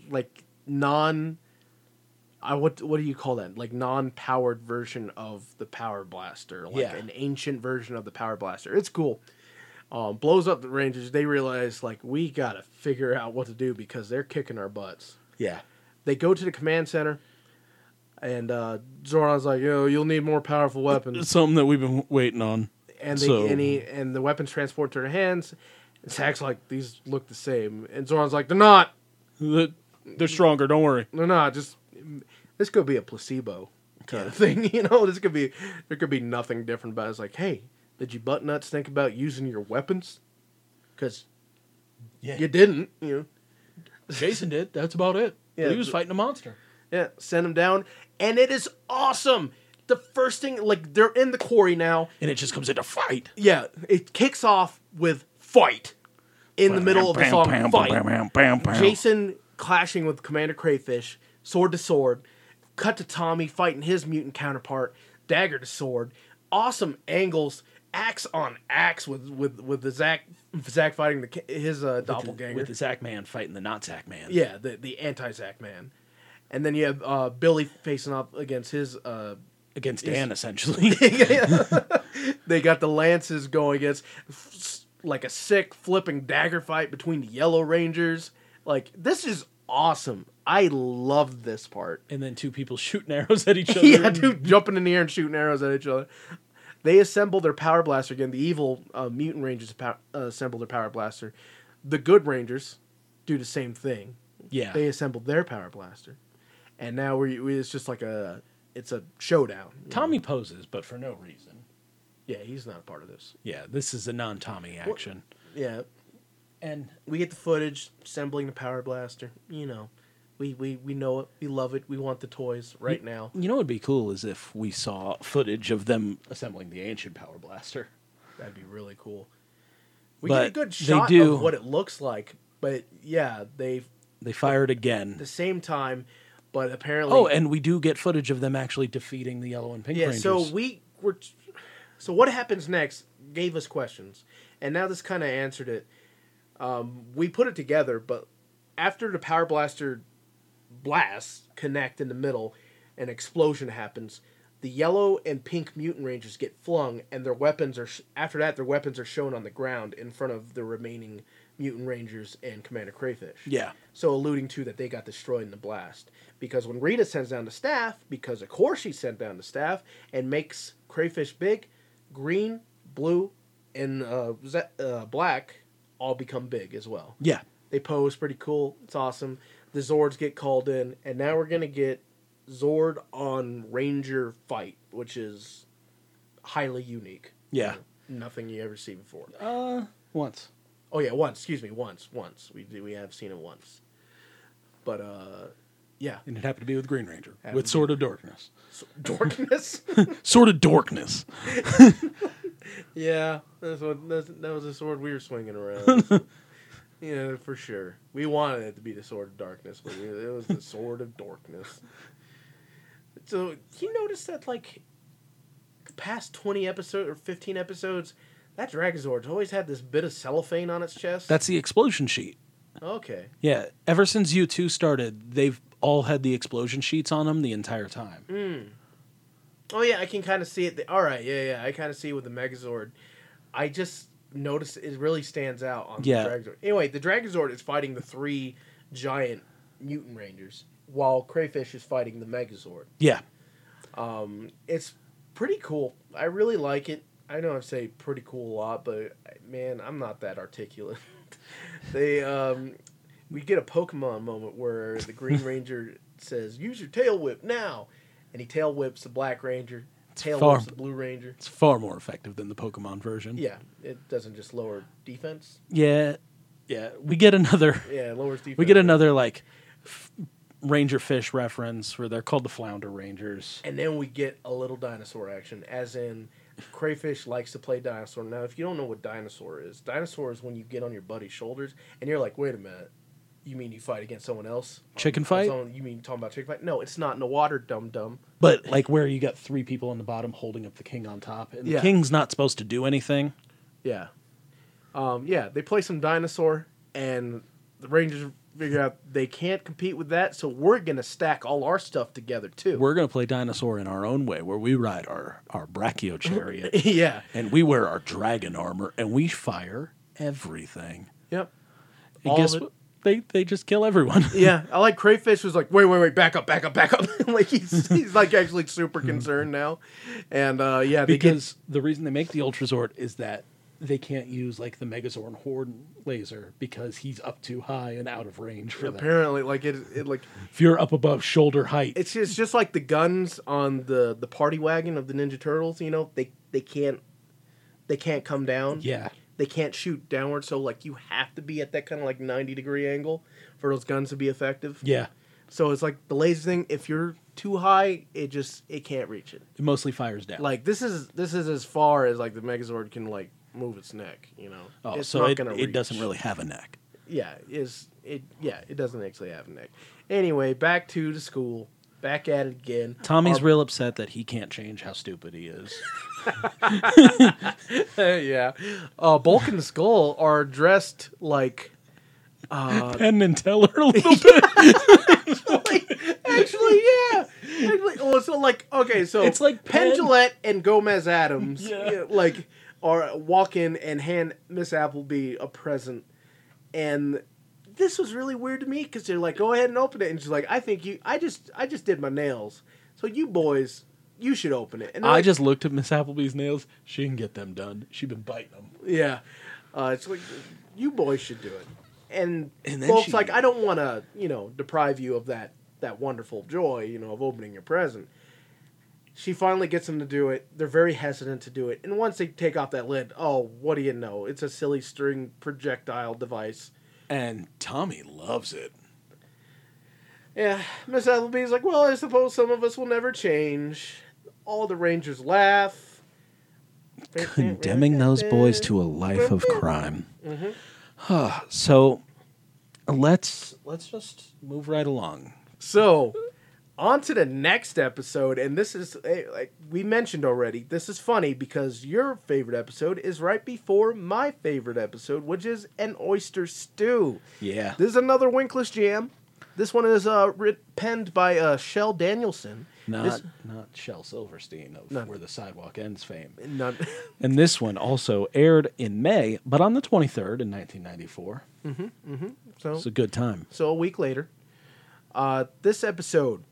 S3: like non. I what what do you call that? Like non powered version of the power blaster, like
S2: Yeah.
S3: an ancient version of the power blaster. It's cool. um, blows up the Rangers. They realize like we gotta figure out what to do because they're kicking our butts.
S2: Yeah.
S3: They go to the command center, and uh, Zoran's like, "Yo, you'll need more powerful weapons."
S5: It's something that we've been waiting on.
S3: And they
S5: So-
S3: and, he, and the weapons transport to their hands. And Zack's like, these look the same. And Zoran's like, they're not.
S7: The- They're stronger. Don't worry.
S3: They're not. Just this could be a placebo
S7: Okay.
S3: kind of thing. You know, this could be there could be nothing different about it. It's like, hey, did you butt nuts think about using your weapons? Because
S2: Yeah.
S3: you didn't. You know.
S2: Jason did. That's about it.
S3: Yeah.
S2: he was fighting a monster.
S3: Yeah, send them down, and it is awesome. The first thing, like they're in the quarry now.
S2: And it just comes into fight.
S3: Yeah, it kicks off with fight in the middle of the song. fight. Jason clashing with Commander Crayfish, sword to sword. Cut to Tommy fighting his mutant counterpart, dagger to sword. Awesome angles, axe on axe with with with the Zach Zach fighting the ca- his uh, doppelganger.
S2: With the Zack man fighting the not Zack man.
S3: Yeah, the the anti Zack man. And then you have uh, Billy facing up against his. Uh,
S2: Against Dan, essentially.
S3: they got the lances going against f- like a sick flipping dagger fight between the Yellow Rangers. Like this is awesome. I love this part.
S2: and then two people shooting arrows at each other.
S3: yeah, dude, jumping in the air and shooting arrows at each other. They assemble their power blaster again. The evil uh, mutant rangers pow- uh, assemble their power blaster. The good rangers do the same thing.
S2: Yeah.
S3: they assembled their power blaster, and now we we- it's just like a it's a showdown.
S2: Tommy poses, but for
S6: for no reason.
S3: Yeah, he's not a part of this.
S2: yeah, this is a non-Tommy action.
S3: Yeah,
S6: And
S3: we get the footage assembling the power blaster. You know, we we we know it. We love it. We want the toys right now.
S2: You know what'd be cool is if we saw footage of them
S6: assembling the ancient power blaster.
S3: That'd be really cool. We get a
S2: But
S3: good
S2: they
S3: shot
S2: do-
S3: of what it looks like, but yeah, they
S2: they fired again.
S3: the same time, but apparently
S2: Oh, and we do get footage of them actually defeating the yellow and pink
S3: yeah.
S2: rangers.
S3: So we were, so what happens next gave us questions, and now this kind of answered it. Um, we put it together, but after the power blaster blasts connect in the middle, an explosion happens. The yellow and pink mutant rangers get flung, and their weapons are sh- after that. Their weapons are shown on the ground in front of the remaining mutant rangers and Commander Crayfish.
S2: yeah,
S3: So alluding to that they got destroyed in the blast. Because when Rita sends down the staff, because of course she sent down the staff and makes crayfish big, green, blue, and uh, ze- uh, black all become big as well.
S2: yeah.
S3: They pose pretty cool. It's awesome. The Zords get called in, and now we're gonna get Zord on Ranger fight, which is highly unique.
S2: Yeah.
S3: Nothing you ever see before.
S7: Once.
S3: Oh yeah, once. Excuse me, once. Once we we have seen it once, but uh, yeah,
S7: And it happened to be with Green Ranger.
S2: With Sword of Darkness.
S3: so, dorkness.
S2: Sword of Darkness.
S3: yeah, that's what that's, that was the sword we were swinging around. yeah, for sure. We wanted it to be the sword of darkness, but we, it was the sword of darkness. So you notice that like the past twenty episodes or fifteen episodes, that Dragonzord's always had this bit of cellophane on its chest.
S2: That's the explosion sheet.
S3: okay.
S2: Yeah, ever since U2 started, they've all had the explosion sheets on them the entire time.
S3: Oh yeah, I can kind of see it. th- All right, yeah, yeah, I kind of see it with the Megazord. I just noticed it really stands out on
S2: Yeah.
S3: the Dragonzord. Anyway, the Dragonzord is fighting the three giant mutant rangers, while Crayfish is fighting the Megazord.
S2: Yeah.
S3: It's pretty cool. I really like it. I know I say pretty cool a lot, but man, I'm not that articulate. they um, we get a Pokemon moment where the Green Ranger says, "Use your tail whip now," and he tail whips the Black Ranger. Tail
S2: far-
S3: whips the Blue Ranger.
S2: It's far more effective than the Pokemon version.
S3: Yeah, it doesn't just lower defense.
S2: Yeah. Yeah. We get another
S3: Yeah, it lowers defense.
S2: we get another like f- Ranger fish reference where they're called the Flounder Rangers.
S3: and then we get a little dinosaur action, as in crayfish likes to play dinosaur. Now, if you don't know what dinosaur is, dinosaur is when you get on your buddy's shoulders and you're like, "Wait a minute, you mean you fight against someone else?
S2: Chicken
S3: On
S2: fight?
S3: someone- you mean talking about chicken fight? No, it's not in the water, dum dum.
S2: But like
S6: Like where you got three people on the bottom holding up the king on top, and
S3: Yeah.
S2: the King's not supposed to do anything.
S3: Yeah, um, yeah. They play some dinosaur, and the Rangers figure out they can't compete with that, so we're gonna stack all our stuff together too.
S2: We're going to play dinosaur in our own way where we ride our our brachio chariot
S3: yeah.
S2: and we wear our dragon armor and we fire everything.
S3: Yep.
S2: And
S3: All
S2: guess
S3: of it.
S2: what? They they just kill everyone.
S3: Yeah, I like Crayfish was like, wait, wait, wait, back up, back up, back up. like he's he's like actually
S7: Hmm.
S3: super concerned now, and uh, yeah, they
S2: because the reason they make the Ultrazord is that
S7: they can't use like the Megazord Horde laser because he's up too high and out of range for them.
S3: Apparently, like it, it like
S7: If you're up above shoulder height,
S3: it's just, it's just like the guns on the the party wagon of the Ninja Turtles. You know, they they can't they can't come down.
S7: yeah,
S3: they can't shoot downward. So like you have to be at that kind of like ninety degree angle for those guns to be effective.
S7: yeah,
S3: So it's like the laser thing. If you're too high, it just it can't reach it.
S7: it mostly fires down.
S3: Like this is this is as far as like the Megazord can like move its neck. You know,
S7: oh,
S3: it's
S7: so
S3: not
S7: it,
S3: gonna
S7: it doesn't
S3: reach.
S7: really have a neck.
S3: Yeah, is it? Yeah, it doesn't actually have a neck. Anyway, back to the school. Back at it again.
S7: Tommy's real upset that he can't change how stupid he is.
S3: yeah. Uh, Bulk and Skull are dressed like. Uh,
S7: Penn and Teller a little bit.
S3: Actually, yeah. Actually, well, so like okay, so
S7: It's like Penn-
S3: Pendulette and Gomez Adams, yeah, like are walking and hand Miss Appleby a present, and this was really weird to me because they're like, go ahead and open it, and she's like, I think you, I just, I just did my nails, so you boys, you should open it. And they're
S7: I
S3: like,
S7: just looked at Miss Appleby's nails. She can get them done. She been biting them.
S3: Yeah. Uh, it's like, you boys should do it. And,
S2: And then
S3: Bulk's
S2: she-
S3: like, I don't want to, you know, deprive you of that, that wonderful joy, you know, of opening your present. She finally gets them to do it. They're very hesitant to do it. And once they take off that lid, oh, what do you know? It's a silly string projectile device.
S2: And Tommy loves it.
S3: Yeah, Miss Appleby's like, well, I suppose some of us will never change. All the Rangers laugh.
S2: condemning those boys to a life of crime.
S3: Mm-hmm.
S7: Ah,
S2: so
S7: uh,
S2: let's let's just
S7: Move right along.
S3: So, on to the next episode, and this is eh, like we mentioned already. This is funny because your favorite episode is right before my favorite episode, which is an oyster stew.
S2: yeah.
S3: This is another Winkless jam. This one is uh, writ- penned by uh, Shell Danielson.
S7: Not
S3: This-
S7: not Shel Silverstein of
S3: No.
S7: Where the Sidewalk Ends fame.
S3: None-
S7: And this one also aired in May, but on the 23rd in 1994.
S3: so,
S7: It's a good time.
S3: so a week later, uh, this episode,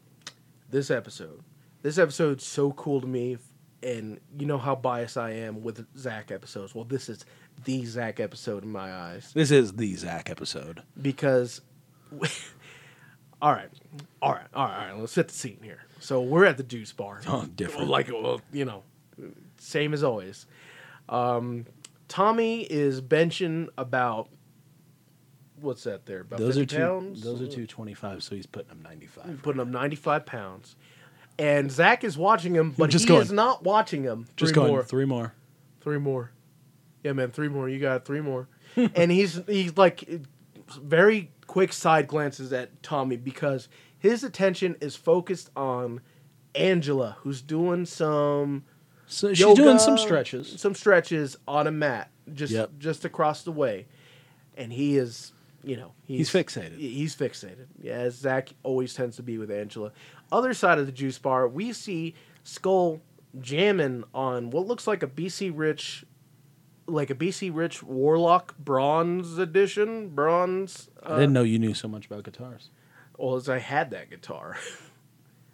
S3: this episode, this episode's so cool to me, and you know how biased I am with Zach episodes. Well, this is the Zach episode in my eyes.
S7: This is the Zach episode.
S3: because all right all right all right all right let's set the scene here so we're at the juice bar
S7: Oh, different.
S3: like well, you know same as always um, tommy is benching about what's that there about
S7: Those
S3: 50
S7: are two.
S3: pounds
S7: Those are two twenty-five. So he's putting them ninety-five.
S3: putting up 95 pounds and zach is watching him but
S7: Just
S3: he
S7: going.
S3: is not watching him
S7: Just
S3: Three
S7: going
S3: more.
S7: three more.
S3: Three more. Yeah, man, three more. You got three more. and he's he's like very quick side glances at Tommy because his attention is focused on Angela, who's doing some
S7: So she's
S3: yoga,
S7: doing some stretches.
S3: some stretches on a mat just
S7: Yep.
S3: just across the way, and he is. You know
S7: He's fixated.
S3: He's fixated. Yeah, as Zach always tends to be with Angela. Other side of the juice bar, we see Skull jamming on what looks like a BC Rich, like a BC Rich Warlock Bronze Edition bronze. uh,
S7: I didn't know you knew so much about guitars.
S3: Well, as I had that guitar,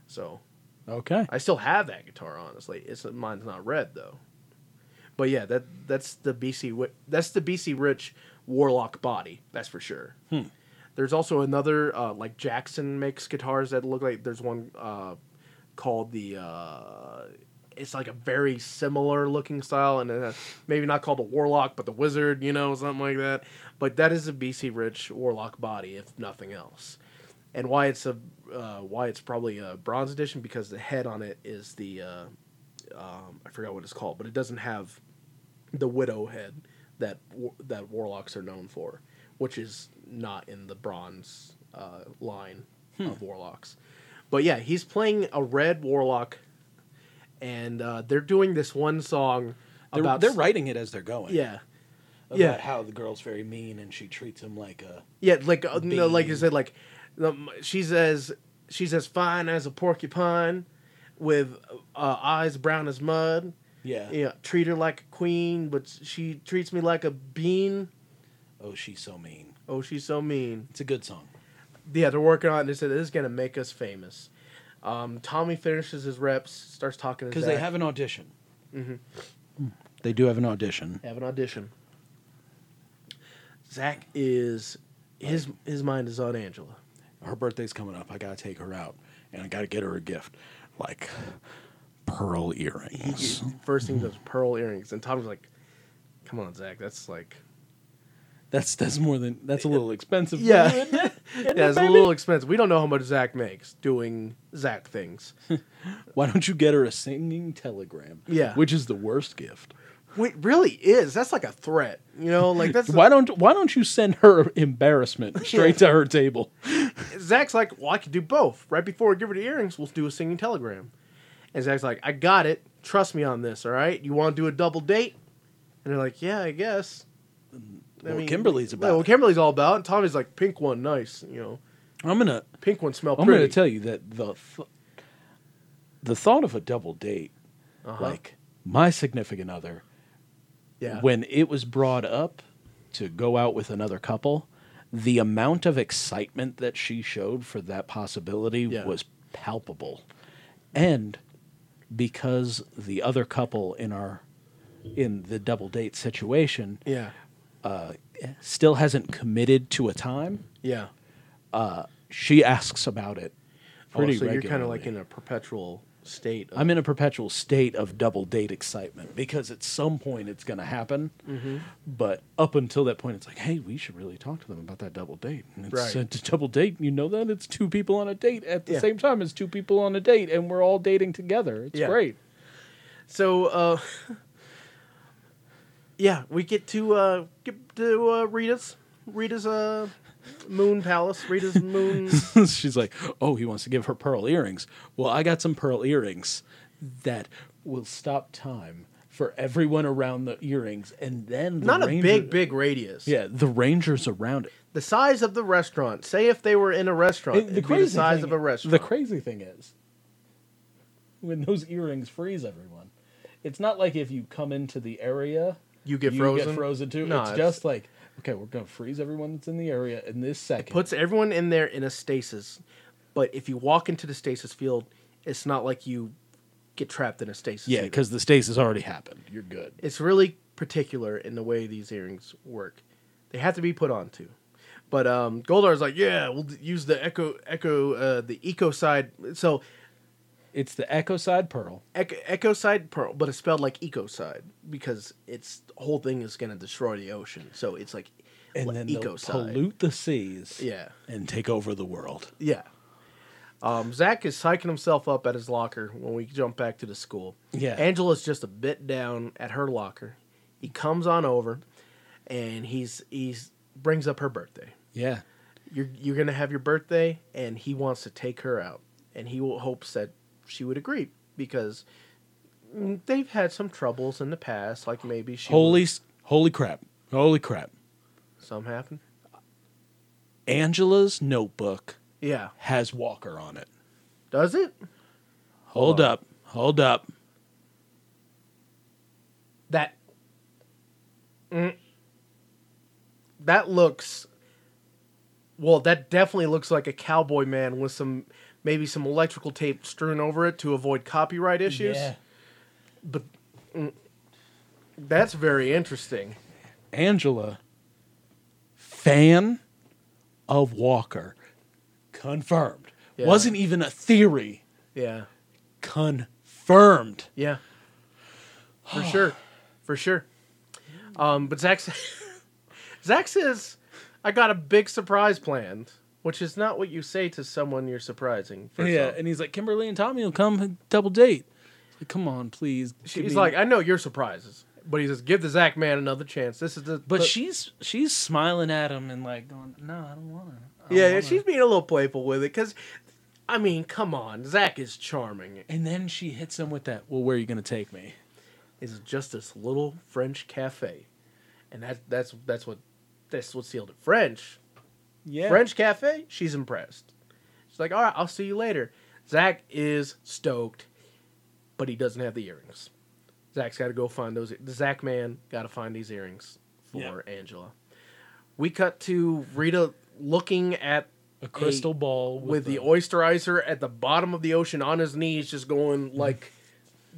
S3: so
S7: Okay.
S3: I still have that guitar, honestly. It's mine's not red though. But yeah, that that's the BC Wi- that's the BC Rich Warlock body. That's for sure. There's also another uh, like Jackson makes guitars that look like there's one uh, called the. Uh, it's like a very similar looking style, and uh, maybe not called a warlock, but the wizard, you know, something like that. But that is a BC Rich warlock body, if nothing else. And why it's a uh, why it's probably a bronze edition because the head on it is the uh, um, I forgot what it's called, but it doesn't have the widow head that war- that warlocks are known for, which is not in the bronze uh, line
S7: Hmm.
S3: of warlocks. But yeah, he's playing a red warlock, and uh, they're doing this one song
S7: They're,
S3: about
S7: they're writing it as they're going.
S3: yeah,
S7: About
S3: yeah.
S7: How the girl's very mean and she treats him like a.
S3: Yeah, like uh, no, like you
S7: Bean.
S3: said, like um, she's as she's as fine as a porcupine, with uh, eyes brown as mud.
S7: Yeah.
S3: Yeah, treat her like a queen, but she treats me like a bean.
S7: Oh, she's so mean.
S3: Oh, she's so mean.
S7: It's a good song.
S3: Yeah, they're working on it. They said this is gonna make us famous. Um, Tommy finishes his reps, starts talking to
S7: Because
S3: Zach. Mm-hmm.
S7: they have an audition.
S2: They do have an audition.
S3: have an audition. Zach is his his mind is on Angela.
S2: Her birthday's coming up. I gotta take her out, and I gotta get her a gift, like pearl earrings.
S3: First thing does pearl earrings, and Tom's like, "Come on, Zach, that's like
S2: That's that's more than that's a little expensive.
S3: yeah, yeah, it's a little expensive. We don't know how much Zach makes doing Zach things.
S2: Why don't you get her a singing telegram?
S3: Yeah.
S2: which is the worst gift.
S3: Wait, really is that's like a threat, you know? Like that's
S2: Why don't Why don't you send her embarrassment straight to her table?
S3: Zach's like, well, I could do both. Right before I give her the earrings, we'll do a singing telegram. And Zach's like, I got it. Trust me on this, all right? You want to do a double date? And they're like, yeah, I guess. I
S2: Well, Kimberly's about
S3: Well,
S2: it.
S3: Kimberly's all about. it. And Tommy's like, pink one, nice. You know,
S2: I'm gonna
S3: pink one smell
S2: I'm
S3: pretty.
S2: gonna tell you that the th- the thought of a double date, like my significant other,
S3: yeah.
S2: when it was brought up to go out with another couple, the amount of excitement that she showed for that possibility
S3: Yeah.
S2: was palpable. And because the other couple in our in the double date situation
S3: yeah.
S2: still hasn't committed to a time,
S3: Yeah.
S2: she asks about it pretty
S3: oh, so you're kind of
S2: regularly.
S3: like in a perpetual state. Of,
S2: I'm in a perpetual state of double date excitement because at some point it's going to happen.
S3: Mm-hmm.
S2: But up until that point, it's like, hey, we should really talk to them about that double date. And it's
S3: Right.
S2: a d- double date. You know that? It's two people on a date at the
S3: Yeah.
S2: same time as two people on a date, and we're all dating together. It's
S3: Yeah.
S2: great.
S3: so, uh, yeah, we get to uh, get to uh, Rita's Rita's uh, moon palace. Rita's moon.
S2: She's like, oh, he wants to give her pearl earrings. Well, I got some pearl earrings that will stop time for everyone around the earrings. And then the
S3: not a
S2: ranger-
S3: big, big radius.
S2: Yeah, the rangers around it.
S3: The size of the restaurant. Say if they were in a restaurant,
S2: And
S3: it'd be the size of a restaurant.
S2: The crazy thing is, when those earrings freeze everyone, it's not like if you come into the area,
S3: you get
S2: you
S3: frozen.
S2: get frozen too.
S3: No,
S2: it's,
S3: it's-
S2: just like, okay, we're gonna freeze everyone that's in the area in this second.
S3: Puts everyone in there in a stasis. But if you walk into the stasis field, it's not like you get trapped in a stasis.
S2: yeah,
S3: either.
S2: because the stasis already happened. You're good.
S3: it's really particular in the way these earrings work. They have to be put on too. But um, Goldar's like, yeah, we'll d- use the echo, echo, uh, the eco side. So
S2: It's the echo side pearl.
S3: Echo, echo side pearl, but it's spelled like eco side because its the whole thing is going to destroy the ocean. So it's like
S2: And
S3: le-
S2: then they'll pollute the seas
S3: Yeah,
S2: and take over the world.
S3: yeah. Um, Zach is psyching himself up at his locker when we jump back to the school.
S2: Yeah.
S3: Angela's just a bit down at her locker. He comes on over, and he's he's brings up her birthday.
S2: Yeah.
S3: You're you're gonna have your birthday, and he wants to take her out, and he will, hopes that she would agree because mm, they've had some troubles in the past. Like maybe she
S2: Holy, s- holy crap! Holy crap!
S3: some happened.
S2: Angela's notebook
S3: Yeah,
S2: has Walker on it.
S3: does it?
S2: Hold up! Hold up!
S3: That Mm. that looks well. That definitely looks like a cowboy man with some maybe some electrical tape strewn over it to avoid copyright issues.
S8: Yeah.
S3: But mm, that's very interesting.
S2: Angela, fan of Walker. Confirmed.
S3: Yeah.
S2: Wasn't even a theory.
S3: Yeah.
S2: Confirmed.
S3: Yeah. For sure. For sure. Um, but Zach, sa- Zach says, I got a big surprise planned, which is not what you say to someone you're surprising. First
S2: yeah,
S3: off.
S2: and he's like, Kimberly and Tommy will come and double date. It's like, come on, please. give
S3: She's
S2: me-"
S3: like, I know your surprises. But he says, give the Zach man another chance. This is the.
S2: but
S3: the-
S2: she's she's smiling at him and like going, no, I don't want to.
S3: Yeah, yeah, she's being a little playful with it because, I mean, come on. Zach is charming.
S2: And then she hits him with that. Well, where are you gonna take me?
S3: It's just this little French cafe. And that, that's that's what that's what sealed it. French.
S2: Yeah.
S3: French cafe, she's impressed. She's like, all right, I'll see you later. Zach is stoked, but he doesn't have the earrings. Zach's got to go find those. The Zach man got to find these earrings for Angela. We cut to Rita looking at
S2: A crystal ball
S3: with the oysterizer at the bottom of the ocean on his knees, just going like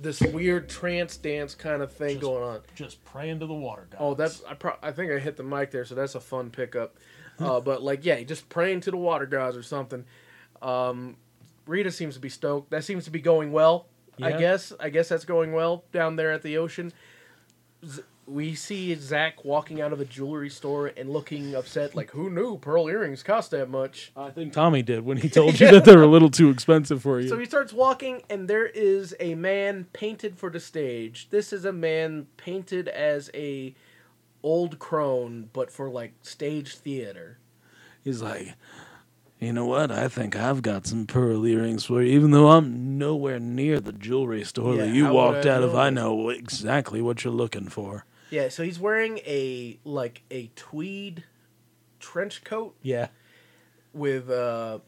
S3: this weird trance dance kind of thing going on.
S9: Just pray into the water, guys.
S3: Oh, that's I. Pro- I think I hit the mic there, so that's a fun pickup. Uh, but like, yeah, just praying to the water gods or something. Um, Rita seems to be stoked. That seems to be going well. I
S2: Yeah.
S3: guess. I guess that's going well down there at the ocean. Z- we see Zach walking out of a jewelry store and looking upset. Like, who knew pearl earrings cost that much?
S2: I think Tommy did when he told you that they were a little too expensive for you.
S3: So he starts walking, and there is a man painted for the stage. This is a man painted as a old crone, but for like stage theater.
S2: He's like, you know what? I think I've got some pearl earrings for you, even though I'm nowhere near the jewelry store
S3: Yeah,
S2: that you
S3: how would
S2: walked
S3: I
S2: out of.
S3: know?
S2: I know exactly what you're looking for.
S3: Yeah, so he's wearing a like a tweed trench coat
S2: Yeah.
S3: with uh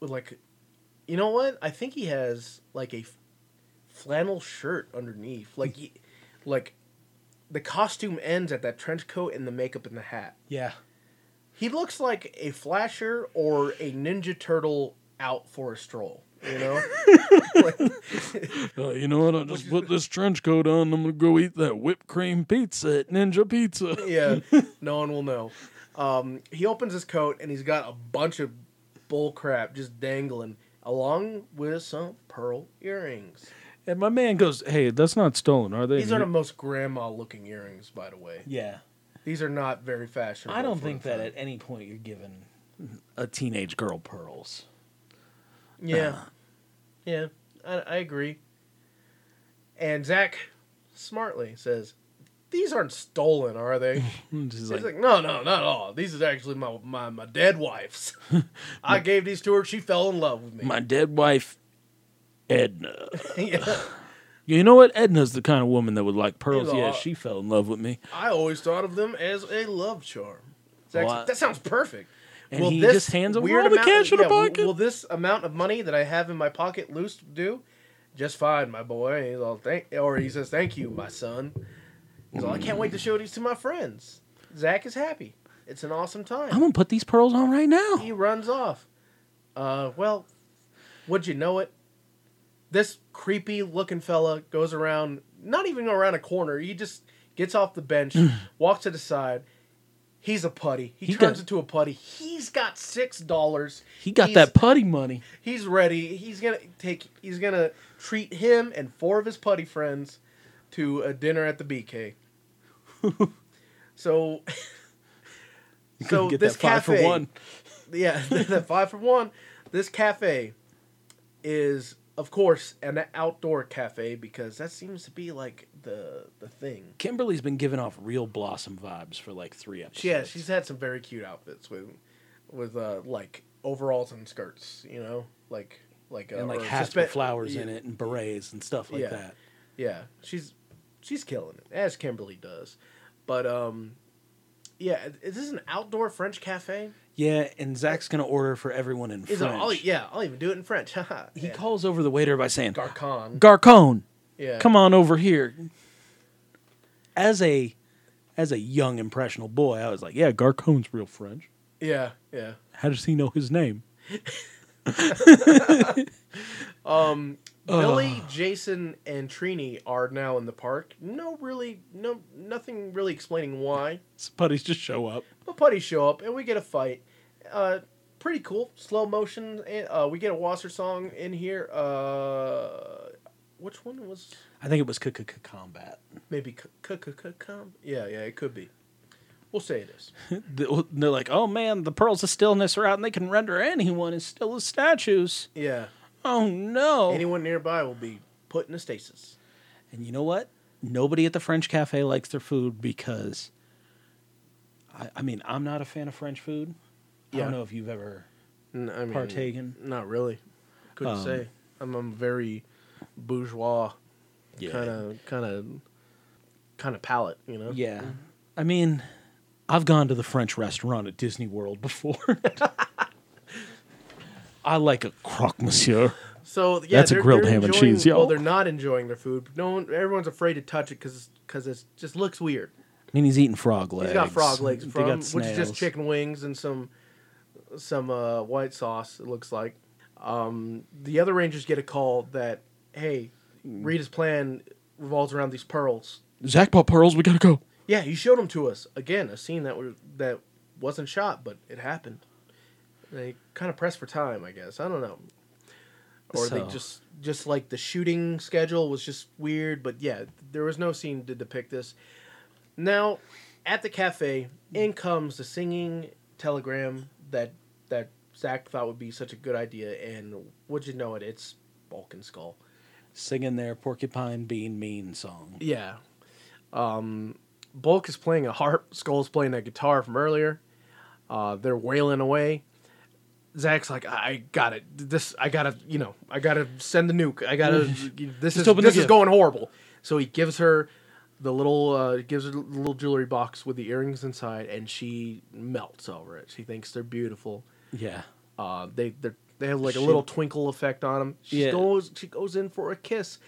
S3: with like you know what? I think he has like a f- flannel shirt underneath. Like he, like the costume ends at that trench coat and the makeup and the hat.
S2: Yeah.
S3: He looks like a flasher or a ninja turtle out for a stroll, you know?
S2: Uh, you know what? I'll just put this trench coat on. I'm going to go eat that whipped cream pizza at Ninja Pizza.
S3: yeah, no one will know. Um, he opens his coat and he's got a bunch of bull crap just dangling, along with some pearl earrings.
S2: And my man goes, hey, that's not stolen, are they?
S3: These are the most grandma looking earrings, by the way.
S9: yeah.
S3: These are not very fashionable.
S9: I don't
S3: for
S9: think
S3: the
S9: that
S3: time.
S9: at any point you're given.
S2: a teenage girl pearls.
S3: Yeah.
S9: Uh-huh.
S3: Yeah, I, I agree. And Zach smartly says, These aren't stolen, are they?
S2: And She's
S3: He's
S2: like,
S3: like, no, no, not at all. These is actually my my, my dead wife's. I gave these to her. She fell in love with me.
S2: my dead wife, Edna.
S3: Yeah.
S2: You know what? Edna's the kind of woman that would like pearls.
S3: He's a-
S2: yeah, she fell in love with me.
S3: I always thought of them as a love charm. Zach's
S2: Well,
S3: like,
S2: I-
S3: that sounds perfect.
S2: And he just hands him all the cash in
S3: yeah,
S2: the
S3: will-
S2: pocket.
S3: Will this amount of money that I have in my pocket loose do? Just fine, my boy. And he's all thank, or he says, "Thank you, my son." He's all, "I can't wait to show these to my friends." Zach is happy. It's an awesome time.
S2: I'm gonna put these pearls on right now.
S3: he runs off. Uh, well, would you know it? This creepy looking fella goes around, not even around a corner. He just gets off the bench, walks to the side. He's a putty. He,
S2: Mm. He
S3: turns
S2: got-
S3: into a putty. He's got six dollars.
S2: He got that putty money.
S3: He's ready. He's gonna take. He's gonna treat him and four of his putty friends to a dinner at the BK. so, so
S2: Get
S3: this
S2: that five
S3: cafe,
S2: for one.
S3: yeah, the five for one. This cafe is, of course, an outdoor cafe because that seems to be like the the thing.
S2: Kimberly's been giving off real blossom vibes for like three episodes.
S3: Yeah, she's had some very cute outfits with with uh, like overalls and skirts, you know, like like uh,
S2: and like
S3: or
S2: hats
S3: suspe-
S2: with flowers in
S3: yeah,
S2: it and berets and stuff like
S3: Yeah.
S2: that.
S3: Yeah, she's she's killing it as Kimberly does, but um, yeah, is this an outdoor French cafe?
S2: Yeah, and Zach's gonna order for everyone in
S3: Is it?
S2: French.
S3: I'll, yeah, I'll even do it in French.
S2: He
S3: yeah.
S2: calls over the waiter by saying,
S3: Garcon.
S2: "Garcon,
S3: yeah,
S2: come on over here." As a as a young impressionable boy, I was like, "Yeah, Garcon's real French.
S3: Yeah, yeah.
S2: How does he know his name?"
S3: Billy, Jason, and Trini are now in the park. No, really, no, nothing really explaining why.
S2: Putties just show up.
S3: But putties show up, and we get a fight. Uh, pretty cool, slow motion. And uh, we get a Wasser song in here. Uh, which one was
S2: I think it was combat.
S3: maybe come? Yeah, yeah, it could be. We'll say it is.
S2: They're like, "Oh man, the pearls of stillness are out, and they can render anyone as still as statues."
S3: Yeah,
S2: Oh no!
S3: anyone nearby will be put in a stasis.
S2: And you know what? Nobody at the French cafe likes their food because, I, I mean, I'm not a fan of French food. I
S3: Yeah.
S2: don't know if you've ever
S3: N- I mean,
S2: partaken.
S3: Not really. Couldn't
S2: Um,
S3: say. I'm, I'm very bourgeois
S2: Yeah.
S3: kind of kind of kind of palate, you know.
S2: Yeah. I mean, I've gone to the French restaurant at Disney World before. I like a croque monsieur.
S3: So yeah,
S2: That's a
S3: they're-
S2: grilled
S3: they're
S2: ham and
S3: enjoying-
S2: cheese, yo.
S3: Well, they're not enjoying their food. No one, everyone's afraid to touch it because because it just looks weird.
S2: I mean, he's eating frog legs.
S3: He's got frog legs
S2: They
S3: from
S2: got
S3: which is just
S2: snails.
S3: chicken wings and some some uh, white sauce. It looks like. Um, the other rangers get a call that hey, Rita's plan revolves around these pearls.
S2: Zach bought pearls. We gotta go.
S3: Yeah, you showed them to us again. A scene that were that wasn't shot, but it happened. They kind of pressed for time, I guess. I don't know, or they
S2: So-
S3: just just like the shooting schedule was just weird. But yeah, there was no scene to depict this. Now, at the cafe, in comes the singing telegram that that Zach thought would be such a good idea, and would you know it? It's Balkan Skull.
S10: singing their porcupine bean mean song.
S3: Yeah. Um, Bulk is playing a harp. Skull's playing a guitar from earlier. Uh, they're wailing away. Zach's like, I- I got it. This, I gotta, you know, I gotta send the nuke. I gotta. this is
S10: open the
S3: this is
S10: gift.
S3: going horrible. So he gives her the little, uh, gives her the little jewelry box with the earrings inside, and she melts over it. She thinks they're beautiful.
S10: Yeah.
S3: Uh, they they they have like a little twinkle effect on them. She
S10: Yeah.
S3: goes she goes in for a kiss,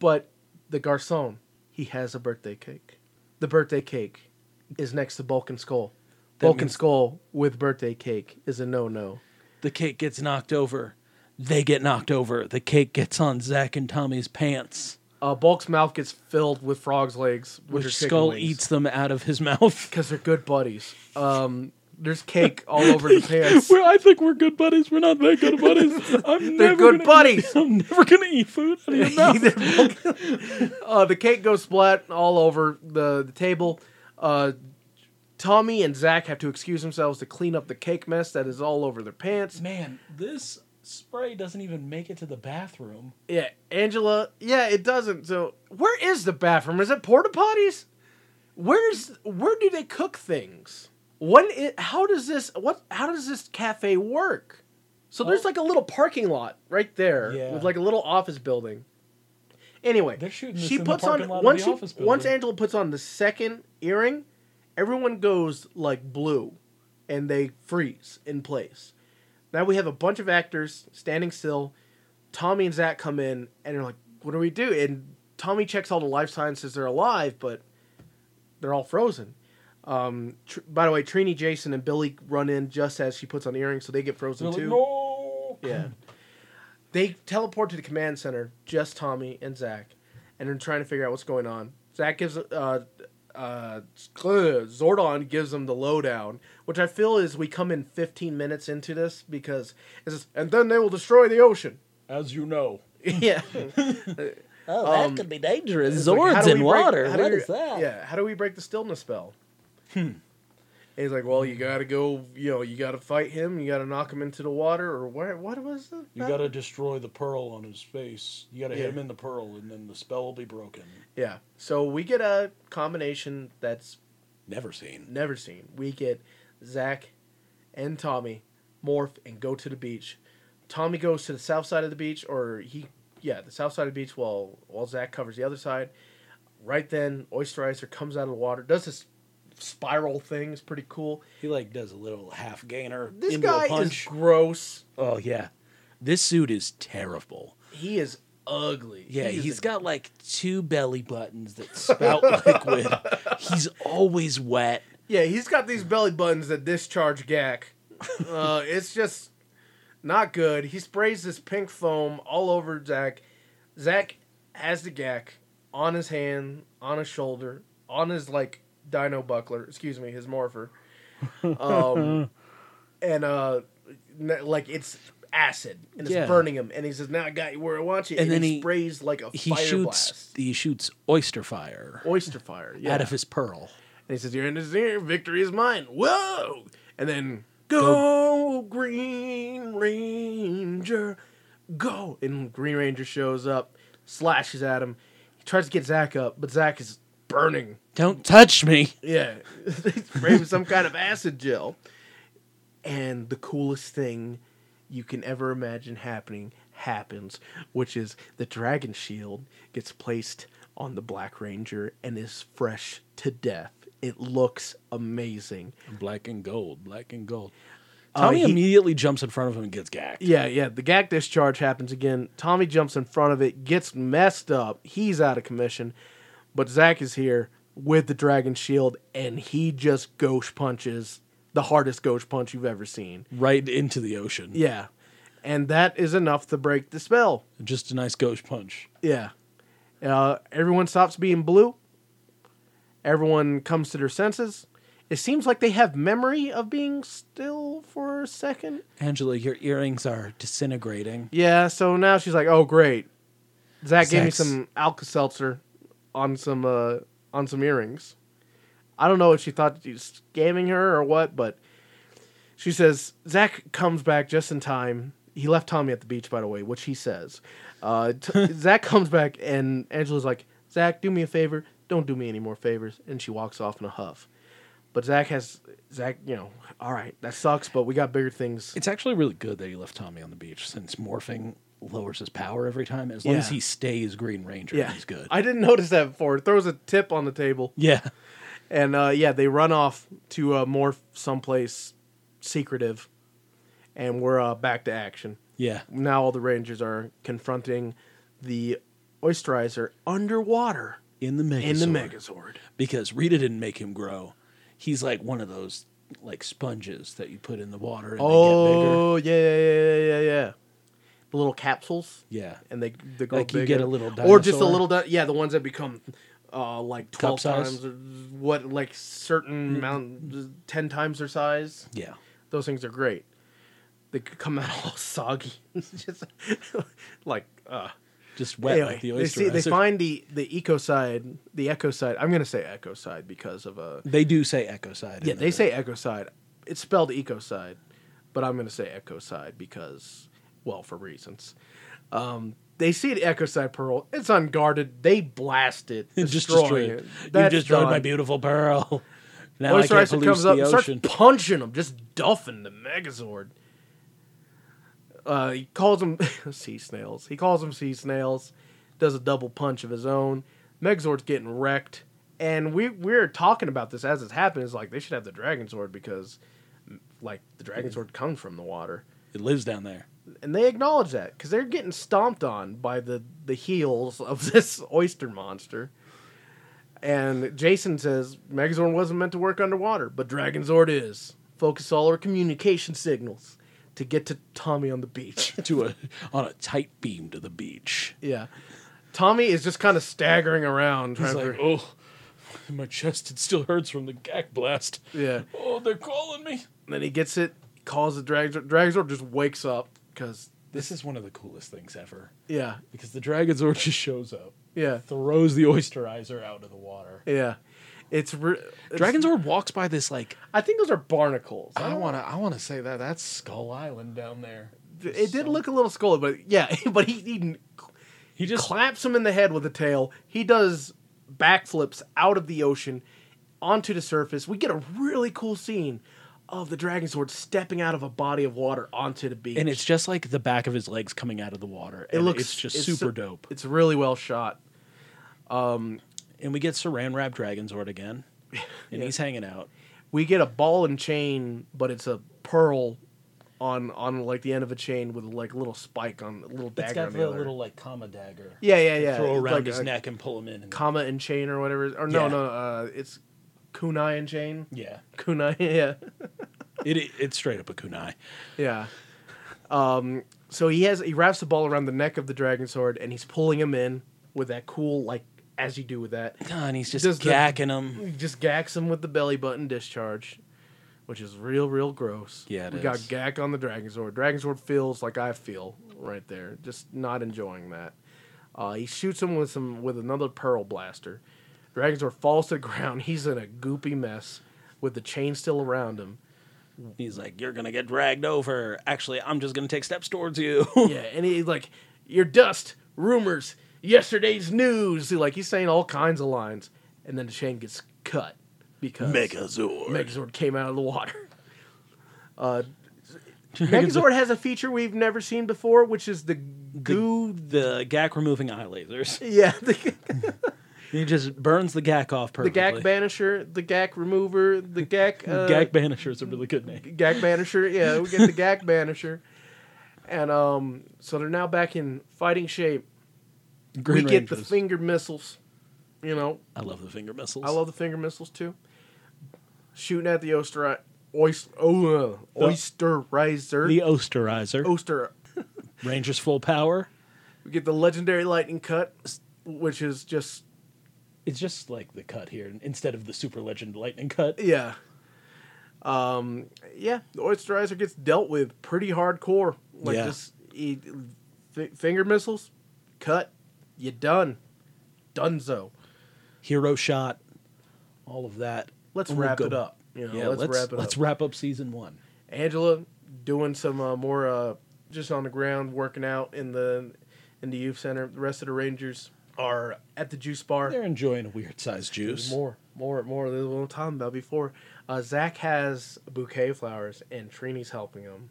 S3: but the garçon he has a birthday cake. The birthday cake is next to Balkan Skull. Balkan Skull with birthday cake is a no no.
S10: The cake gets knocked over. They get knocked over. The cake gets on Zach and Tommy's pants,
S3: Uh, Bulk's mouth gets filled with frog's legs, which,
S10: which Skull eats them out of his mouth.
S3: because they're good buddies. Um, there's cake all over the pants.
S10: We're, I think we're good buddies. We're not that good buddies. I'm
S3: They're
S10: never
S3: good
S10: gonna,
S3: buddies.
S10: I'm never gonna eat food out of your mouth.
S3: uh, the cake goes splat all over the, the table. Uh, Tommy and Zach have to excuse themselves to clean up the cake mess that is all over their pants.
S7: Man, this spray doesn't even make it to the bathroom.
S3: Yeah, Angela. Yeah, it doesn't. So where is the bathroom? Is it porta potties? Where's where do they cook things? When it, how does this what how does this cafe work? So there's like a little parking lot right there
S7: Yeah.
S3: with like a little office building. Anyway,
S7: They're shooting this
S3: she
S7: in the
S3: puts
S7: parking
S3: on
S7: lot of
S3: once
S7: the
S3: she-
S7: office building.
S3: once Angela puts on the second earring, everyone goes like blue, and they freeze in place. Now we have a bunch of actors standing still. Tommy and Zach come in and they're like, "What do we do?" And Tommy checks all the life signs says they're alive, but they're all frozen. Um, tr- by the way, Trini, Jason, and Billy run in just as she puts on earrings, so they get frozen
S7: They're like,
S3: too.
S7: no.
S3: Yeah. They teleport to the command center, just Tommy and Zach, and they're trying to figure out what's going on. Zach gives uh, uh, Zordon gives them the lowdown, which I feel is we come in 15 minutes into this because it says, and then they will destroy the ocean.
S7: As you know,
S3: yeah.
S7: Hmm.
S11: Oh, that
S10: Um,
S11: could be dangerous.
S3: It's like, how
S11: Zords
S3: do
S11: in
S3: we break-
S11: water.
S3: how do
S11: What
S3: we-
S11: is that?
S3: Yeah, how do we break the stillness spell? Hmm. He's like, well, you gotta go, you know, you gotta fight him, you gotta knock him into the water, or what? What was it?
S7: you got to destroy the pearl on his face. You got to
S3: Yeah.
S7: hit him in the pearl, and then the spell will be broken.
S3: Yeah. So we get a combination that's
S10: Never seen.
S3: never seen. We get Zach and Tommy morph and go to the beach. Tommy goes to the south side of the beach, or he, yeah, the south side of the beach while, while Zach covers the other side. Right then, Oysterizer comes out of the water, does this spiral thing, it's pretty cool.
S10: He like does a little half gainer
S3: This
S10: into
S3: guy
S10: a punch.
S3: is gross.
S10: Oh yeah, this suit is terrible.
S3: He is ugly.
S10: Yeah,
S3: He is
S10: he's
S3: a-
S10: got like two belly buttons that spout liquid. He's always wet.
S3: Yeah, he's got these belly buttons that discharge gack. Uh, it's just not good. He sprays this pink foam all over Zach. Zach has the gack on his hand, on his shoulder, on his like dino buckler. Excuse me, his morpher. Um, and uh, n- like it's acid and it's
S10: Yeah.
S3: burning him. And he says, "Now I got you where I want you." And,
S10: And
S3: then
S10: then
S3: he,
S10: he-
S3: sprays like a
S10: He
S3: fire
S10: shoots.
S3: blast.
S10: He shoots oyster fire
S3: Oyster fire. Yeah.
S10: out of his pearl.
S3: And he says, "You're in this here. Victory is mine." Whoa! And then go, Green Ranger, go! And Green Ranger shows up, slashes at him. He tries to get Zach up, but Zach is burning.
S10: Don't touch me.
S3: Yeah, he's sprayed with some kind of acid gel. And the coolest thing you can ever imagine happening happens, which is the dragon shield gets placed on the Black Ranger and is fresh to death. It looks amazing.
S10: Black and gold. Black and gold.
S3: Uh,
S10: Tommy
S3: he-
S10: immediately jumps in front of him and gets gagged.
S3: Yeah, yeah. The gag discharge happens again. Tommy jumps in front of it, gets messed up. He's out of commission. But Zach is here with the Dragon Shield, and he just gauche punches the hardest gauche punch you've ever seen.
S10: Right into the ocean.
S3: Yeah. And that is enough to break the spell.
S10: Just a nice gauche punch.
S3: Yeah. Uh, everyone stops being blue. Everyone comes to their senses. It seems like they have memory of being still for a second.
S12: Angela, your earrings are disintegrating.
S3: Yeah, so now she's like, "Oh, great." Zach gave me
S12: Zax.
S3: some Alka-Seltzer on some uh, on some earrings. I don't know if she thought he was scamming her or what, but she says Zach comes back just in time. He left Tommy at the beach, by the way, which he says. Uh, t- Zach comes back, and Angela's like, "Zach, do me a favor. Don't do me any more favors." And she walks off in a huff. But Zach has Zach, you know, all right, that sucks, but we got bigger things.
S2: It's actually really good that he left Tommy on the beach since morphing lowers his power every time. As long as
S3: Yeah.
S2: he stays Green Ranger, he's good.
S3: I didn't notice that before. It throws a tip on the table.
S2: yeah.
S3: And uh, yeah, they run off to uh, morph someplace secretive. And we're uh, back to action.
S2: Yeah.
S3: Now all the Rangers are confronting the Oysterizer underwater
S2: In the Megazord.
S3: in the Megazord.
S2: Because Rita didn't make him grow. He's like one of those like sponges that you put in the water and they get bigger.
S3: Oh, yeah, yeah, yeah, yeah, yeah, yeah. The little capsules.
S2: Yeah.
S3: And they, they grow
S2: Like you
S3: bigger.
S2: get a little
S3: Or just a
S2: dinosaur.
S3: little, di- yeah, the ones that become uh, like 12
S2: size? Mm.
S3: times, or what, like certain amount, 10 times their size.
S2: Yeah.
S3: those things are great. They could come out all soggy, It's just like uh,
S2: Just wet
S3: anyway,
S2: like the
S3: they
S2: oyster.
S3: see they
S2: riser.
S3: find the the eco side, the echo side. I'm gonna say echo side because of uh,
S2: They do say ecocide. in
S3: yeah, they
S2: the-
S3: say echo side. It's spelled eco side, but I'm gonna say echo side because well for reasons. Um, they see the echo side pearl. It's unguarded. They blast it, destroy
S2: just destroy
S3: it.
S2: it. You
S3: That's
S2: destroyed my
S3: done.
S2: beautiful pearl. Now I
S3: Oyster
S2: can't
S3: Riser
S2: police
S3: comes
S2: the
S3: up and starts
S2: ocean.
S3: punching him, just duffing the Megazord. Uh, he calls him sea snails. He calls him sea snails. Does a double punch of his own. Megazord's getting wrecked, and we we're talking about this as it's happening. It's like they should have the Dragon Sword because, m- like, the Dragon
S2: Mm.
S3: Sword comes from the water,
S2: It lives down there.
S3: and they acknowledge that because they're getting stomped on by the the heels of this oyster monster. And Jason says Megazord wasn't meant to work underwater, but Dragonzord is. Focus all our communication signals to get to Tommy on the beach.
S2: to a on a tight beam to the beach.
S3: yeah. Tommy is just kind of staggering around trying to.
S2: oh, my chest it still hurts from the gag blast.
S3: Yeah.
S2: Oh, they're calling me.
S3: Then he gets it, calls the Dragonzord. Dragonzord just wakes up because,
S2: This is one of the coolest things ever
S3: yeah,
S2: because the Dragonzord just shows up,
S3: yeah,
S2: throws the Oysterizer out of the water.
S3: yeah. It's. Re- it's-
S13: Dragonzord walks by this like
S3: I think those are barnacles. I
S13: I
S3: don't-
S13: want to I want to say that that's
S14: Skull Island down there.
S3: It did look a little scolded, but yeah, but he, he
S2: He just
S3: claps him in the head with a tail. He does backflips out of the ocean onto the surface. We get a really cool scene of the dragon sword stepping out of a body of water onto the beach.
S2: and it's just like the back of his legs coming out of the water.
S3: it
S2: and
S3: looks
S2: it's just
S3: it's
S2: super
S3: so-
S2: dope.
S3: It's really well shot.
S2: And we get Saran Wrap Dragonzord again, and he's hanging out.
S3: We get a ball and chain, but it's a pearl on on like the end of a chain with like a little spike on a little dagger
S14: It's got
S3: on
S14: the
S3: the, other.
S14: little like comma dagger.
S3: yeah, yeah, yeah.
S2: Throw
S3: It's
S2: around
S3: like
S2: his
S3: a
S2: neck and pull him in. And,
S3: Kama and chain or whatever. it- Or no,
S2: Yeah.
S3: no, uh, it's kunai and chain.
S2: yeah,
S3: Kunai, yeah.
S2: it, it it's straight up a kunai.
S3: Yeah. Um, so he has he wraps the ball around the neck of the dragon sword and he's pulling him in with that cool like as you do with that.
S2: God, and he's just
S3: Does the-
S2: gacking him.
S3: He just gacks him with the belly button discharge, which is real real gross.
S2: Yeah, it
S3: we got
S2: is.
S3: gack on the dragon sword. Dragon sword feels like I feel right there. Just not enjoying that. Uh, he shoots him with some with another pearl blaster. Dragon sword falls to the ground. He's in a goopy mess with the chain still around him.
S2: He's like, "You're gonna get dragged over." Actually, I'm just gonna take steps towards you.
S3: Yeah, and he's like, "Your dust, rumors, yesterday's news." He, like he's saying all kinds of lines, and then the chain gets cut because
S2: Megazord.
S3: Megazord came out of the water. Uh, Megazord has a feature we've never seen before, which is the goo.
S2: the gack removing eye lasers.
S3: yeah, the,
S2: He just burns the gack off
S3: the
S2: perfectly.
S3: Gak Banisher, the Gak Remover, the Gak uh,
S2: gack banisher is a really good name.
S3: Gak Banisher. Yeah, we get the Gak Banisher, and um, so they're now back in fighting shape.
S2: Green
S3: we get the
S2: Rangers.
S3: finger missiles. You know,
S2: I love the finger missiles.
S3: I love the finger missiles too. Shooting at the oyster, oyster, oh, uh, oysterizer,
S2: the Osterizer.
S3: oyster.
S2: Rangers full power.
S3: We get the legendary lightning cut. which is just
S10: It's just like the cut here instead of the super legend lightning cut.
S3: yeah. Um, yeah, the oysterizer gets dealt with pretty hardcore. Like
S2: Yeah.
S3: just he, f- finger missiles, cut, you done, Dunzo.
S10: Hero shot, all of that.
S3: Let's
S10: And we'll
S3: wrap
S10: go-
S3: it up. You know,
S10: Yeah,
S3: let's, wrap it
S10: let's
S3: up.
S10: wrap up season one.
S3: Angela doing some uh, more uh, just on the ground working out in the in the youth center. The rest of the Rangers are at the juice bar.
S10: They're enjoying a weird sized juice.
S3: More, more, more. This is what I'm talking about before. Uh, Zach has a bouquet of flowers, and Trini's helping him.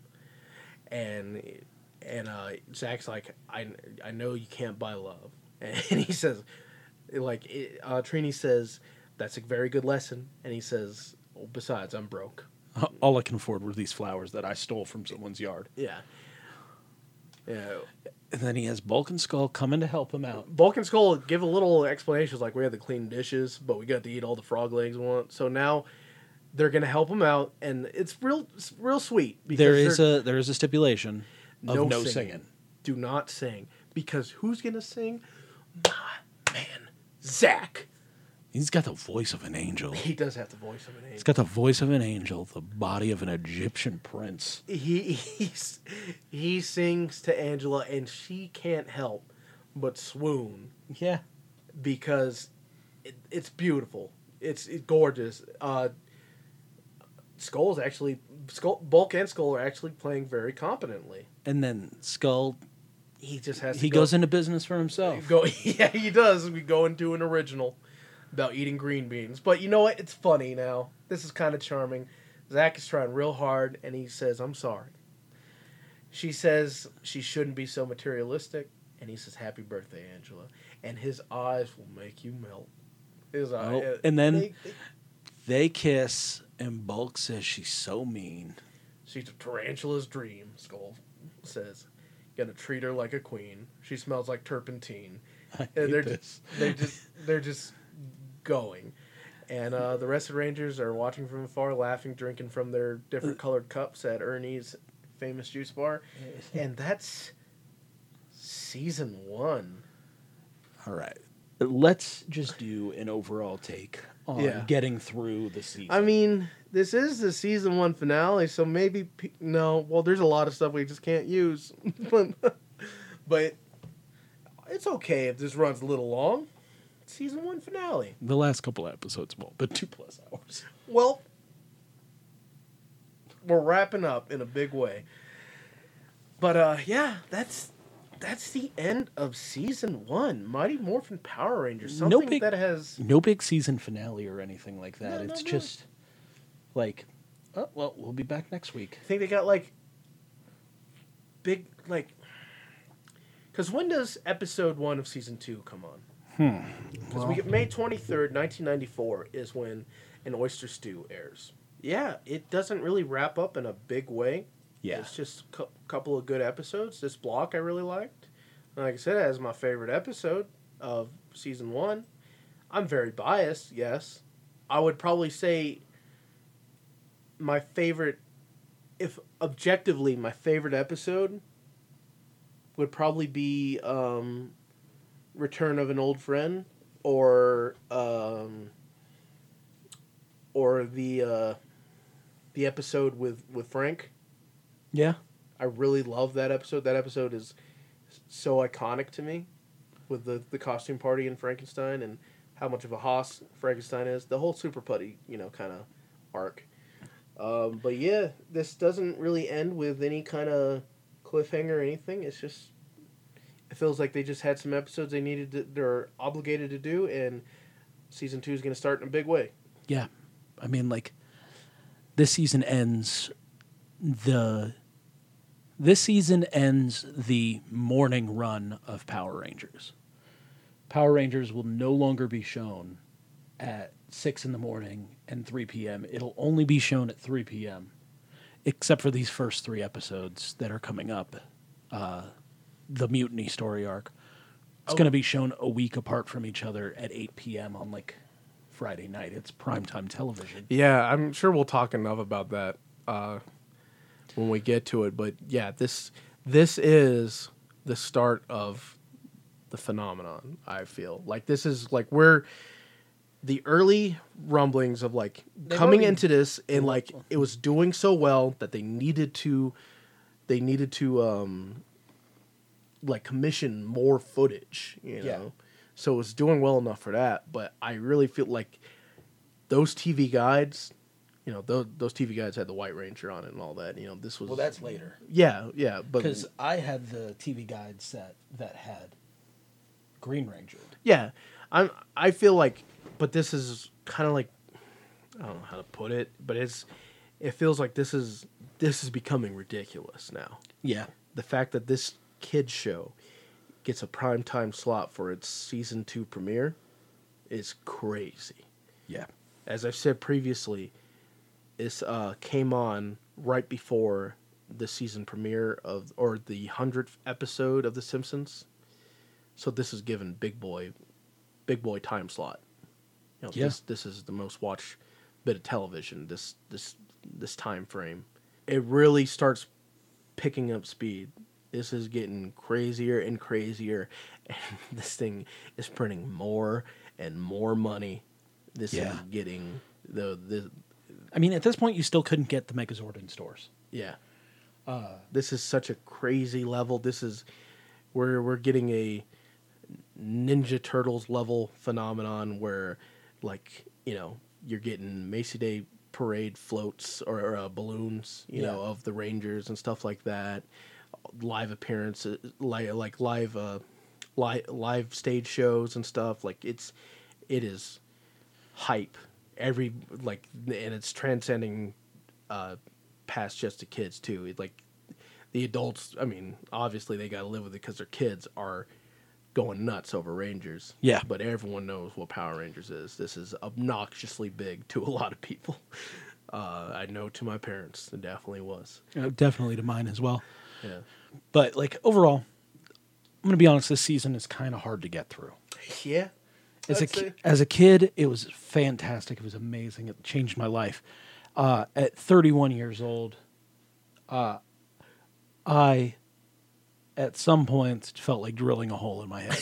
S3: And and uh, Zach's like, I, I know you can't buy love. And he says, like, it, uh, Trini says, that's a very good lesson. And he says, well, besides, I'm broke.
S10: All I can afford were these flowers that I stole from someone's yard.
S3: Yeah. Yeah.
S10: And then he has Bulk and Skull coming to help him out.
S3: Bulk and Skull give a little explanation. It's like, we had to clean dishes, but we got to eat all the frog legs we want. So now they're going to help him out. And it's real it's real sweet. Because
S2: There is a there is a stipulation.
S3: no,
S10: no
S3: singing.
S10: singing.
S3: Do not sing. Because who's going to sing? My man, Zach.
S2: He's got the voice of an angel.
S3: He does have the voice of an angel.
S2: He's got the voice of an angel, the body of an Egyptian prince.
S3: he he's, he sings to Angela and she can't help but swoon.
S10: Yeah.
S3: because it, it's beautiful. It's it gorgeous. Uh, Skull's actually Skull, Bulk and Skull are actually playing very competently.
S2: And then Skull
S3: He just has to
S2: he
S3: go,
S2: goes into business for himself.
S3: go yeah he does. We go into an original about eating green beans, but you know what? It's funny now. This is kind of charming. Zach is trying real hard, and he says, "I'm sorry." She says she shouldn't be so materialistic, and he says, "Happy birthday, Angela." And his eyes will make you melt. His eye,
S2: Oh, and then-
S3: they-
S2: They kiss and Bulk says she's so mean.
S3: She's a tarantula's dream, Skull says. Gonna treat her like a queen. She smells like turpentine. and they're just they're just they're just going. And uh, the rest of the Rangers are watching from afar, laughing, drinking from their different colored cups at Ernie's famous juice bar. And that's season one.
S10: All right. Let's just do an overall take on
S3: Yeah.
S10: getting through the season.
S3: I mean, this is the season one finale, so maybe pe- no. Well, there's a lot of stuff we just can't use, but but it's okay if this runs a little long. Season one finale.
S10: the last couple episodes won't, but two plus hours.
S3: Well, we're wrapping up in a big way. But uh, yeah, that's that's the end of season one. Mighty Morphin Power Rangers.
S10: No
S3: Something
S10: big-
S3: that has
S10: No big season finale or anything like that.
S3: No, no,
S10: it's
S3: no.
S10: just like, oh, well, we'll be back next week.
S3: I think they got like big like because when does episode one of season two come on? Hmm. Because we get May twenty third, nineteen ninety four, is when an oyster stew airs. Yeah, it doesn't really wrap up in a big way.
S10: Yeah.
S3: it's just a cou- couple of good episodes. This block I really liked. And Like I said, as my favorite episode of season one. I'm very biased. Yes, I would probably say my favorite if objectively my favorite episode would probably be um, Return of an Old Friend or um, or the uh, the episode with with Frank.
S10: Yeah.
S3: I really love that episode. That episode is so iconic to me with the the costume party in Frankenstein and how much of a hoss Frankenstein is. The whole super putty, you know, kind of arc. Um, but yeah, this doesn't really end with any kind of cliffhanger or anything. It's just it feels like they just had some episodes they needed to, they're obligated to do, and season two is going to start in a big way.
S2: Yeah. I mean like this season ends the this season ends the morning run of Power Rangers.
S10: Power Rangers will no longer be shown at 6 in the morning and 3 p.m. It'll only be shown at 3 p.m., except for these first three episodes that are coming up. Uh, the Mutiny story arc. It's going to be shown a week apart from each other at 8 p.m. on like Friday night. It's primetime television.
S3: Yeah, I'm sure we'll talk enough about that uh, when we get to it. But yeah, this this is the start of the phenomenon. I feel like this is like we're the early rumblings of like coming
S15: already-
S3: into this and like it was doing so well that they needed to they needed to um like commission more footage, you know.
S16: Yeah.
S3: So it was doing well enough for that, but I really feel like those TV guides, you know, those, those TV guides had the White Ranger on it and all that. You know, this was
S16: Well, that's later
S3: yeah, yeah, but
S16: because I had the TV guide set that had Green Ranger.
S3: Yeah, I'm. I feel like, but this is kind of like, I don't know how to put it, but it's, it feels like this is this is becoming ridiculous now.
S16: Yeah,
S3: The fact that this kids show gets a prime time slot for its season two premiere is crazy.
S16: yeah.
S3: As I've said previously, this uh, came on right before the season premiere of or the hundredth episode of The Simpsons. So this is given big boy, big boy time slot. You know,
S2: Yeah.
S3: this this is the most watched bit of television this this this time frame. It really starts picking up speed. This is getting crazier and crazier, and this thing is printing more and more money. This is
S2: Yeah.
S3: getting the the
S2: I mean, at this point, you still couldn't get the Megazord in stores.
S3: yeah. Uh, this is such a crazy level. This is we're we're getting a Ninja Turtles level phenomenon where, like you know, you're getting Macy Day parade floats or, or, uh, balloons, you know, of the Rangers and stuff like that. Live appearances, like like live uh, live live stage shows and stuff. Like it's it is hype every like and it's transcending uh past just the kids too It, like the adults i mean obviously they got to live with it because their kids are going nuts over rangers
S2: Yeah.
S3: but everyone knows what power rangers is this is obnoxiously big to a lot of people uh i know to my parents it definitely was
S2: Uh, definitely to mine as well.
S3: yeah
S2: But like overall, I'm gonna be honest. This season is kind of hard to get through.
S3: yeah
S2: As a ki- as a kid, it was fantastic. It was amazing. It changed my life. Uh, at 31 years old, uh, I at some point felt like drilling a hole in my head.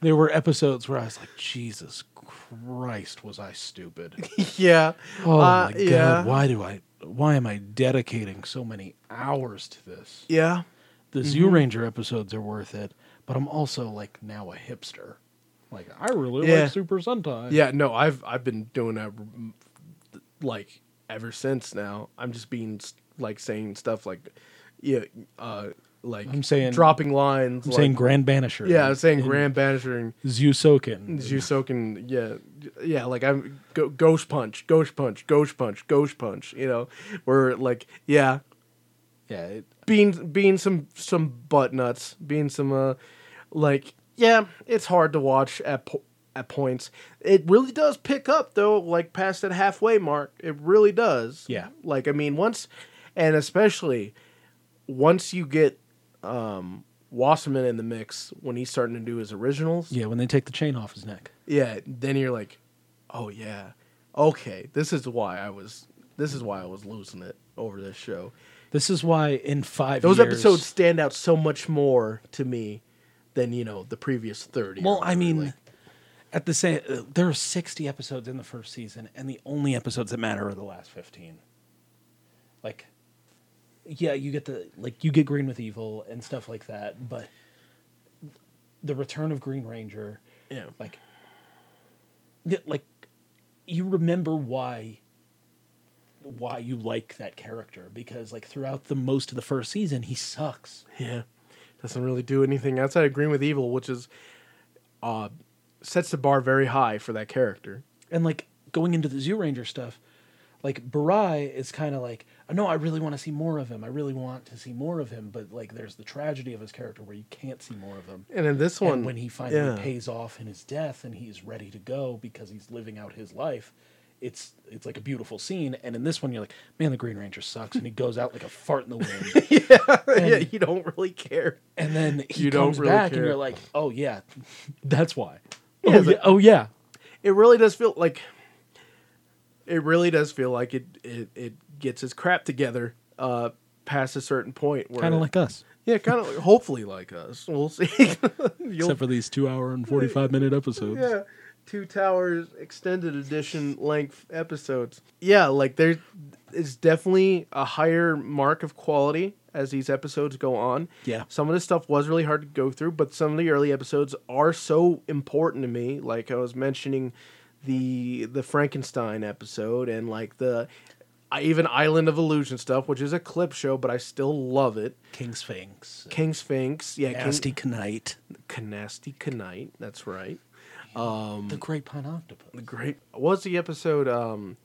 S2: there were episodes where I was like, Jesus Christ, was I stupid?
S3: yeah
S2: Oh
S3: Uh,
S2: my god,
S3: yeah.
S2: why do I why am I dedicating so many hours to this?
S3: yeah
S2: The Zoo
S3: Mm-hmm.
S2: Ranger episodes are worth it, but I'm also like now a hipster. Like I really
S3: Yeah.
S2: like Super Sentai.
S3: Yeah, no, I've I've been doing that mm, like ever since now. I'm just being s- like saying stuff like yeah, uh like
S2: I'm saying-
S3: dropping lines
S2: I'm
S3: like,
S2: saying Grand Banisher.
S3: yeah, I'm saying grand banishing
S2: Zeusoken.
S3: Jusoken, yeah, yeah, like I'm go, ghost punch, ghost punch, ghost punch, ghost punch. You know, where like yeah,
S2: Yeah, it,
S3: being being some some butt nuts, being some uh, like yeah, it's hard to watch at po- at points. It really does pick up though, like past that halfway mark. It really does.
S2: Yeah.
S3: Like I mean, once and especially once you get um Wasserman in the mix when he's starting to do his originals.
S2: yeah, when they take the chain off his neck.
S3: Yeah, then you're like, oh yeah, okay, this is why I was this is why I was losing it over this show.
S2: This is why in five
S3: Those
S2: years-
S3: episodes stand out so much more to me than you know the previous thirty. or
S2: Well, I
S3: whatever,
S2: mean,
S3: like-
S2: at the same, uh, there are 60 episodes in the first season, and the only episodes that matter are the last 15. Like, yeah, you get the like you get Green with Evil and stuff like that, but the return of Green Ranger,
S3: yeah,
S2: like, yeah, like you remember why why you like that character because like throughout the most of the first season he sucks.
S3: yeah, doesn't really do anything outside of Green with Evil, which is uh sets the bar very high for that character.
S2: and like going into the zoo ranger stuff like barai is kind of like no i really want to see more of him i really want to see more of him but like there's the tragedy of his character where you can't see more of him
S3: And in this one,
S2: and when he finally
S3: yeah.
S2: pays off in his death and he's ready to go because he's living out his life it's it's like a beautiful scene and in this one you're like man the green ranger sucks and he goes out like a fart in the wind
S3: yeah, you don't really care.
S2: and then he
S3: You don't
S2: comes
S3: really
S2: back
S3: care.
S2: and you're like oh yeah that's why
S3: Yeah,
S2: oh,
S3: but-
S2: yeah, oh yeah
S3: it really does feel like it really does feel like it it, it gets its crap together uh past a certain point where
S2: Kind of like us,
S3: yeah, kind of hopefully like us. We'll see. You'll
S2: except for these two hour and 45 minute episodes.
S3: yeah, two towers extended edition length episodes. Yeah, like there is definitely a higher mark of quality as these episodes go on.
S2: Yeah.
S3: Some of this stuff was really hard to go through, but some of the early episodes are so important to me. Like I was mentioning the the Frankenstein episode and like the I- even Island of Illusion stuff, which is a clip show, but I still love it.
S2: King Sphinx,
S3: King Sphinx, yeah,
S2: Nasty Knight,
S3: King, Nasty Knight, that's right.
S2: the Great Pine Octopus.
S3: Great. What was the episode? Um,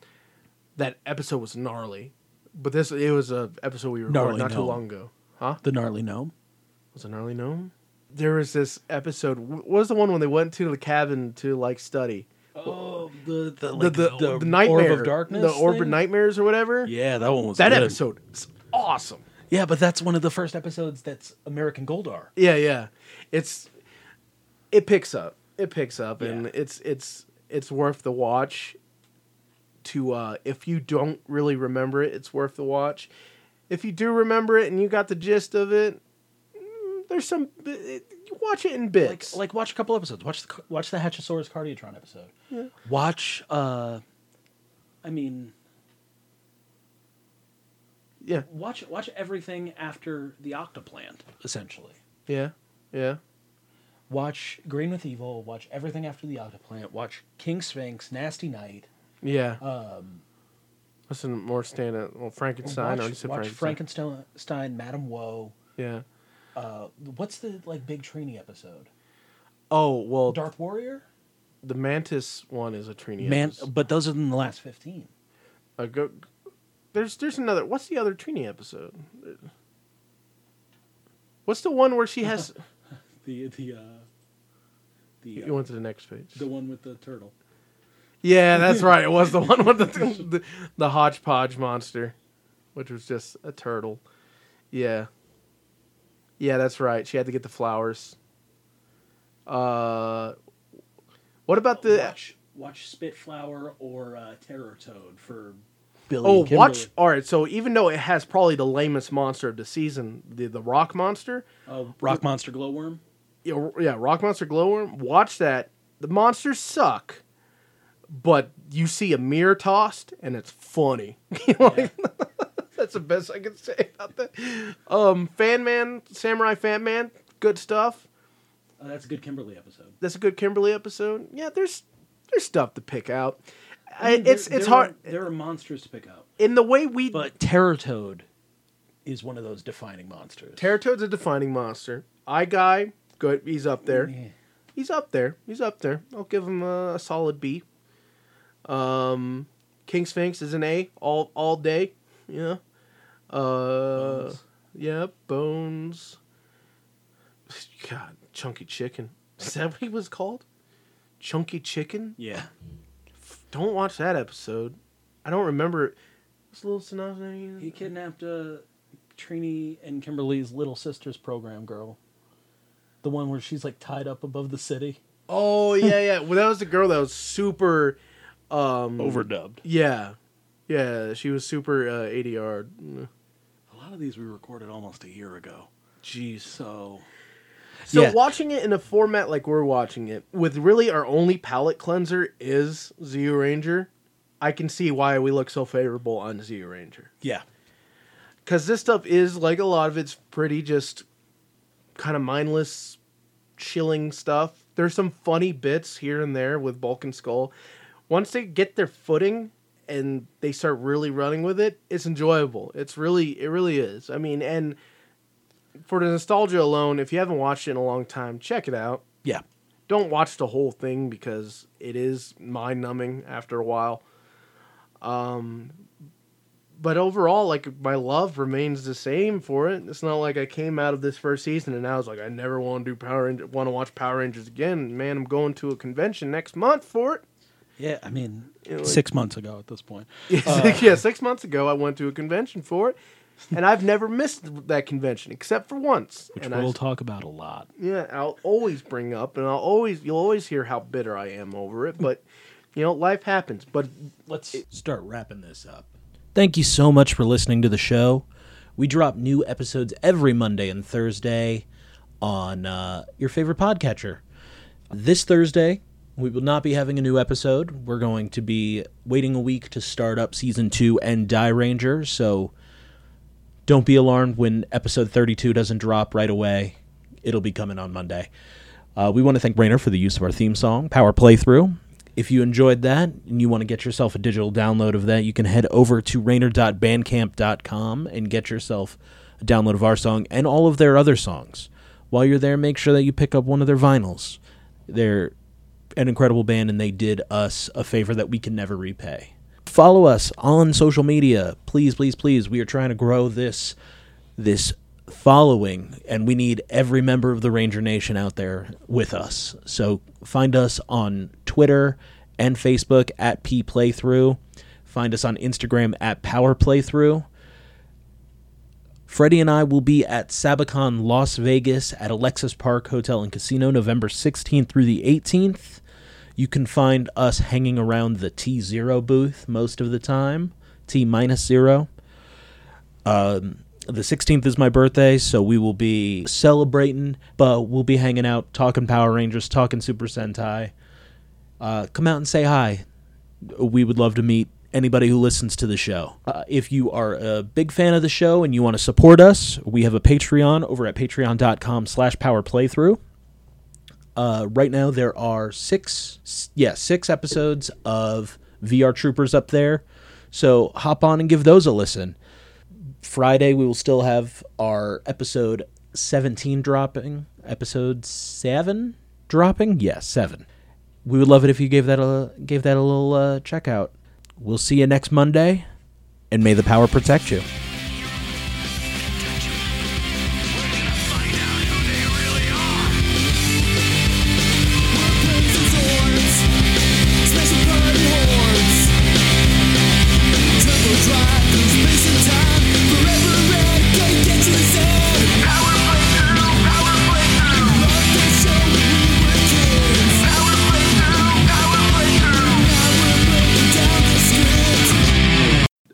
S3: that episode was gnarly, but this it was a episode we recorded
S2: Gnarly
S3: not too
S2: gnome.
S3: long ago. Huh?
S2: The gnarly gnome.
S3: Was it gnarly gnome? There was this episode. wh- What was the one when they went to the cabin to like study?
S2: Oh, the the
S3: The the, the, nightmare
S2: Orb of Darkness.
S3: the orb of
S2: thing?
S3: nightmares or whatever.
S2: Yeah, that one was
S3: that
S2: good.
S3: episode is awesome.
S2: Yeah, but that's one of the first episodes that's American Goldar.
S3: Yeah, yeah. It's it picks up. It picks up and it's it's it's worth the watch to uh if you don't really remember it, it's worth the watch. If you do remember it and you got the gist of it, mm, there's some it, you watch it in
S2: like
S3: bits.
S2: like watch a couple episodes. Watch the watch the Hatchosaurus Cardiotron episode. Watch uh I mean
S3: yeah.
S2: watch watch everything after the Octoplant essentially.
S3: Yeah. Yeah.
S2: Watch Green with Evil, watch everything after the Octoplant, watch King Sphinx, Nasty Knight,
S3: Yeah. Um Listen, more stand up. Well, Frankenstein. I already
S2: watch,
S3: said
S2: watch
S3: Frankenstein.
S2: Frankenstein, Madame Woe.
S3: Yeah.
S2: Uh, what's the like big Trini episode?
S3: Oh well,
S2: Dark Warrior?
S3: the Mantis one is a Trini.
S2: Man,
S3: episode.
S2: but those are in the
S17: That's
S2: last
S17: 15.
S3: Uh, go, there's there's another. What's the other Trini episode? What's the one where she has?
S2: the the uh the, uh,
S3: you went to the next page.
S2: the one with the turtle.
S3: Yeah, that's right. It was the one with the, the the hodgepodge monster, which was just a turtle. Yeah. Yeah, that's right. She had to get the flowers. Uh, what about the?
S2: watch watch Spitflower or uh, Terror Toad for Billy.
S3: Oh,
S2: and Kimberly.
S3: watch! All right, so even though it has probably the lamest monster of the season, the the rock monster,
S2: uh, Rock Monster Glowworm.
S3: yeah, yeah, Rock Monster Glowworm. Watch that. The monsters suck, but you see a mirror tossed, and it's funny. You know, like, that's the best I can say about that. Um, Fan Man, Samurai Fan Man, good stuff.
S2: Uh, that's a good Kimberly episode.
S3: That's a good Kimberly episode. Yeah, there's there's stuff to pick out. I
S2: Mm, There-
S3: it's it's
S2: there
S3: hard
S2: Are, there are monsters to pick up,
S3: in the way we.
S2: but Terror Toad is one of those defining monsters.
S3: Teratoad's a defining monster. Eye Guy, good. He's up there. He's up there. He's up there. I'll give him a, a solid B. Um, King Sphinx is an A all all day. Yeah. Uh, yeah. Bones. God, Chunky Chicken. Is that what he was called? Chunky Chicken.
S2: yeah,
S3: Don't watch that episode. I don't remember. it. What's Little Sinatra?
S2: he kidnapped uh, Trini and Kimberly's little sister's program girl. The one where she's like tied up above the city.
S3: Oh yeah, yeah. Well, that was the girl that was super. um,
S18: Overdubbed.
S3: Yeah, yeah. She was super uh, ADR.
S2: A lot of these we recorded almost a year ago. Jeez, so
S3: So
S2: Yeah.
S3: watching it in a format like we're watching it, with really our only palate cleanser is Zeo Ranger, I can see why we look so favorable on Zeo Ranger.
S2: yeah,
S3: Because this stuff is like a lot of it's pretty just kind of mindless, chilling stuff. There's some funny bits here and there with Bulk and Skull. Once they get their footing and they start really running with it, it's enjoyable. It's really, it really is. I mean, and for the nostalgia alone, if you haven't watched it in a long time, check it out.
S2: yeah.
S3: Don't watch the whole thing because it is mind numbing after a while. Um, But overall, like my love remains the same for it. It's not like I came out of this first season and I was like, I never want to do Power Ranger, want to watch Power Rangers again. Man, I'm going to a convention next month for it.
S2: Yeah, I mean,
S3: like-
S2: six months ago at this point.
S3: yeah, six months ago, I went to a convention for it, and I've never missed that convention except for once.
S2: Which
S3: and I
S2: we'll talk about a lot.
S3: Yeah, I'll always bring up, and I'll always you'll always hear how bitter I am over it. But you know, life happens. But
S17: Let's start wrapping this up.
S2: Thank you so much for listening to the show.
S19: We drop new episodes every Monday and Thursday on uh, your favorite podcatcher. This Thursday, we will not be having a new episode. We're going to be waiting a week to start up season two and Die Ranger. So don't be alarmed when episode 32 doesn't drop right away. It'll be coming on Monday. Uh, we want to thank Rainer for the use of our theme song, Power Playthrough. If you enjoyed that and you want to get yourself a digital download of that, you can head over to rainer.bandcamp.com and get yourself a download of our song and all of their other songs. While you're there, make sure that you pick up one of their vinyls. They're an incredible band and they did us a favor that we can never repay. Follow us on social media. Please, please, please. We are trying to grow this this following and we need every member of the Ranger Nation out there with us. So find us on Twitter and Facebook at P Playthrough. Find us on Instagram at Power Playthrough. Freddie and I will be at Sabacon Las Vegas at Alexis Park Hotel and Casino November 16th through the 18th. You can find us hanging around the T0 booth most of the time, T minus zero. Um, the 16th is my birthday, so we will be celebrating, but we'll be hanging out, talking Power Rangers, talking Super Sentai. Uh, come out and say hi we would love to meet anybody who listens to the show. Uh, if you are a big fan of the show and you want to support us, we have a Patreon over at patreon.com slash power playthrough. Uh, right now there are six, s- yeah, six episodes of VR Troopers up there. So hop on and give those a listen. Friday we will still have our episode 17 dropping, episode 7 dropping. Yes, 7 we would love it if you gave that a gave that a little uh, check out. We'll see you next Monday, and may the power protect you.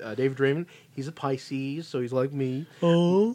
S3: Uh, David Draymond, he's a Pisces, so he's like me.
S2: Oh,